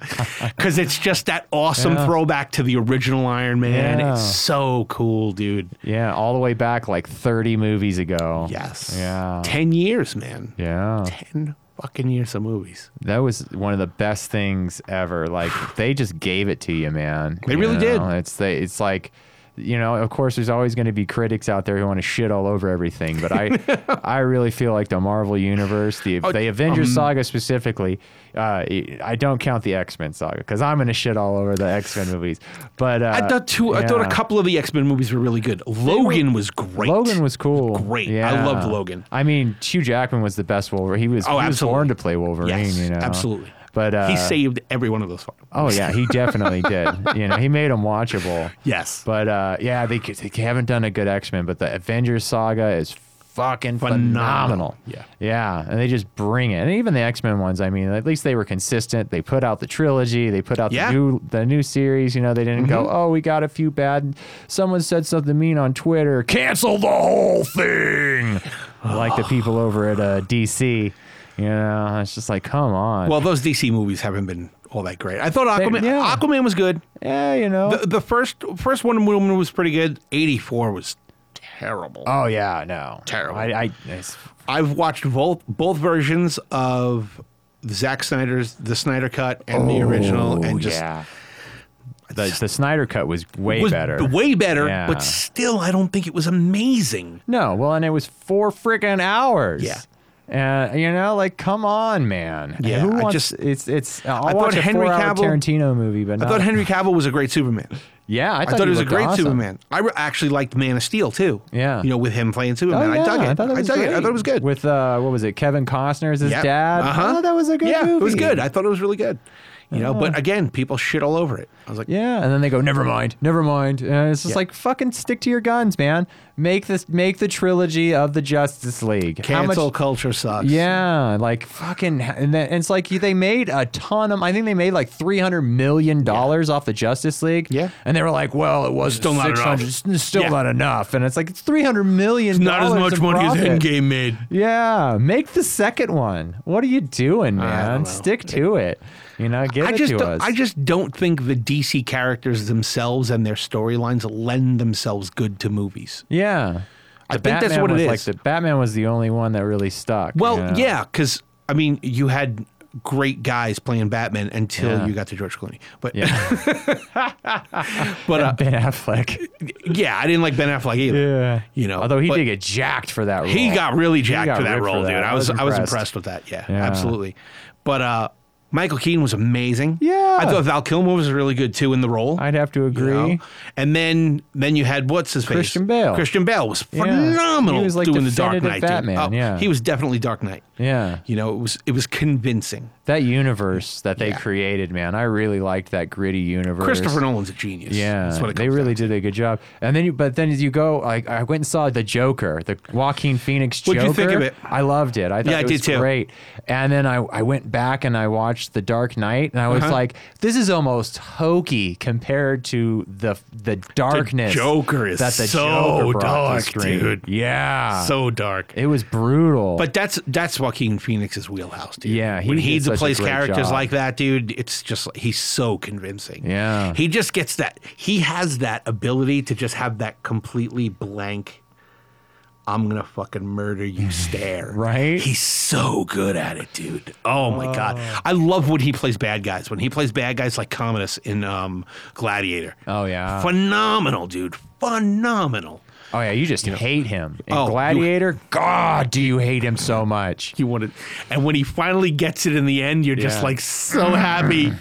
Speaker 2: because it's just that awesome
Speaker 1: Yeah.
Speaker 2: throwback to the original Iron Man.
Speaker 1: Yeah.
Speaker 2: It's so cool, dude.
Speaker 1: yeah all the way back like 30 movies ago
Speaker 2: Yes.
Speaker 1: yeah
Speaker 2: 10 years, man.
Speaker 1: yeah
Speaker 2: 10 fucking years of movies.
Speaker 1: that was one of the best things ever like they just gave it to you man
Speaker 2: They
Speaker 1: You
Speaker 2: really did.
Speaker 1: know? it's they, it's like you know, of course, there's always going to be critics out there who want to shit all over everything, but I, I really feel like the Marvel universe, the
Speaker 2: Oh,
Speaker 1: the
Speaker 2: um,
Speaker 1: Avengers saga specifically, uh, I don't count the X Men saga because I'm going to shit all over the X Men movies. But uh,
Speaker 2: I thought two, I thought a
Speaker 1: yeah.
Speaker 2: couple of the X Men movies were really good. Logan was great.
Speaker 1: Logan was cool.
Speaker 2: Great. I
Speaker 1: Yeah.
Speaker 2: loved Logan.
Speaker 1: I mean, Hugh Jackman was the best Wolverine. He was,
Speaker 2: Oh,
Speaker 1: he was
Speaker 2: absolutely.
Speaker 1: born to play Wolverine.
Speaker 2: Yes,
Speaker 1: you know,
Speaker 2: absolutely.
Speaker 1: But uh,
Speaker 2: he saved every one of those. films.
Speaker 1: Oh yeah, he definitely did. You know, he made them watchable.
Speaker 2: Yes.
Speaker 1: But uh, yeah, they, they haven't done a good X Men, but the Avengers saga is fucking phenomenal.
Speaker 2: Phenomenal. Yeah.
Speaker 1: yeah, and they just bring it. And even the X Men ones, I mean, at least they were consistent. They put out the trilogy, they put out
Speaker 2: Yeah. Mm-hmm.
Speaker 1: the new the new series. You know, they didn't go, oh, we got a few bad. Someone said something mean on Twitter. Cancel the whole thing. like the people over at uh, DC. You know, it's just like, come on.
Speaker 2: well, those DC movies haven't been all that great. I thought Aquaman,
Speaker 1: yeah.
Speaker 2: Aquaman was good.
Speaker 1: yeah, you know.
Speaker 2: The, the first first Wonder Woman was pretty good. 84 was terrible.
Speaker 1: Oh yeah, no,
Speaker 2: Terrible.
Speaker 1: I, I it's,
Speaker 2: I've watched both both versions of Zack Snyder's The Snyder Cut and the original and just
Speaker 1: Oh, yeah. The, the Snyder cut was way
Speaker 2: was
Speaker 1: better.
Speaker 2: way better,
Speaker 1: Yeah.
Speaker 2: but still I don't think it was amazing.
Speaker 1: no, well, and it was four freaking hours.
Speaker 2: Yeah.
Speaker 1: Uh, you know, like, come on, man.
Speaker 2: Yeah,
Speaker 1: Who
Speaker 2: I
Speaker 1: wants?
Speaker 2: just-
Speaker 1: it's it's. I'll
Speaker 2: thought
Speaker 1: watch a
Speaker 2: Henry
Speaker 1: four-hour
Speaker 2: Cavill-
Speaker 1: Tarantino movie, but
Speaker 2: I
Speaker 1: not,
Speaker 2: thought Henry Cavill was a great Superman.
Speaker 1: yeah, I
Speaker 2: I
Speaker 1: thought,
Speaker 2: thought,
Speaker 1: he
Speaker 2: he was a
Speaker 1: looked
Speaker 2: great
Speaker 1: awesome.
Speaker 2: Superman. I re- actually liked Man of Steel too.
Speaker 1: Yeah.
Speaker 2: you know, with him playing
Speaker 1: Oh,
Speaker 2: Superman,
Speaker 1: yeah,
Speaker 2: I dug it.
Speaker 1: I thought that was
Speaker 2: dug it. I
Speaker 1: great.
Speaker 2: thought it was good.
Speaker 1: With uh, what was it? Kevin Costner as his
Speaker 2: Yep.
Speaker 1: dad.
Speaker 2: Uh-huh.
Speaker 1: I thought that was a good
Speaker 2: yeah,
Speaker 1: movie.
Speaker 2: it was good. I thought it was really good. You know, but again, people shit all over it. I was like,
Speaker 1: Yeah, and then they go, never mind, never mind. And it's just like, fucking stick to your guns, man. Make this, make the trilogy of the Justice League.
Speaker 2: cancel culture sucks.
Speaker 1: Yeah, like fucking, and, then, and it's like you- they made a ton of. I think they made like three hundred million dollars off the Justice League.
Speaker 2: Yeah.
Speaker 1: and they were like, "Well, it was
Speaker 2: Still not enough.
Speaker 1: Still
Speaker 2: Yeah.
Speaker 1: not enough." And it's like it's three hundred million.
Speaker 2: not as much money as Endgame made.
Speaker 1: Yeah, make the second one. What are you doing,
Speaker 2: know.
Speaker 1: man? Stick to it. You know, give
Speaker 2: I
Speaker 1: it
Speaker 2: just,
Speaker 1: to
Speaker 2: don't,
Speaker 1: us.
Speaker 2: I just don't think the DC characters themselves and their storylines lend themselves good to movies.
Speaker 1: yeah.
Speaker 2: I
Speaker 1: The
Speaker 2: think that's
Speaker 1: Batman
Speaker 2: what it
Speaker 1: was
Speaker 2: is.
Speaker 1: Like the Batman was the only one that really stuck.
Speaker 2: Well,
Speaker 1: you know?
Speaker 2: yeah, because I mean, you had great guys playing Batman until
Speaker 1: Yeah.
Speaker 2: you got to George Clooney, but
Speaker 1: yeah,
Speaker 2: but uh,
Speaker 1: Ben Affleck.
Speaker 2: yeah, I didn't like Ben Affleck either.
Speaker 1: Yeah,
Speaker 2: You know,
Speaker 1: although he
Speaker 2: but-
Speaker 1: did get jacked for that role.
Speaker 2: He got really jacked
Speaker 1: got
Speaker 2: for that
Speaker 1: ripped for
Speaker 2: role,
Speaker 1: that.
Speaker 2: dude. I
Speaker 1: I
Speaker 2: was
Speaker 1: was
Speaker 2: I was
Speaker 1: impressed.
Speaker 2: impressed with that. Yeah,
Speaker 1: Yeah.
Speaker 2: absolutely. But uh, Michael Keaton was amazing.
Speaker 1: Yeah.
Speaker 2: I thought Val Kilmer was really good too in the role.
Speaker 1: I'd have to
Speaker 2: you know?
Speaker 1: agree.
Speaker 2: And then then you had what's his face?
Speaker 1: Christian Bale.
Speaker 2: Christian Bale was phenomenal
Speaker 1: He was like
Speaker 2: doing the Dark
Speaker 1: definitive
Speaker 2: Knight.
Speaker 1: Batman,
Speaker 2: dude. Oh,
Speaker 1: yeah.
Speaker 2: He was definitely Dark Knight.
Speaker 1: Yeah.
Speaker 2: You know, it was it was convincing.
Speaker 1: That universe that they
Speaker 2: Yeah.
Speaker 1: created, man, I really liked that gritty universe.
Speaker 2: Christopher Nolan's a genius.
Speaker 1: Yeah,
Speaker 2: That's what it
Speaker 1: they
Speaker 2: comes
Speaker 1: really
Speaker 2: down to.
Speaker 1: did a good job. And then, you, but then as you go, like I went and saw the Joker, the Joaquin Phoenix Joker.
Speaker 2: What'd you think of it?
Speaker 1: I loved it. I thought
Speaker 2: Yeah, I
Speaker 1: it was
Speaker 2: did too.
Speaker 1: great. And then I, I went back and I watched The Dark Knight, and I
Speaker 2: Uh-huh.
Speaker 1: was like, this is almost hokey compared to the the darkness.
Speaker 2: Joker is
Speaker 1: that the
Speaker 2: so
Speaker 1: Joker brought
Speaker 2: dark,
Speaker 1: to screen.
Speaker 2: dude.
Speaker 1: Yeah,
Speaker 2: So dark.
Speaker 1: it was brutal.
Speaker 2: But that's that's Joaquin Phoenix's wheelhouse, dude.
Speaker 1: Yeah, he
Speaker 2: when
Speaker 1: did
Speaker 2: he
Speaker 1: such a
Speaker 2: plays
Speaker 1: great
Speaker 2: characters
Speaker 1: job.
Speaker 2: like that, dude, it's just like- he's so convincing.
Speaker 1: Yeah.
Speaker 2: he just gets that. He has that ability to just have that completely blank I'm gonna fucking murder you stare.
Speaker 1: Right?
Speaker 2: He's so good at it, dude. Oh my god. I love when he plays bad guys. When he plays bad guys like Commodus in um, Gladiator.
Speaker 1: Oh, yeah.
Speaker 2: Phenomenal, dude. Phenomenal.
Speaker 1: Oh yeah, you just hate him. And
Speaker 2: Oh, you-
Speaker 1: Gladiator, God, do you hate him so much?
Speaker 2: You want it. And when he finally gets it in the end, you're just
Speaker 1: Yeah.
Speaker 2: like so happy.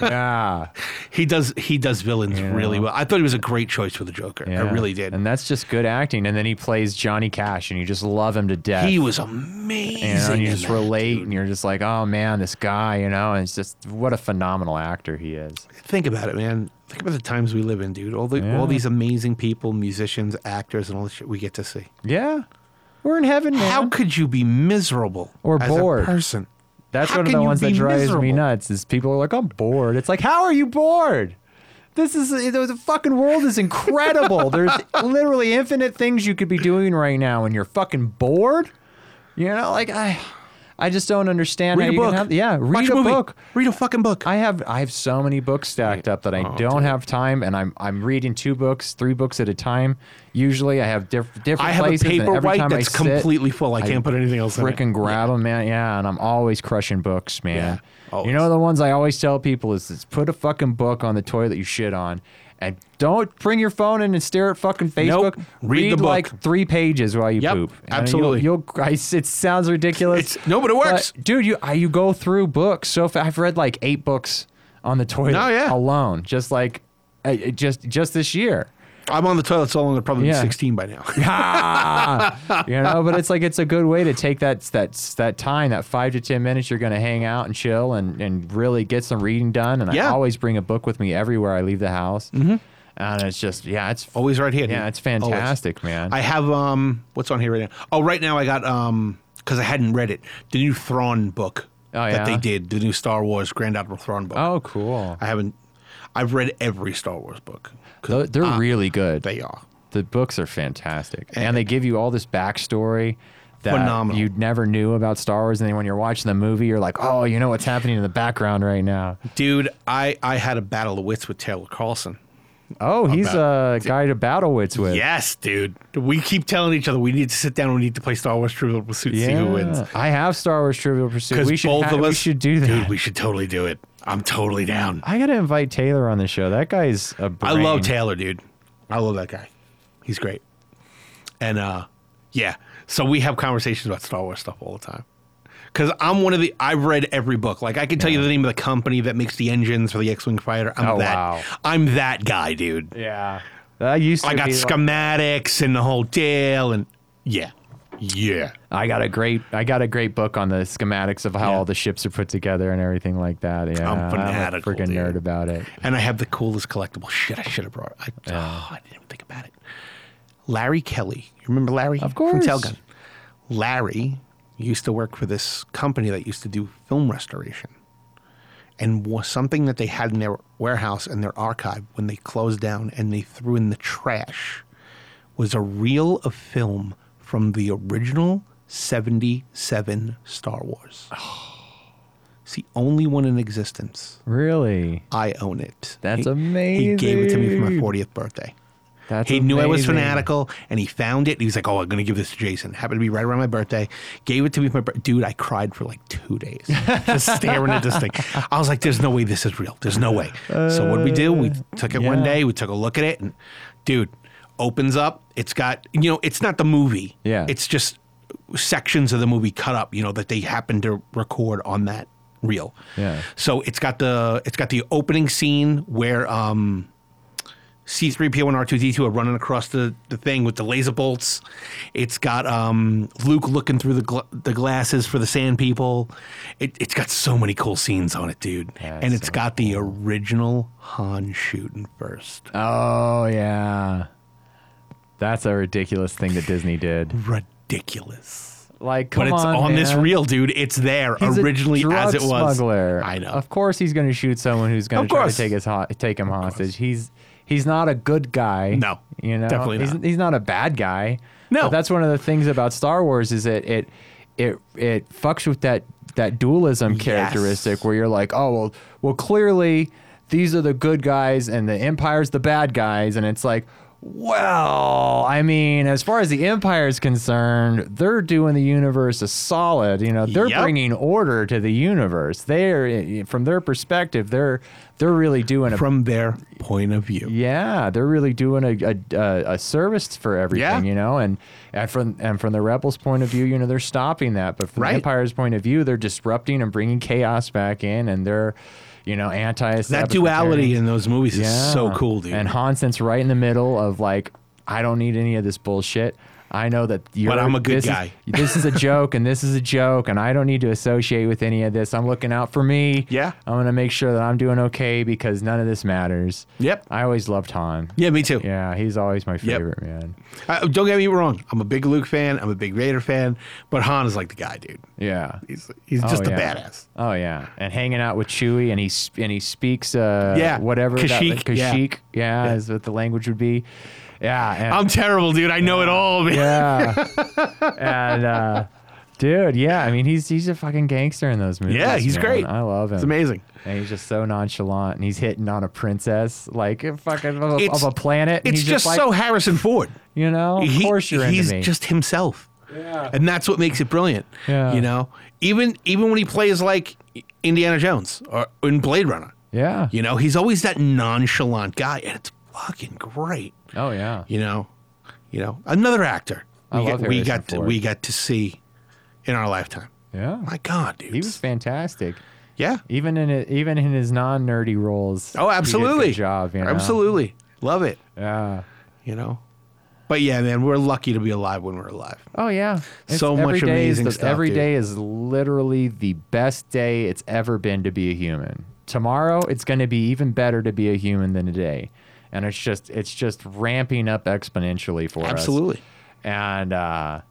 Speaker 1: Yeah,
Speaker 2: he does he does villains really well. I thought he was a great choice for the Joker.
Speaker 1: yeah.
Speaker 2: I really did.
Speaker 1: And that's just good acting. And then he plays Johnny Cash, and you just love him to death.
Speaker 2: he was amazing.
Speaker 1: you know, and you
Speaker 2: in
Speaker 1: just
Speaker 2: that,
Speaker 1: relate,
Speaker 2: dude.
Speaker 1: and you're just like, oh man, this guy, you know. And it's just what a phenomenal actor he is.
Speaker 2: Think about it, man. Think about the times we live in, dude. All the all these amazing people, musicians, actors, and all the shit we get to see.
Speaker 1: Yeah, we're in heaven now.
Speaker 2: How could you be miserable
Speaker 1: Or
Speaker 2: as
Speaker 1: bored.
Speaker 2: a person?
Speaker 1: That's
Speaker 2: How
Speaker 1: one of the
Speaker 2: can you
Speaker 1: ones that
Speaker 2: be
Speaker 1: drives me
Speaker 2: miserable?
Speaker 1: nuts. Is people are like, I'm bored. It's like, how are you bored? This is the the fucking world is incredible. There's literally infinite things you could be doing right now, and you're fucking bored. You know, like I, I just don't understand. how
Speaker 2: Read a
Speaker 1: you can
Speaker 2: book.
Speaker 1: have- yeah, read
Speaker 2: Watch
Speaker 1: a
Speaker 2: movie.
Speaker 1: book.
Speaker 2: Read a fucking book. Oh,
Speaker 1: I have I have so many books stacked up that I don't have time, and I'm I'm reading two books, three books at a time. Usually, I have diff- different.
Speaker 2: I have a
Speaker 1: places, and every
Speaker 2: paperweight
Speaker 1: time I
Speaker 2: that's
Speaker 1: sit-
Speaker 2: completely full. I can't put anything else in it.
Speaker 1: Frickin' grab them, man. Yeah, and I'm always crushing books, man.
Speaker 2: Yeah,
Speaker 1: you know the ones I always tell people is, is put a fucking book on the toilet you shit on, and don't bring your phone in and stare at fucking Facebook.
Speaker 2: Nope. Read the book.
Speaker 1: like three pages while you
Speaker 2: Yep,
Speaker 1: poop. And
Speaker 2: absolutely.
Speaker 1: You'll, you'll I, it sounds ridiculous.
Speaker 2: It's- no, but it works.
Speaker 1: dude. You I, you go through books so fast. I've read like eight books on the toilet.
Speaker 2: Oh, yeah.
Speaker 1: alone, just like uh, just just this year.
Speaker 2: I'm on the toilet so long, I'll probably
Speaker 1: Yeah.
Speaker 2: be 16 by now.
Speaker 1: Ah! you know, but it's like it's a good way to take that that that time, that five to ten minutes you're going to hang out and chill and and really get some reading done. And I
Speaker 2: Yeah.
Speaker 1: always bring a book with me everywhere I leave the house, mm-hmm. and it's just yeah, it's
Speaker 2: Always right here.
Speaker 1: yeah,
Speaker 2: dude.
Speaker 1: it's
Speaker 2: Always.
Speaker 1: fantastic, man.
Speaker 2: I have um, what's on here right now? Oh, right now I got um, because I hadn't read it, the new Thrawn book
Speaker 1: Oh, yeah?
Speaker 2: that they did, the new Star Wars Grand Admiral Thrawn book.
Speaker 1: oh, cool.
Speaker 2: I haven't. I've read every Star Wars book. 'cause
Speaker 1: Tho- They're really good.
Speaker 2: they are.
Speaker 1: the books are fantastic, and they give you all this backstory. That
Speaker 2: Phenomenal.
Speaker 1: you never knew about Star Wars, and then when you're watching the movie, you're like, "Oh, you know what's happening in the background right now."
Speaker 2: Dude, I I had a battle of wits with Taylor Carlson.
Speaker 1: Oh, he's a guy to battle wits with.
Speaker 2: Yes, dude. We keep telling each other we need to sit down. We need to play Star Wars Trivial Pursuit. to See who wins.
Speaker 1: I have Star Wars Trivial Pursuit.
Speaker 2: Because
Speaker 1: We should,
Speaker 2: both
Speaker 1: ha-
Speaker 2: of us
Speaker 1: we should do that.
Speaker 2: Dude, we should totally do it. I'm totally down.
Speaker 1: I got to invite Taylor on the show. That guy's a
Speaker 2: I
Speaker 1: brain.
Speaker 2: love Taylor, dude. I love that guy. He's great. And uh yeah, so we have conversations about Star Wars stuff all the time. Cuz I'm one of the I've read every book. Like I can tell you the name of the company that makes the engines for the X-wing fighter. I'm
Speaker 1: Oh,
Speaker 2: that
Speaker 1: wow.
Speaker 2: I'm that guy, dude.
Speaker 1: Yeah. I used to
Speaker 2: I got
Speaker 1: be like-
Speaker 2: schematics and the whole deal and yeah. Yeah.
Speaker 1: I got a great I got a great book on the schematics of how all the ships are put together and everything like that. Yeah,
Speaker 2: I'm
Speaker 1: a
Speaker 2: fanatical,
Speaker 1: freaking
Speaker 2: dude.
Speaker 1: nerd about it.
Speaker 2: And I have the coolest collectible shit I should have brought. I, oh, I didn't even think about it. Larry Kelly. You remember Larry? Of From
Speaker 1: course.
Speaker 2: Telgun. Larry used to work for this company that used to do film restoration. And was something that they had in their warehouse and their archive when they closed down and they threw in the trash was a reel of film from the original 77 Star Wars. It's the only one in existence.
Speaker 1: Really?
Speaker 2: I own it.
Speaker 1: That's
Speaker 2: he, He gave it to me for my
Speaker 1: amazing.
Speaker 2: 40th birthday.
Speaker 1: That's
Speaker 2: he knew I was
Speaker 1: amazing.
Speaker 2: fanatical, and he found it. And he was like, "Oh, I'm gonna give this to Jason." Happened to be right around my birthday. Gave it to me for my bir- dude. I cried for like two days, just staring at this thing. I was like, "There's no way this is real. There's no way." so what did we do? We took it one
Speaker 1: yeah.
Speaker 2: day. We took a look at it, and dude, opens up. It's got you know, it's not the movie.
Speaker 1: Yeah.
Speaker 2: it's just sections of the movie cut up. You know that they happened to record on that reel.
Speaker 1: Yeah.
Speaker 2: So it's got the it's got the opening scene where um, C3PO and R2D2 are running across the, the thing with the laser bolts. It's got um, Luke looking through the gla- the glasses for the sand people. It, it's got so many cool scenes on it, dude. and
Speaker 1: it's
Speaker 2: it's got the original Han shooting first.
Speaker 1: Oh yeah. That's a ridiculous thing that Disney did.
Speaker 2: Ridiculous.
Speaker 1: Like, come
Speaker 2: But it's on, this
Speaker 1: man.
Speaker 2: reel, dude. It's there
Speaker 1: He's a
Speaker 2: originally
Speaker 1: drug
Speaker 2: as it was.
Speaker 1: Smuggler.
Speaker 2: I know.
Speaker 1: Of course, he's going to shoot someone who's going
Speaker 2: Of
Speaker 1: to try to
Speaker 2: course.
Speaker 1: take his ho- take him hostage. He's he's not a good guy.
Speaker 2: No,
Speaker 1: you know,
Speaker 2: definitely
Speaker 1: He's,
Speaker 2: not.
Speaker 1: he's not a bad guy.
Speaker 2: No.
Speaker 1: But that's one of the things about Star Wars is that it it it fucks with that that dualism characteristic where you're like, oh well, well clearly these are the good guys and the Empire's the bad guys, and it's like. Well, I mean, as far as the Empire is concerned, they're doing the universe a solid. You know, they're
Speaker 2: Yep.
Speaker 1: bringing order to the universe. They're, eh, from their perspective, they're they're really doing a
Speaker 2: from their point of view.
Speaker 1: yeah, they're really doing a a, a, a service for everything,
Speaker 2: Yeah.
Speaker 1: you know, and and from and from the rebels' point of view, you know, they're stopping that, but from
Speaker 2: Right.
Speaker 1: the Empire's point of view, they're disrupting and bringing chaos back in, and they're, you know, anti
Speaker 2: That duality in those movies is so cool, dude.
Speaker 1: And Han sits right in the middle of like, I don't need any of this bullshit. I know that you're.
Speaker 2: I'm a good
Speaker 1: this is-
Speaker 2: guy."
Speaker 1: this is a joke, and this is a joke, and I don't need to associate with any of this. I'm looking out for me.
Speaker 2: Yeah.
Speaker 1: I'm gonna make sure that I'm doing okay because none of this matters.
Speaker 2: Yep.
Speaker 1: I always loved Han.
Speaker 2: yeah, me too.
Speaker 1: Yeah, he's always my favorite man.
Speaker 2: Uh, don't get me wrong. I'm a big Luke fan. I'm a big Vader fan. But Han is like the guy, dude.
Speaker 1: Yeah.
Speaker 2: He's he's just
Speaker 1: oh,
Speaker 2: a
Speaker 1: yeah.
Speaker 2: badass.
Speaker 1: Oh yeah, and hanging out with Chewie, and he sp- and he speaks uh
Speaker 2: Yeah.
Speaker 1: whatever that-
Speaker 2: Kashyyyk, yeah.
Speaker 1: Kashyyyk, yeah, is what the language would be. Yeah, and-
Speaker 2: I'm terrible, dude. I know it all. Man.
Speaker 1: Yeah. and uh dude, yeah, I mean he's he's a fucking gangster in those movies.
Speaker 2: Yeah, he's
Speaker 1: man.
Speaker 2: great.
Speaker 1: I love him.
Speaker 2: It's amazing.
Speaker 1: And he's just so nonchalant and he's hitting on a princess like a fucking of, a-
Speaker 2: It's-
Speaker 1: of a planet. and
Speaker 2: It's
Speaker 1: he's
Speaker 2: just,
Speaker 1: like,
Speaker 2: so Harrison Ford.
Speaker 1: you know, of
Speaker 2: He-
Speaker 1: course you're
Speaker 2: he's
Speaker 1: into me.
Speaker 2: just himself.
Speaker 1: Yeah.
Speaker 2: And that's what makes it brilliant.
Speaker 1: Yeah.
Speaker 2: You know, even even when he plays like Indiana Jones or in Blade Runner,
Speaker 1: yeah.
Speaker 2: you know, he's always that nonchalant guy, and it's fucking great.
Speaker 1: Oh yeah.
Speaker 2: you know, you know, another actor.
Speaker 1: I
Speaker 2: we
Speaker 1: love
Speaker 2: got, we
Speaker 1: Harrison
Speaker 2: got to,
Speaker 1: Ford.
Speaker 2: we got to see in our lifetime.
Speaker 1: Yeah.
Speaker 2: My God, dude.
Speaker 1: He was fantastic.
Speaker 2: yeah.
Speaker 1: Even in it, even in his non nerdy roles.
Speaker 2: Oh, absolutely.
Speaker 1: He did a good job, you know?
Speaker 2: Absolutely. Love it.
Speaker 1: Yeah.
Speaker 2: You know. But yeah, man, we're lucky to be alive when we're alive.
Speaker 1: Oh yeah,
Speaker 2: So much
Speaker 1: every day is
Speaker 2: amazing
Speaker 1: the-
Speaker 2: stuff,
Speaker 1: Every
Speaker 2: dude.
Speaker 1: day is literally the best day it's ever been to be a human. Tomorrow, it's going to be even better to be a human than today, and it's just it's just ramping up exponentially for
Speaker 2: Absolutely.
Speaker 1: us. And uh,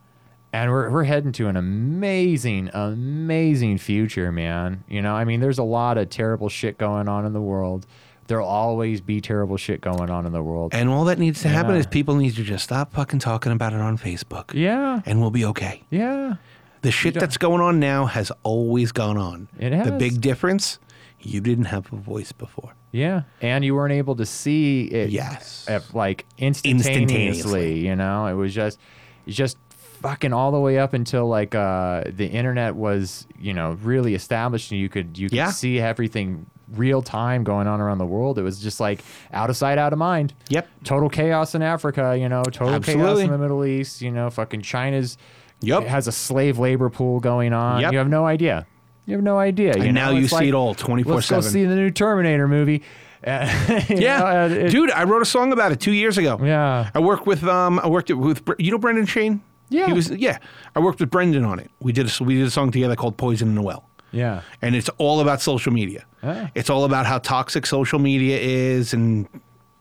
Speaker 1: and we're we're heading to an amazing amazing future, man. You know, I mean, there's a lot of terrible shit going on in the world. There'll always be terrible shit going on in the world.
Speaker 2: And all that needs to happen
Speaker 1: Yeah.
Speaker 2: is people need to just stop fucking talking about it on Facebook.
Speaker 1: yeah,
Speaker 2: And we'll be okay.
Speaker 1: yeah.
Speaker 2: The shit that's going on now has always gone on.
Speaker 1: It
Speaker 2: The
Speaker 1: has.
Speaker 2: big difference, you didn't have a voice before.
Speaker 1: Yeah, and you weren't able to see it.
Speaker 2: Yes.
Speaker 1: at, like instantaneously,
Speaker 2: Instantaneously.
Speaker 1: You know, it was just, it's just fucking all the way up until like uh, the internet was, you know, really established, and you could you could
Speaker 2: Yeah.
Speaker 1: see everything real time going on around the world. It was just like out of sight, out of mind.
Speaker 2: Yep.
Speaker 1: Total chaos in Africa. You know, total chaos
Speaker 2: Absolutely.
Speaker 1: in the Middle East. You know, fucking China's.
Speaker 2: Yep.
Speaker 1: It has a slave labor pool going on.
Speaker 2: Yep.
Speaker 1: You have no idea. You have no idea. you
Speaker 2: And now
Speaker 1: know?
Speaker 2: you
Speaker 1: It's
Speaker 2: see
Speaker 1: like,
Speaker 2: it all
Speaker 1: Let's go
Speaker 2: 24/7.
Speaker 1: see the new Terminator movie. Uh, you know,
Speaker 2: Yeah,
Speaker 1: uh, it-
Speaker 2: dude, I wrote a song about it two years ago.
Speaker 1: Yeah.
Speaker 2: I worked with um, I worked with Br- you know Brendan Shane.
Speaker 1: Yeah.
Speaker 2: he was yeah. I worked with Brendan on it. We did a, we did a song together called "Poison in the Well,"
Speaker 1: Yeah.
Speaker 2: and it's all about social media.
Speaker 1: Ah.
Speaker 2: It's all about how toxic social media is, and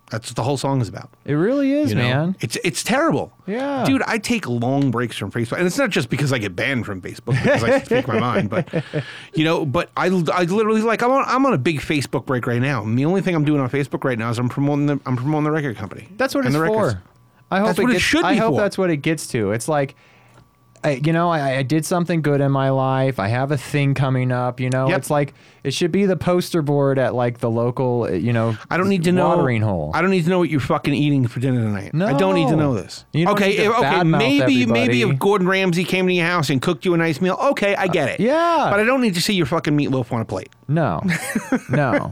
Speaker 2: that's what the whole song is about.
Speaker 1: It really is,
Speaker 2: You know?
Speaker 1: man.
Speaker 2: it's it's terrible.
Speaker 1: Yeah.
Speaker 2: dude, I take long breaks from Facebook, and it's not just because I get banned from Facebook because I speak my mind, but you know, but I, I literally like I'm on, I'm on a big Facebook break right now. And the only thing I'm doing on Facebook right now is I'm promoting the I'm promoting the record company.
Speaker 1: That's what it's
Speaker 2: and the records.
Speaker 1: for. I hope
Speaker 2: That's
Speaker 1: it
Speaker 2: what it
Speaker 1: gets-
Speaker 2: should
Speaker 1: I
Speaker 2: be
Speaker 1: hope
Speaker 2: for.
Speaker 1: that's what it gets to. It's like, I, you know, I, I did something good in my life. I have a thing coming up. You know,
Speaker 2: Yep.
Speaker 1: it's like it should be the poster board at like the local, uh, you know,
Speaker 2: I don't need to know.
Speaker 1: watering hole.
Speaker 2: I don't need to know what you're fucking eating for dinner tonight. I don't need to know this.
Speaker 1: You don't
Speaker 2: okay,
Speaker 1: need to
Speaker 2: if- okay.
Speaker 1: badmouth
Speaker 2: Maybe,
Speaker 1: everybody.
Speaker 2: maybe if Gordon Ramsay came to your house and cooked you a nice meal, okay, I get it.
Speaker 1: yeah.
Speaker 2: but I don't need to see your fucking meatloaf on a plate.
Speaker 1: No, no.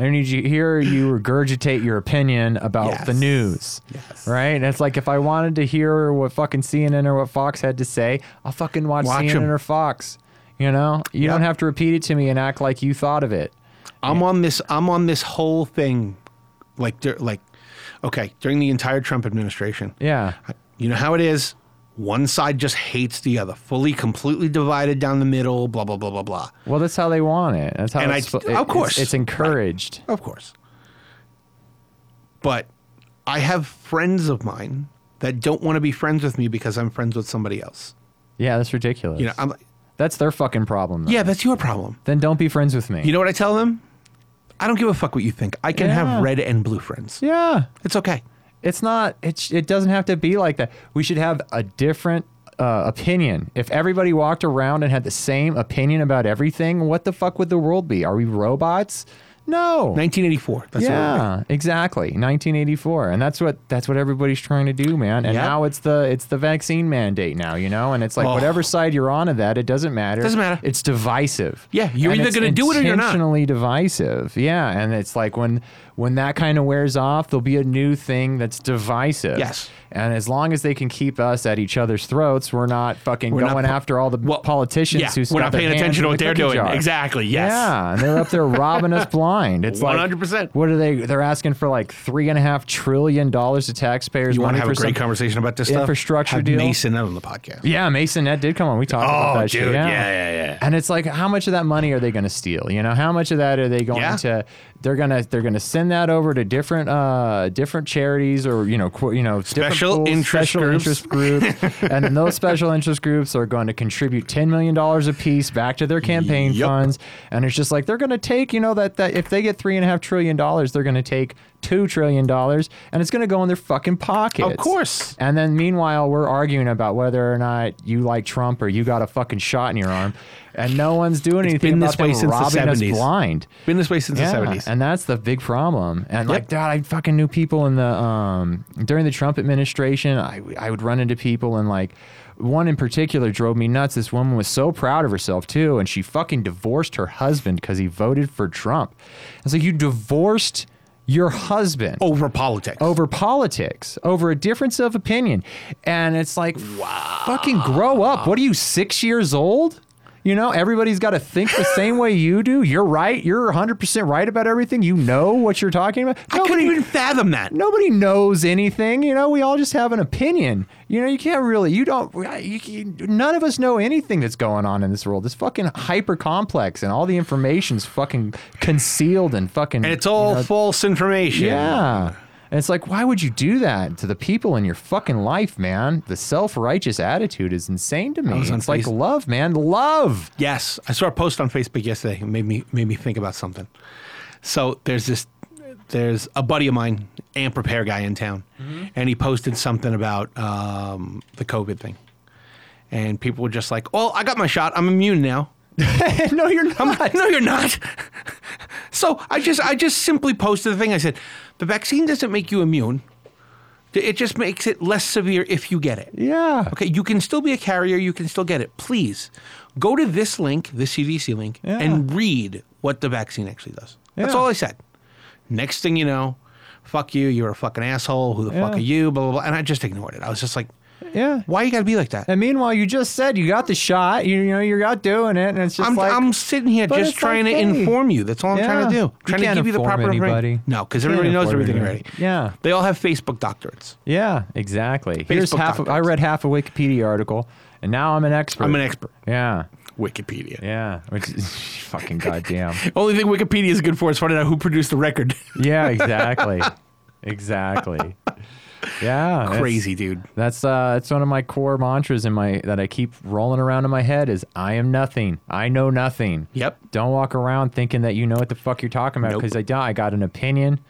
Speaker 1: I need you hear you regurgitate your opinion about the
Speaker 2: Yes.
Speaker 1: news,
Speaker 2: Yes.
Speaker 1: right? And it's like if I wanted to hear what fucking CNN or what Fox had to say, I'll fucking watch,
Speaker 2: Watch
Speaker 1: CNN
Speaker 2: 'em.
Speaker 1: or Fox. You know, you
Speaker 2: Yep.
Speaker 1: don't have to repeat it to me and act like you thought of it.
Speaker 2: I'm on this. I'm on this whole thing, like dur- like, okay, during the entire Trump administration.
Speaker 1: Yeah,
Speaker 2: You know how it is. One side just hates the other, fully, completely divided down the middle. Blah blah blah blah blah.
Speaker 1: well, that's how they want it. That's how
Speaker 2: And
Speaker 1: it's,
Speaker 2: I-
Speaker 1: sp-
Speaker 2: of
Speaker 1: it's-
Speaker 2: course.
Speaker 1: it's, encouraged.
Speaker 2: Of course. But I have friends of mine that don't want to be friends with me because I'm friends with somebody else.
Speaker 1: Yeah, that's ridiculous.
Speaker 2: You know, I'm like,
Speaker 1: that's their fucking problem. Though.
Speaker 2: yeah, that's your problem.
Speaker 1: Then don't be friends with me.
Speaker 2: You know what I tell them? I don't give a fuck what you think. I can
Speaker 1: Yeah.
Speaker 2: have red and blue friends.
Speaker 1: yeah.
Speaker 2: It's okay.
Speaker 1: It's not. It it doesn't have to be like that. We should have a different uh, opinion. If everybody walked around and had the same opinion about everything, what the fuck would the world be? Are we robots? No.
Speaker 2: 1984. That's what
Speaker 1: yeah, exactly. 1984, and that's what that's what everybody's trying to do, man. And
Speaker 2: Yep.
Speaker 1: now it's the it's the vaccine mandate now, you know. And it's like
Speaker 2: Oh.
Speaker 1: whatever side you're on of that, it doesn't matter.
Speaker 2: Doesn't matter.
Speaker 1: It's divisive.
Speaker 2: Yeah, you're
Speaker 1: And
Speaker 2: either
Speaker 1: it's
Speaker 2: gonna do it or you're not.
Speaker 1: Intentionally divisive. Yeah, and it's like when when that kind of wears off, there'll be a new thing that's divisive.
Speaker 2: Yes.
Speaker 1: And as long as they can keep us at each other's throats, we're not fucking
Speaker 2: not
Speaker 1: going
Speaker 2: po-
Speaker 1: after all the
Speaker 2: Well,
Speaker 1: politicians
Speaker 2: yeah,
Speaker 1: who
Speaker 2: we're
Speaker 1: got
Speaker 2: not
Speaker 1: their
Speaker 2: paying
Speaker 1: hands
Speaker 2: attention
Speaker 1: in
Speaker 2: to
Speaker 1: the
Speaker 2: what they're
Speaker 1: cookie
Speaker 2: doing.
Speaker 1: jar.
Speaker 2: Exactly. Yes.
Speaker 1: Yeah, and they're up there robbing us blind. It's like
Speaker 2: 100%.
Speaker 1: What are they? They're asking for like three and a half trillion dollars to taxpayers.
Speaker 2: You want
Speaker 1: money
Speaker 2: to have
Speaker 1: for
Speaker 2: a great
Speaker 1: some-
Speaker 2: conversation about this stuff?
Speaker 1: infrastructure
Speaker 2: have
Speaker 1: deal?
Speaker 2: Mason out on the podcast.
Speaker 1: Yeah, Mason, that did come on. We talked about
Speaker 2: Oh,
Speaker 1: that shit.
Speaker 2: dude. Yeah, yeah, yeah.
Speaker 1: And it's like, how much of that money are they going to steal? You know, how much of that are they going
Speaker 2: Yeah.
Speaker 1: to? They're gonna they're gonna send that over to different uh different charities or you know qu- you know different
Speaker 2: Special interest
Speaker 1: special
Speaker 2: groups.
Speaker 1: interest groups, and then those special interest groups are going to contribute ten million dollars a piece back to their campaign
Speaker 2: Yup.
Speaker 1: funds. And it's just like they're going to take you know that that if they get three and a half trillion dollars, they're going to take two trillion dollars, and it's going to go in their fucking pockets.
Speaker 2: course.
Speaker 1: And then meanwhile, we're arguing about whether or not you like Trump or you got a fucking shot in your arm, and no one's doing anything
Speaker 2: been
Speaker 1: about
Speaker 2: this way
Speaker 1: them
Speaker 2: since the
Speaker 1: robbing us
Speaker 2: 70s.
Speaker 1: blind.
Speaker 2: Been this way since
Speaker 1: Yeah,
Speaker 2: the 70s.
Speaker 1: and that's the big problem. And like that, I fucking knew people in the um during the Trump administration. I I would run into people and like one in particular drove me nuts. This woman was so proud of herself too, and she fucking divorced her husband because he voted for Trump. It's like you divorced your husband
Speaker 2: Over politics.
Speaker 1: over politics, over a difference of opinion. And it's like, fucking grow up. What are you, six years old? You know, everybody's got to think the same way you do. You're right. You're 100% right about everything. You know what you're talking about.
Speaker 2: I couldn't even fathom that.
Speaker 1: Nobody knows anything, you know. We all just have an opinion. You know, you can't really, you don't, you, you, none of us know anything that's going on in this world. It's fucking hyper complex, and all the information's fucking concealed and fucking.
Speaker 2: And it's all false information.
Speaker 1: Yeah. And it's like, why would you do that to the people in your fucking life, man? The self righteous attitude is insane to me.
Speaker 2: was on
Speaker 1: It's like
Speaker 2: Face-
Speaker 1: love, man. Love.
Speaker 2: Yes, I saw a post on Facebook yesterday. It made me made me think about something. So there's this there's a buddy of mine, amp repair guy in town, and he posted something about um, the COVID thing, and people were just like, "Well, I got my shot. I'm immune now."
Speaker 1: no, you're not.
Speaker 2: I'm like, no, you're not. so I just I just simply posted the thing. I said, "The vaccine doesn't make you immune. It just makes it less severe if you get it."
Speaker 1: Yeah.
Speaker 2: Okay, you can still be a carrier, you can still get it. Please go to this link, the CDC link,
Speaker 1: Yeah.
Speaker 2: and read what the vaccine actually does. That's
Speaker 1: Yeah.
Speaker 2: all I said. Next thing you know, fuck you, you're a fucking asshole, who the fuck
Speaker 1: Yeah.
Speaker 2: are you, blah, blah, blah. And I just ignored it. I was just like,
Speaker 1: Yeah.
Speaker 2: why you gotta be like that?
Speaker 1: And meanwhile, you just said you got the shot. You, you know, you're out doing it. And it's just
Speaker 2: I'm,
Speaker 1: like,
Speaker 2: I'm sitting here
Speaker 1: But
Speaker 2: just
Speaker 1: it's
Speaker 2: trying
Speaker 1: like,
Speaker 2: to
Speaker 1: hey.
Speaker 2: inform you. That's all I'm trying
Speaker 1: Yeah.
Speaker 2: to do.
Speaker 1: You
Speaker 2: trying to
Speaker 1: can't
Speaker 2: give you the
Speaker 1: inform
Speaker 2: proper information.
Speaker 1: anybody.
Speaker 2: No, because
Speaker 1: You can't
Speaker 2: everybody knows
Speaker 1: inform
Speaker 2: everything
Speaker 1: anybody.
Speaker 2: already.
Speaker 1: Yeah.
Speaker 2: They all have Facebook doctorates.
Speaker 1: yeah, exactly. Here's
Speaker 2: Facebook
Speaker 1: half of, I
Speaker 2: documents.
Speaker 1: read half a Wikipedia article, and now I'm an expert.
Speaker 2: I'm an expert.
Speaker 1: Yeah.
Speaker 2: Wikipedia.
Speaker 1: Yeah. Which is fucking goddamn.
Speaker 2: Only thing Wikipedia is good for is finding out who produced the record.
Speaker 1: Yeah, exactly. exactly. Yeah. it's-
Speaker 2: Crazy, dude.
Speaker 1: That's uh, that's one of my core mantras in my that I keep rolling around in my head is I am nothing. I know nothing.
Speaker 2: Yep.
Speaker 1: Don't walk around thinking that you know what the fuck you're talking about
Speaker 2: Nope.
Speaker 1: because I don't. I got an opinion.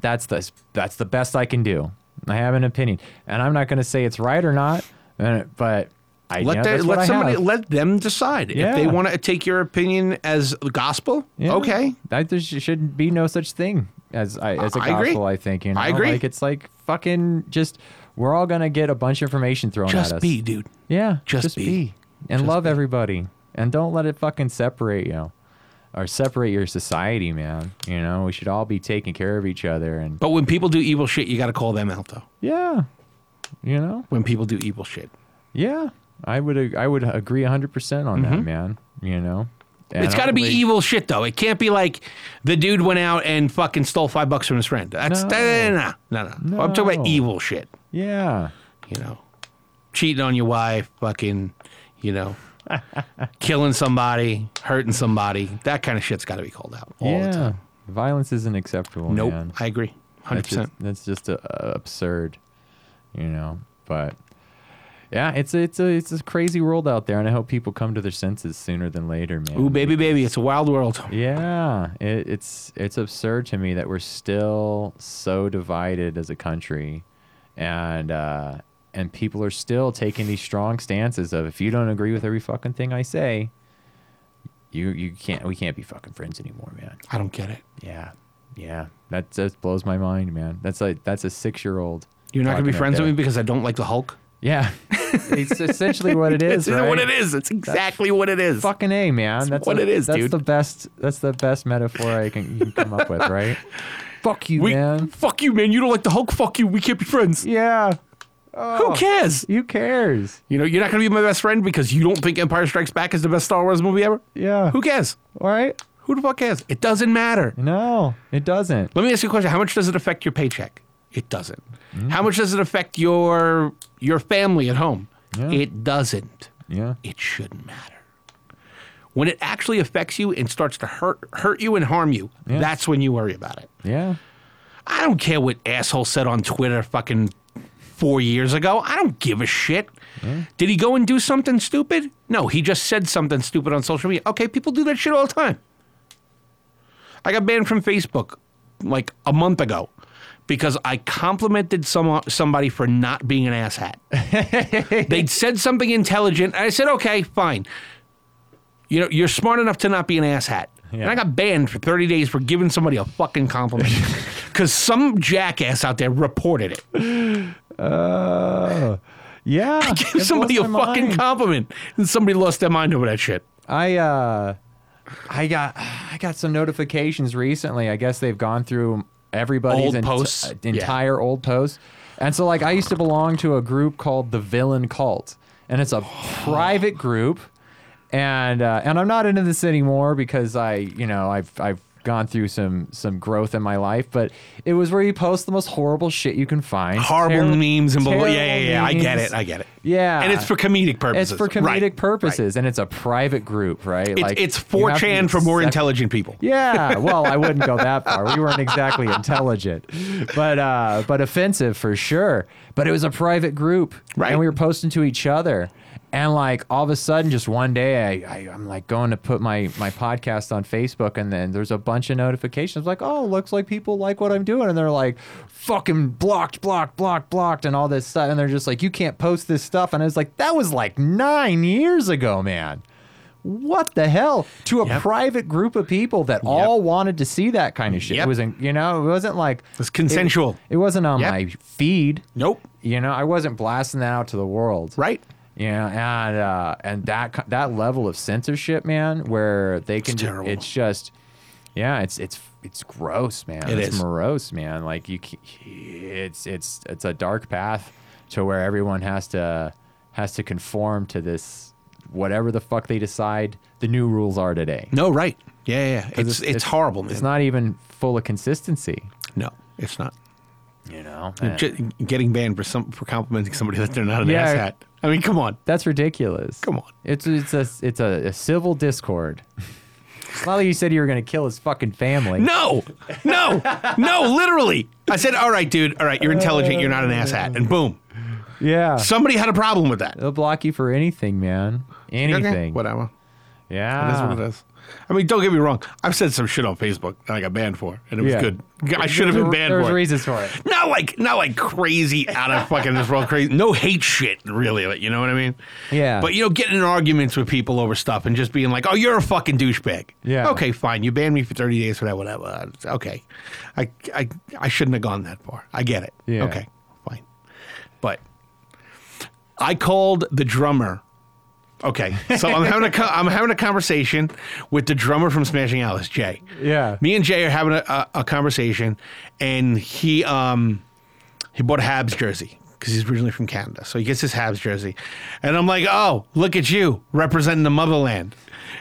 Speaker 1: That's the that's the best I can do. I have an opinion, and I'm not going to say it's right or not, uh, but I
Speaker 2: Let
Speaker 1: yeah,
Speaker 2: the-
Speaker 1: that's what
Speaker 2: let
Speaker 1: I
Speaker 2: somebody
Speaker 1: have.
Speaker 2: let them decide if they
Speaker 1: Yeah.
Speaker 2: want to take your opinion as gospel.
Speaker 1: Yeah.
Speaker 2: Okay,
Speaker 1: That there sh- shouldn't be no such thing as I, as a
Speaker 2: I agree.
Speaker 1: gospel. I think you know.
Speaker 2: I agree.
Speaker 1: Like it's like fucking just we're all gonna get a bunch of information thrown at
Speaker 2: just
Speaker 1: us.
Speaker 2: be, dude.
Speaker 1: Yeah.
Speaker 2: Just be.
Speaker 1: And love everybody. And don't let it fucking separate you or separate your society, man. You know, we should all be taking care of each other. And
Speaker 2: But when people do evil shit, you got to call them out, though.
Speaker 1: yeah, you know,
Speaker 2: When people do evil shit,
Speaker 1: yeah, I would ag- I would agree 100% on that, man. You know, And
Speaker 2: Mm-hmm. it's got to be e-,
Speaker 1: hopefully-
Speaker 2: evil shit, though. It can't be like the dude went out and fucking stole five bucks from his friend. That's
Speaker 1: No.
Speaker 2: that, no, no, no, I'm talking about
Speaker 1: No.
Speaker 2: evil shit.
Speaker 1: Yeah.
Speaker 2: You know, cheating on your wife, fucking, you know, killing somebody, hurting somebody. That kind of shit's got to be called out all
Speaker 1: yeah.
Speaker 2: the time.
Speaker 1: Violence isn't acceptable.
Speaker 2: Nope,
Speaker 1: Man.
Speaker 2: I agree, hundred
Speaker 1: That's
Speaker 2: percent.
Speaker 1: just, that's just uh, absurd, you know. But yeah, it's a, it's a it's a crazy world out there, and I hope people come to their senses sooner than later, man.
Speaker 2: Ooh, baby, baby, it's a wild world.
Speaker 1: Yeah, it, it's it's absurd to me that we're still so divided as a country, and uh, and people are still taking these strong stances of if you don't agree with every fucking thing I say, You you can't we can't be fucking friends anymore, man.
Speaker 2: I don't get it.
Speaker 1: Yeah, yeah. That that blows my mind, man. That's like that's a six year old.
Speaker 2: You're not going to be friends with me because I don't like the Hulk?
Speaker 1: Yeah, it's essentially what it is.
Speaker 2: It's
Speaker 1: right?
Speaker 2: what it is. It's exactly what it is.
Speaker 1: Fucking a man. That's
Speaker 2: what
Speaker 1: a-
Speaker 2: it is,
Speaker 1: That's
Speaker 2: dude.
Speaker 1: the best. That's the best metaphor I can, you can come up with, right? Fuck you,
Speaker 2: We,
Speaker 1: man.
Speaker 2: Fuck you, man. You don't like the Hulk. Fuck you. We can't be friends.
Speaker 1: Yeah.
Speaker 2: Who cares?
Speaker 1: Who cares?
Speaker 2: You know, you're not going to be my best friend because you don't think Empire Strikes Back is the best Star Wars movie ever?
Speaker 1: Yeah.
Speaker 2: Who cares?
Speaker 1: All right.
Speaker 2: Who the fuck cares? It doesn't matter.
Speaker 1: No, it doesn't.
Speaker 2: Let me ask you a question. How much does it affect your paycheck? It doesn't.
Speaker 1: Mm.
Speaker 2: How much does it affect your your family at home?
Speaker 1: Yeah.
Speaker 2: It doesn't.
Speaker 1: Yeah.
Speaker 2: It shouldn't matter. When it actually affects you and starts to hurt hurt you and harm you,
Speaker 1: Yeah.
Speaker 2: that's when you worry about it.
Speaker 1: Yeah.
Speaker 2: I don't care what asshole said on Twitter fucking four years ago. I don't give a shit. Did he go and do something stupid? No, he just said something stupid on social media. Okay, people do that shit all the time. I got banned from Facebook like a month ago because I complimented some, somebody for not being an asshat. They'd said something intelligent. And I said, okay, fine. You know, you're smart enough to not be an asshat. And
Speaker 1: Yeah.
Speaker 2: I got banned for 30 days for giving somebody a fucking compliment because some jackass out there reported it.
Speaker 1: Uh, yeah. it
Speaker 2: Give
Speaker 1: blows
Speaker 2: somebody a
Speaker 1: my
Speaker 2: fucking
Speaker 1: mind.
Speaker 2: compliment. And somebody lost their mind over that shit.
Speaker 1: I uh, I got I got some notifications recently. I guess they've gone through everybody's
Speaker 2: Old posts?
Speaker 1: uh, entire old posts. And so, like, I used to belong to a group called the Villain Cult, and it's a private group. And uh, and I'm not into this anymore because I, you know, I've I've gone through some some growth in my life. But it was where you post the most horrible shit you can find,
Speaker 2: Horrible
Speaker 1: Terri-
Speaker 2: memes and bull- yeah, yeah,
Speaker 1: terrible
Speaker 2: yeah. I get
Speaker 1: memes.
Speaker 2: it. I get it.
Speaker 1: Yeah.
Speaker 2: And it's for comedic purposes.
Speaker 1: It's for comedic
Speaker 2: Right, right.
Speaker 1: purposes, and it's a private group, right?
Speaker 2: It's, it's 4chan for more
Speaker 1: intelligence.
Speaker 2: intelligent people.
Speaker 1: Yeah, well, I wouldn't go that far. We weren't exactly intelligent, but uh, but offensive for sure. But it was a private group,
Speaker 2: Right.
Speaker 1: And we were posting to each other, and like all of a sudden, just one day, I, I I'm like going to put my my podcast on Facebook, and then there's a bunch of notifications like, oh, looks like people like what I'm doing, and they're like, fucking blocked, blocked, blocked, blocked, and all this stuff, and they're just like, you can't post this stuff, and I was like, that was like nine years ago, man. What the hell? To a private group of people that all wanted to see that kind of shit.
Speaker 2: Yep.
Speaker 1: It wasn't, you know, it wasn't like
Speaker 2: It's consensual.
Speaker 1: It, wasn't on
Speaker 2: Yep.
Speaker 1: my feed.
Speaker 2: Nope.
Speaker 1: You know, I wasn't blasting that out to the world.
Speaker 2: Right.
Speaker 1: Yeah, and uh, and that ki- that level of censorship, man, where they can, ju-
Speaker 2: terrible.
Speaker 1: it's just, yeah, it's it's it's gross, man.
Speaker 2: It
Speaker 1: it's
Speaker 2: is.
Speaker 1: morose, man. Like you, ca- it's it's it's a dark path to where everyone has to has to conform to this whatever the fuck they decide the new rules are today.
Speaker 2: No, right. Yeah, yeah, yeah. It's, it's, horrible, man.
Speaker 1: It's not even full of consistency,
Speaker 2: no, it's not.
Speaker 1: you know. And
Speaker 2: Ju- getting banned for some for complimenting somebody that they're not an
Speaker 1: Yeah.
Speaker 2: asshat. I mean, come on.
Speaker 1: That's ridiculous.
Speaker 2: Come on.
Speaker 1: It's it's a it's a, a civil discord. Lolly, you said you were gonna kill his fucking family.
Speaker 2: No, no, no, literally. I said, all right, dude, all right, you're intelligent, you're not an asshat. And boom,
Speaker 1: Yeah.
Speaker 2: somebody had a problem with that.
Speaker 1: They'll block you for anything, man. Anything. Ah.
Speaker 2: Okay, whatever. That's
Speaker 1: Yeah.
Speaker 2: what it is. I mean, don't get me wrong. I've said some shit on Facebook that I got banned for, and it was
Speaker 1: Yeah.
Speaker 2: good. I should have been banned
Speaker 1: There's
Speaker 2: for it.
Speaker 1: reasons for it.
Speaker 2: Not like, not like crazy out of fucking this world crazy. No hate shit, really. Like, you know what I mean?
Speaker 1: Yeah.
Speaker 2: But you know, getting in arguments with people over stuff and just being like, "Oh, you're a fucking douchebag."
Speaker 1: Yeah.
Speaker 2: Okay, fine. You banned me for thirty days for that. Whatever. Okay. I I I shouldn't have gone that far. I get it.
Speaker 1: Yeah.
Speaker 2: Okay. Fine. But I called the drummer. Okay, so I'm having a co- I'm having a conversation with the drummer from Smashing Alice, Jay.
Speaker 1: Yeah.
Speaker 2: Me and Jay are having a, a, a conversation, and he um he bought a Habs jersey because he's originally from Canada, so he gets his Habs jersey, and I'm like, oh, look at you representing the motherland,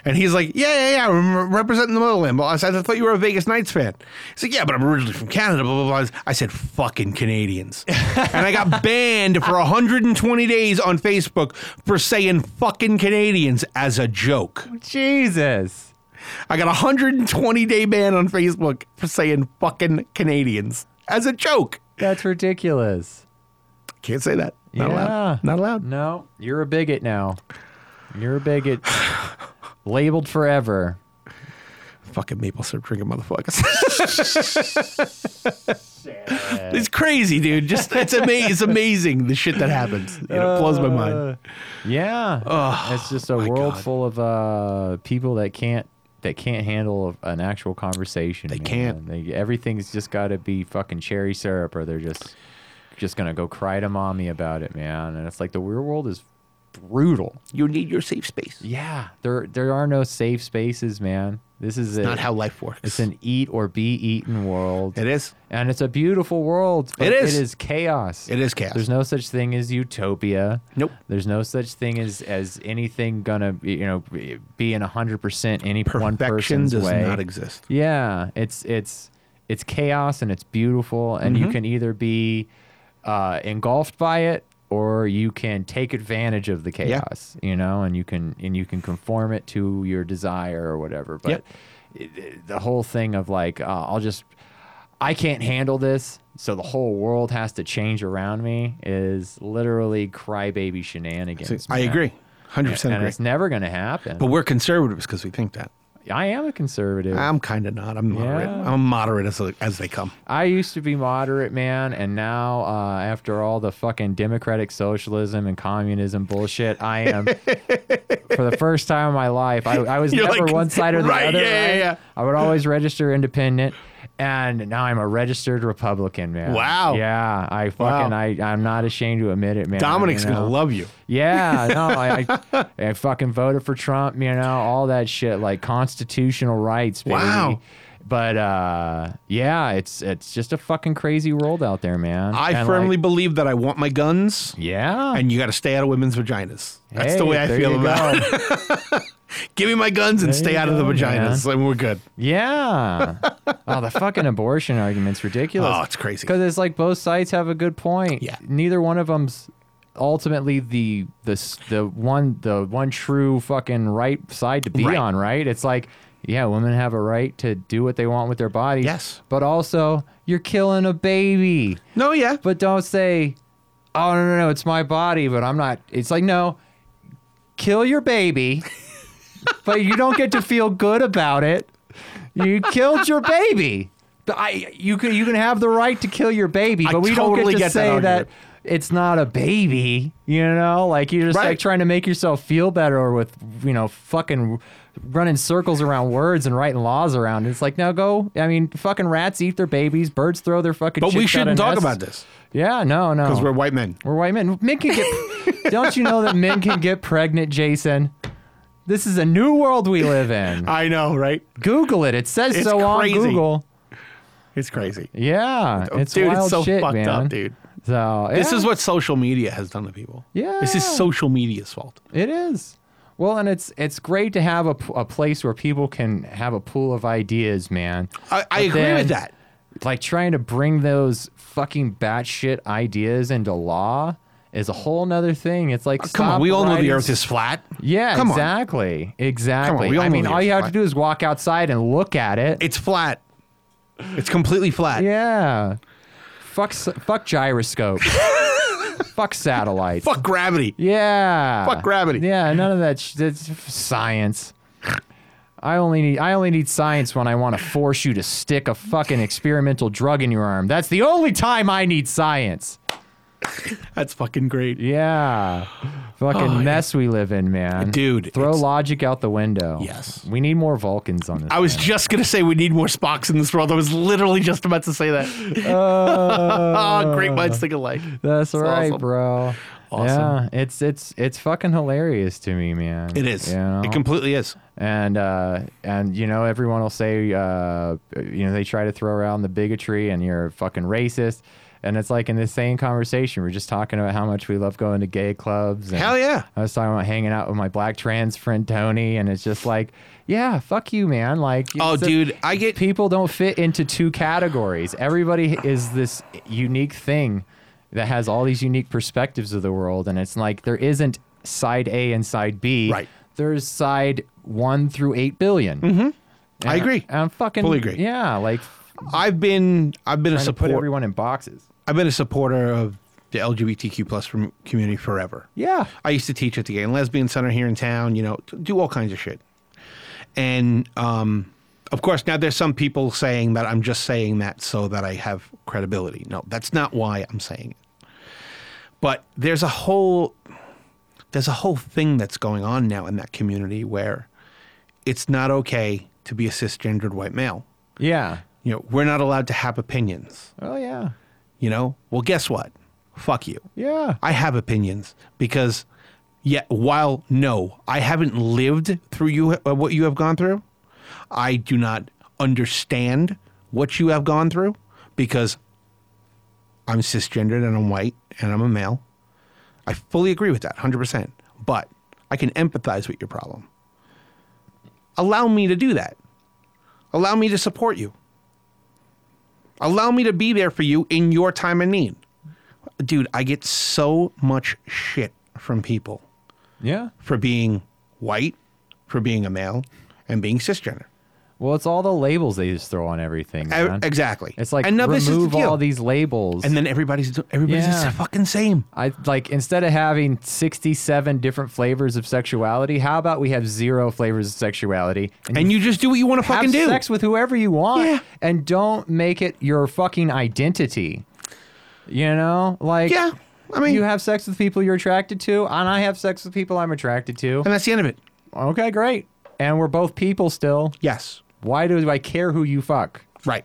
Speaker 2: and he's like, yeah, yeah, yeah, I'm representing the motherland. Well, I said, I thought you were a Vegas Knights fan. He's like, yeah, but I'm originally from Canada. Blah blah blah. I said, fucking Canadians, and I got banned for 120 days on Facebook for saying fucking Canadians as a joke.
Speaker 1: Jesus.
Speaker 2: I got a 120 day ban on Facebook for saying fucking Canadians as a joke.
Speaker 1: That's ridiculous.
Speaker 2: Can't say that. Not
Speaker 1: yeah.
Speaker 2: allowed. Not allowed.
Speaker 1: No, you're a bigot now. You're a bigot. Labeled forever.
Speaker 2: Fucking maple syrup drinking motherfuckers. It's crazy, dude. Just it's amazing. it's amazing the shit that happens. You know, it blows my
Speaker 1: Uh,
Speaker 2: mind.
Speaker 1: Yeah, it's just a world
Speaker 2: God.
Speaker 1: full of uh, people that can't that can't handle an actual conversation. They
Speaker 2: can't.
Speaker 1: They, everything's just got to be fucking cherry syrup, or they're just just gonna go cry to mommy about it, man. And it's like the real world is brutal.
Speaker 2: You need your safe space.
Speaker 1: Yeah, there there are no safe spaces, man. This is a,
Speaker 2: Not how life works.
Speaker 1: it's an eat or be eaten world,
Speaker 2: it is.
Speaker 1: and it's a beautiful world. but
Speaker 2: It is.
Speaker 1: It is chaos.
Speaker 2: It is chaos.
Speaker 1: There's no such thing as utopia.
Speaker 2: Nope.
Speaker 1: There's no such thing as as anything gonna be, you know be in hundred percent any one
Speaker 2: Perfection
Speaker 1: person's
Speaker 2: does
Speaker 1: way.
Speaker 2: not exist.
Speaker 1: yeah, it's it's it's chaos and it's beautiful, and
Speaker 2: Mm-hmm.
Speaker 1: you can either be uh, engulfed by it or you can take advantage of the chaos. You know, and you can and you can conform it to your desire or whatever. But
Speaker 2: Yep.
Speaker 1: it- it- the whole thing of like uh, I'll just I can't handle this, so the whole world has to change around me is literally crybaby shenanigans.
Speaker 2: I
Speaker 1: man.
Speaker 2: agree. 100%
Speaker 1: and
Speaker 2: agree.
Speaker 1: it's never going to happen.
Speaker 2: But we're conservatives because we think that.
Speaker 1: I am a conservative.
Speaker 2: I'm kind of not. I'm moderate.
Speaker 1: Yeah.
Speaker 2: I'm moderate as, as they come.
Speaker 1: I used to be moderate, man, and now uh, after all the fucking democratic socialism and communism bullshit, I am for the first time in my life. I, I was
Speaker 2: You're
Speaker 1: never
Speaker 2: like,
Speaker 1: one side or the
Speaker 2: right,
Speaker 1: other.
Speaker 2: yeah, yeah,
Speaker 1: right?
Speaker 2: yeah.
Speaker 1: I would always register independent, and now I'm a registered Republican, man.
Speaker 2: Wow.
Speaker 1: Yeah, I fucking I I'm not ashamed to admit it, man.
Speaker 2: Dominic's
Speaker 1: you
Speaker 2: going to
Speaker 1: know?
Speaker 2: love you.
Speaker 1: Yeah, no, I, I, I fucking voted for Trump, you know, all that shit, like constitutional rights, baby.
Speaker 2: Wow.
Speaker 1: But uh, yeah, it's it's just a fucking crazy world out there, man.
Speaker 2: I
Speaker 1: And,
Speaker 2: firmly
Speaker 1: like,
Speaker 2: believe that I want my guns
Speaker 1: yeah.
Speaker 2: and you got to stay out of women's vaginas. That's
Speaker 1: Hey,
Speaker 2: the way I
Speaker 1: there
Speaker 2: feel
Speaker 1: you
Speaker 2: about it.
Speaker 1: go.
Speaker 2: Give me my guns and
Speaker 1: There
Speaker 2: stay
Speaker 1: you
Speaker 2: out of the
Speaker 1: go,
Speaker 2: vaginas and we're good.
Speaker 1: Yeah. oh, the fucking abortion argument's ridiculous.
Speaker 2: Oh, it's crazy.
Speaker 1: Because it's like both sides have a good point.
Speaker 2: Yeah.
Speaker 1: Neither one of them's ultimately the the s- the one the one true fucking right side to be
Speaker 2: Right.
Speaker 1: on. Right. It's like. Yeah, women have a right to do what they want with their bodies.
Speaker 2: Yes.
Speaker 1: But also, you're killing a baby.
Speaker 2: No, yeah.
Speaker 1: But don't say, oh, no, no, no, it's my body, but I'm not. It's like, no, kill your baby, but you don't get to feel good about it. You killed your baby. But I, you can you can have the right to kill your baby,
Speaker 2: I
Speaker 1: but we don't get
Speaker 2: totally
Speaker 1: to
Speaker 2: get that
Speaker 1: say that,
Speaker 2: argument.
Speaker 1: it's not a baby. You know, like you're just like
Speaker 2: Right.
Speaker 1: trying to make yourself feel better with you know fucking running circles around words and writing laws around. It's like now go. I mean, fucking rats eat their babies, birds throw their fucking.
Speaker 2: But
Speaker 1: chicks out
Speaker 2: we
Speaker 1: of
Speaker 2: shouldn't talk
Speaker 1: nests.
Speaker 2: about this
Speaker 1: Yeah, no, no.
Speaker 2: because we're white men.
Speaker 1: We're white men. Men can get. don't you know that men can get pregnant, Jason? This is a new world we live in.
Speaker 2: I know, right?
Speaker 1: Google it. It says
Speaker 2: Uh, It's
Speaker 1: so
Speaker 2: crazy.
Speaker 1: on Google.
Speaker 2: It's crazy.
Speaker 1: Yeah, it's
Speaker 2: dude,
Speaker 1: wild
Speaker 2: it's so
Speaker 1: shit,
Speaker 2: fucked
Speaker 1: man.
Speaker 2: up, dude.
Speaker 1: So
Speaker 2: This
Speaker 1: yeah,
Speaker 2: is what social media has done to people. This is
Speaker 1: Yeah.
Speaker 2: social media's fault.
Speaker 1: it is. Well, and it's it's great to have a, p- a place where people can have a pool of ideas, man.
Speaker 2: I, I
Speaker 1: But
Speaker 2: agree
Speaker 1: then,
Speaker 2: with that.
Speaker 1: Like trying to bring those fucking batshit ideas into law is a whole nother thing. It's like
Speaker 2: Come on,
Speaker 1: stop
Speaker 2: we all know the
Speaker 1: writing
Speaker 2: earth is flat.
Speaker 1: Yeah,
Speaker 2: Come on.
Speaker 1: exactly. Exactly.
Speaker 2: we all
Speaker 1: I
Speaker 2: know
Speaker 1: mean,
Speaker 2: the
Speaker 1: all you have to
Speaker 2: Earth's
Speaker 1: do is walk outside and look at it.
Speaker 2: It's flat. It's completely flat.
Speaker 1: yeah. Fuck, s- fuck gyroscope. fuck satellites.
Speaker 2: Fuck gravity.
Speaker 1: Yeah.
Speaker 2: Fuck gravity.
Speaker 1: Yeah, none of that. Sh- that's f- science. I only need I only need science when I want to force you to stick a fucking experimental drug in your arm. That's the only time I need science.
Speaker 2: That's fucking great.
Speaker 1: Yeah. Fucking
Speaker 2: Oh, yeah.
Speaker 1: mess we live in, man.
Speaker 2: Dude,
Speaker 1: Throw
Speaker 2: it's-
Speaker 1: logic out the window.
Speaker 2: Yes.
Speaker 1: We need more Vulcans on this.
Speaker 2: I was just gonna say we need more Spocks in this world. I was literally just about to say that.
Speaker 1: Uh,
Speaker 2: Oh, great minds think alike.
Speaker 1: That's right,
Speaker 2: awesome.
Speaker 1: bro.
Speaker 2: Awesome.
Speaker 1: Yeah, it's it's it's fucking hilarious to me, man.
Speaker 2: It is.
Speaker 1: You know?
Speaker 2: It completely is.
Speaker 1: and uh, and you know everyone will say uh, you know they try to throw around the bigotry and you're a fucking racist, and it's like in the same conversation we're just talking about how much we love going to gay clubs. And
Speaker 2: Hell yeah.
Speaker 1: I was talking about hanging out with my black trans friend Tony, and it's just like, yeah, fuck you, man. Like,
Speaker 2: Oh,
Speaker 1: it's a-
Speaker 2: dude, I get
Speaker 1: people don't fit into two categories. Everybody is this unique thing that has all these unique perspectives of the world, and it's like there isn't side A and side B.
Speaker 2: Right.
Speaker 1: There's side one through eight Mm-hmm.
Speaker 2: I agree.
Speaker 1: I, am fucking
Speaker 2: Fully agree.
Speaker 1: Yeah, like
Speaker 2: I've been I've been a
Speaker 1: trying to put
Speaker 2: support
Speaker 1: everyone in boxes.
Speaker 2: I've been a supporter of the LGBTQ plus community forever.
Speaker 1: Yeah.
Speaker 2: I used to teach at the Gay and Lesbian Center here in town, you know, do all kinds of shit. And um, Of course, now there's some people saying that I'm just saying that so that I have credibility. No, that's not why I'm saying it. But there's a whole there's a whole thing that's going on now in that community where it's not okay to be a cisgendered white male.
Speaker 1: Yeah.
Speaker 2: You know, we're not allowed to have opinions.
Speaker 1: Oh yeah.
Speaker 2: You know? Well, guess what? Fuck you.
Speaker 1: Yeah.
Speaker 2: I have opinions because, yet while no, I haven't lived through you uh, what you have gone through, I do not understand what you have gone through because I'm cisgendered and I'm white and I'm a male. I fully agree with that, hundred percent. But I can empathize with your problem. Allow me to do that. Allow me to support you. Allow me to be there for you in your time of need dude, I get so much shit from people
Speaker 1: Yeah.
Speaker 2: for being white, for being a male, and being cisgender.
Speaker 1: Well, it's all the labels they just throw on everything.
Speaker 2: E-
Speaker 1: man.
Speaker 2: Exactly.
Speaker 1: It's like
Speaker 2: and now this is the
Speaker 1: remove
Speaker 2: deal.
Speaker 1: all these labels.
Speaker 2: and then everybody's do- everybody's
Speaker 1: Yeah.
Speaker 2: the fucking same.
Speaker 1: I like instead of having 67 different flavors of sexuality, how about we have zero flavors of sexuality
Speaker 2: And you just do what you want to
Speaker 1: have
Speaker 2: fucking do.
Speaker 1: sex with whoever you want
Speaker 2: Yeah.
Speaker 1: and don't make it your fucking identity. You know? Like
Speaker 2: Yeah, I mean-
Speaker 1: you have sex with people you're attracted to and I have sex with people I'm attracted to.
Speaker 2: And that's the end of it.
Speaker 1: Okay, great. And we're both people still.
Speaker 2: Yes.
Speaker 1: Why do I care who you fuck?
Speaker 2: Right.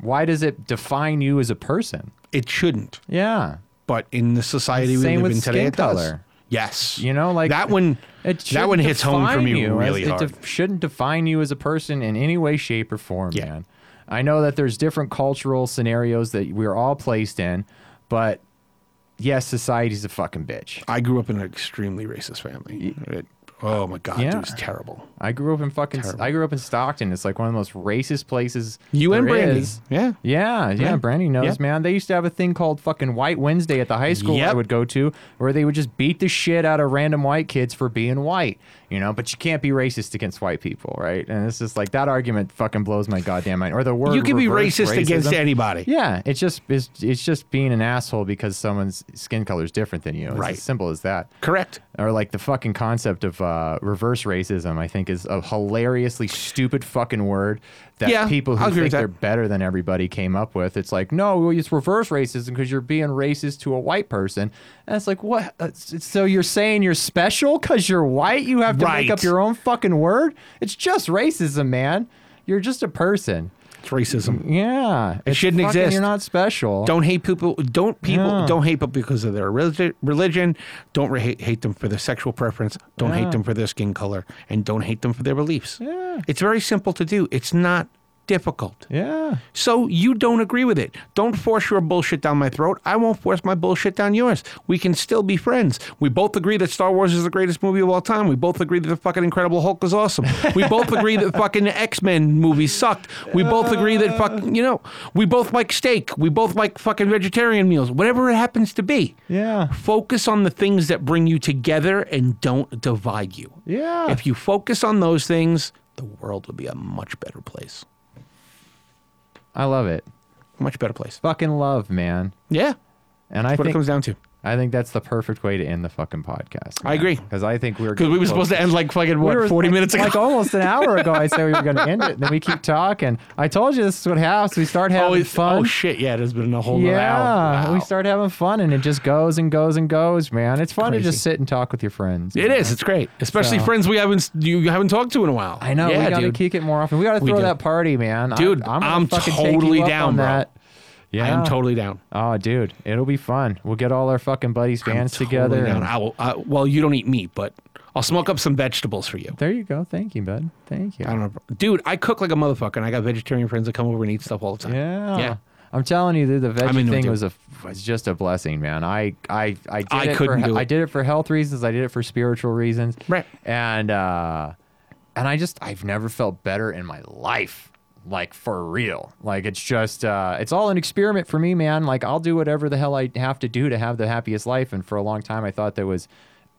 Speaker 1: Why does it define you as a person?
Speaker 2: It shouldn't.
Speaker 1: Yeah.
Speaker 2: But in the society we
Speaker 1: Same
Speaker 2: live
Speaker 1: with
Speaker 2: in today,
Speaker 1: skin
Speaker 2: it does.
Speaker 1: color.
Speaker 2: Yes.
Speaker 1: You know, like
Speaker 2: that one.
Speaker 1: It
Speaker 2: That one
Speaker 1: shouldn't
Speaker 2: hits home for
Speaker 1: define
Speaker 2: me
Speaker 1: you as-
Speaker 2: really hard.
Speaker 1: It def- shouldn't define you as a person in any way, shape, or form,
Speaker 2: Yeah.
Speaker 1: man. I know that there's different cultural scenarios that we're all placed in, but yes, society's a fucking bitch.
Speaker 2: I grew up in an extremely racist family. It- oh my god,
Speaker 1: Yeah.
Speaker 2: it was terrible.
Speaker 1: I grew up in fucking. I grew up in Stockton. It's like one of the most racist places.
Speaker 2: You and
Speaker 1: there
Speaker 2: Brandy.
Speaker 1: is.
Speaker 2: Yeah.
Speaker 1: Yeah, yeah,
Speaker 2: Yeah.
Speaker 1: Brandy knows,
Speaker 2: Yeah.
Speaker 1: man. They used to have a thing called fucking White Wednesday at the high school I
Speaker 2: Yep.
Speaker 1: would go to, where they would just beat the shit out of random white kids for being white, you know. But you can't be racist against white people, right? And it's just like that argument fucking blows my goddamn mind. Or the word
Speaker 2: You can be
Speaker 1: reverse
Speaker 2: racist against
Speaker 1: racism.
Speaker 2: anybody.
Speaker 1: Yeah, it's just it's, it's just being an asshole because someone's skin color is different than you. It's
Speaker 2: Right.
Speaker 1: as simple as that.
Speaker 2: Correct.
Speaker 1: Or like the fucking concept of uh, reverse racism, I think is a hilariously stupid fucking word that
Speaker 2: Yeah,
Speaker 1: people
Speaker 2: I'll
Speaker 1: who
Speaker 2: agree
Speaker 1: think
Speaker 2: with that.
Speaker 1: they're better than everybody came up with. It's like, no, well, it's reverse racism because you're being racist to a white person. And it's like, what? Uh, s- So you're saying you're special because you're white? You have to make
Speaker 2: Right.
Speaker 1: up your own fucking word? It's just racism, man. You're just a person.
Speaker 2: It's racism.
Speaker 1: Yeah, it
Speaker 2: shouldn't exist.
Speaker 1: You're not special.
Speaker 2: Don't hate people. Don't people.
Speaker 1: Yeah.
Speaker 2: Don't hate people because of their religi- religion. Don't re- hate, hate them for their sexual preference. Don't
Speaker 1: Yeah.
Speaker 2: hate them for their skin color, and don't hate them for their beliefs.
Speaker 1: Yeah.
Speaker 2: It's very simple to do. It's not difficult.
Speaker 1: Yeah.
Speaker 2: So you don't agree with it. Don't force your bullshit down my throat. I won't force my bullshit down yours. We can still be friends. We both agree that Star Wars is the greatest movie of all time. We both agree that the fucking Incredible Hulk is awesome. We both agree that fucking X Men movie sucked. We both agree that fucking you know. We both like steak. We both like fucking vegetarian meals. Whatever it happens to be.
Speaker 1: Yeah.
Speaker 2: Focus on the things that bring you together and don't divide you.
Speaker 1: Yeah.
Speaker 2: If you focus on those things, the world will be a much better place.
Speaker 1: I love it.
Speaker 2: Much better place.
Speaker 1: Fucking love, man.
Speaker 2: Yeah.
Speaker 1: And I
Speaker 2: what it
Speaker 1: think
Speaker 2: comes down to.
Speaker 1: I think that's the perfect way to end the fucking podcast.
Speaker 2: I agree.
Speaker 1: Because I think we're
Speaker 2: Because we were supposed to end like fucking what forty minutes ago.
Speaker 1: Like almost an hour ago, I said we were going to end it. And then we keep talking. I told you this is what happens. We start
Speaker 2: oh,
Speaker 1: having
Speaker 2: it's-
Speaker 1: fun.
Speaker 2: oh shit! Yeah, there's been a whole nother
Speaker 1: yeah,
Speaker 2: hour. Wow.
Speaker 1: we start having fun, and it just goes and goes and goes, man. It's fun to
Speaker 2: Crazy.
Speaker 1: just sit and talk with your friends.
Speaker 2: It is. It's great, especially
Speaker 1: So-
Speaker 2: friends we haven't you haven't talked to in a while.
Speaker 1: I know.
Speaker 2: Yeah,
Speaker 1: we got to
Speaker 2: dude.
Speaker 1: kick it more often. We got to
Speaker 2: We
Speaker 1: throw
Speaker 2: do.
Speaker 1: that party, man. I-
Speaker 2: Dude,
Speaker 1: I'm, gonna
Speaker 2: I'm
Speaker 1: fucking take you
Speaker 2: totally
Speaker 1: up
Speaker 2: down,
Speaker 1: on
Speaker 2: bro.
Speaker 1: that. Yeah,
Speaker 2: I am totally down.
Speaker 1: Oh, dude, it'll be fun. We'll get all our fucking buddies' fans
Speaker 2: Totally
Speaker 1: together.
Speaker 2: down.
Speaker 1: and-
Speaker 2: I will. I, well, you don't eat meat, but I'll smoke up some vegetables for you.
Speaker 1: There you go. Thank you, bud. Thank you.
Speaker 2: I don't know, dude. I cook like a motherfucker, and I got vegetarian friends that come over and eat stuff all the time.
Speaker 1: Yeah.
Speaker 2: Yeah.
Speaker 1: I'm telling you, dude, the veggie
Speaker 2: into it,
Speaker 1: thing
Speaker 2: dude.
Speaker 1: was a was just a blessing, man. I I I did
Speaker 2: I
Speaker 1: it
Speaker 2: couldn't
Speaker 1: for,
Speaker 2: do
Speaker 1: I
Speaker 2: it.
Speaker 1: did it for health reasons. I did it for spiritual reasons.
Speaker 2: Right.
Speaker 1: And uh, and I just I've never felt better in my life, like for real. Like it's just uh, it's all an experiment for me, man. Like I'll do whatever the hell I have to do to have the happiest life. And for a long time, I thought there was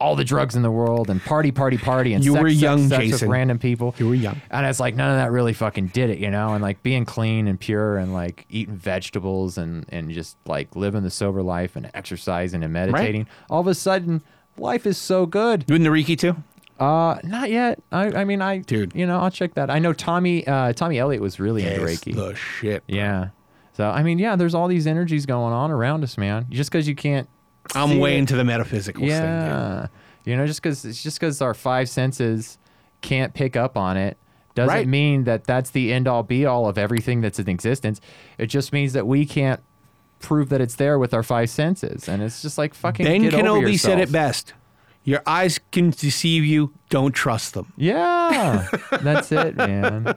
Speaker 1: all the drugs in the world and party, party, party, and
Speaker 2: You
Speaker 1: sex,
Speaker 2: were
Speaker 1: sex,
Speaker 2: young,
Speaker 1: sex with
Speaker 2: Jason.
Speaker 1: random people.
Speaker 2: You were young.
Speaker 1: And it's like none of that really fucking did it, you know? And like being clean and pure and like eating vegetables and and just like living the sober life and exercising and meditating. All of a sudden, life is so good.
Speaker 2: You in the Riki too?
Speaker 1: Uh, not yet. I, I mean, I
Speaker 2: Dude.
Speaker 1: you know, I'll check that. I know Tommy uh, Tommy Elliott was really into
Speaker 2: It's
Speaker 1: Reiki.
Speaker 2: the shit.
Speaker 1: Yeah. So I mean, yeah, there's all these energies going on around us, man. Just because you can't
Speaker 2: I'm
Speaker 1: see
Speaker 2: way
Speaker 1: it.
Speaker 2: into the metaphysical
Speaker 1: yeah.
Speaker 2: thing. dude.
Speaker 1: You know, just because it's just because our five senses can't pick up on it doesn't
Speaker 2: Right.
Speaker 1: mean that that's the end all be all of everything that's in existence. It just means that we can't prove that it's there with our five senses, and it's just like fucking.
Speaker 2: Ben
Speaker 1: get over
Speaker 2: Kenobi said it
Speaker 1: yourself.
Speaker 2: best. Your eyes can deceive you. Don't trust them.
Speaker 1: Yeah, that's it, man.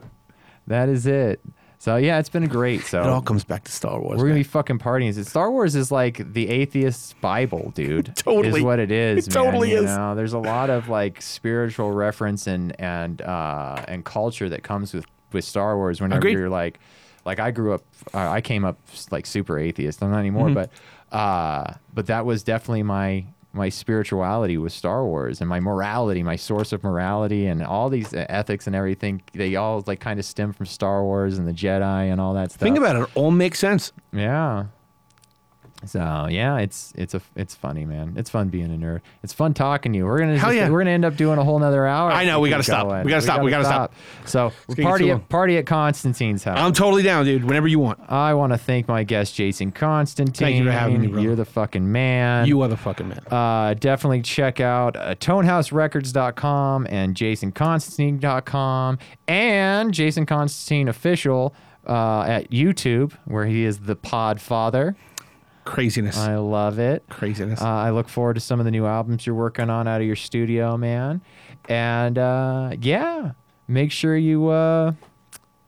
Speaker 1: That is it. So yeah, it's been great.
Speaker 2: It all
Speaker 1: So
Speaker 2: comes back to Star Wars.
Speaker 1: Oh. we're gonna
Speaker 2: man.
Speaker 1: be fucking partying. Star Wars is like the atheist's Bible, dude.
Speaker 2: Totally.
Speaker 1: is what it is.
Speaker 2: It
Speaker 1: man,
Speaker 2: totally
Speaker 1: you
Speaker 2: is.
Speaker 1: know? There's a lot of like spiritual reference and and uh, and culture that comes with with Star Wars. Whenever
Speaker 2: Agreed.
Speaker 1: you're like, like I grew up, uh, I came up like super atheist. I'm not anymore,
Speaker 2: Mm-hmm.
Speaker 1: but uh, but that was definitely my my spirituality with Star Wars and my morality, my source of morality, and all these uh, ethics and everything. They all like kind of stem from Star Wars and the Jedi and all that stuff.
Speaker 2: Think about it. It all makes sense.
Speaker 1: Yeah. So yeah, it's it's a it's funny, man. It's fun being a nerd. It's fun talking to you. We're gonna
Speaker 2: Hell
Speaker 1: just-
Speaker 2: yeah.
Speaker 1: we're gonna end up doing a whole nother hour.
Speaker 2: I know, we gotta
Speaker 1: Keep
Speaker 2: stop.
Speaker 1: going.
Speaker 2: We gotta stop. We gotta
Speaker 1: stop. So
Speaker 2: get too
Speaker 1: party
Speaker 2: long.
Speaker 1: at, party at Constantine's house.
Speaker 2: I'm totally down, dude. Whenever you want.
Speaker 1: I want to thank my guest Jason Constantine.
Speaker 2: Um, Thank you for having me, brother.
Speaker 1: You're the fucking man.
Speaker 2: You are the fucking man.
Speaker 1: Uh, definitely check out uh, tonehouserecords.com and jasonconstantine.com and Jason Constantine official uh, at YouTube where he is the pod father.
Speaker 2: Craziness.
Speaker 1: I love it.
Speaker 2: Craziness.
Speaker 1: Uh, I look forward to some of the new albums you're working on out of your studio, man. And uh, yeah, make sure you uh,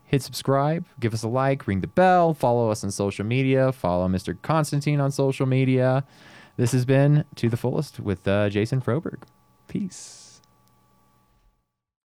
Speaker 1: hit subscribe, give us a like, ring the bell, follow us on social media, follow Mr. Constantine on social media. This has been To the Fullest with uh, Jason Froberg. Peace.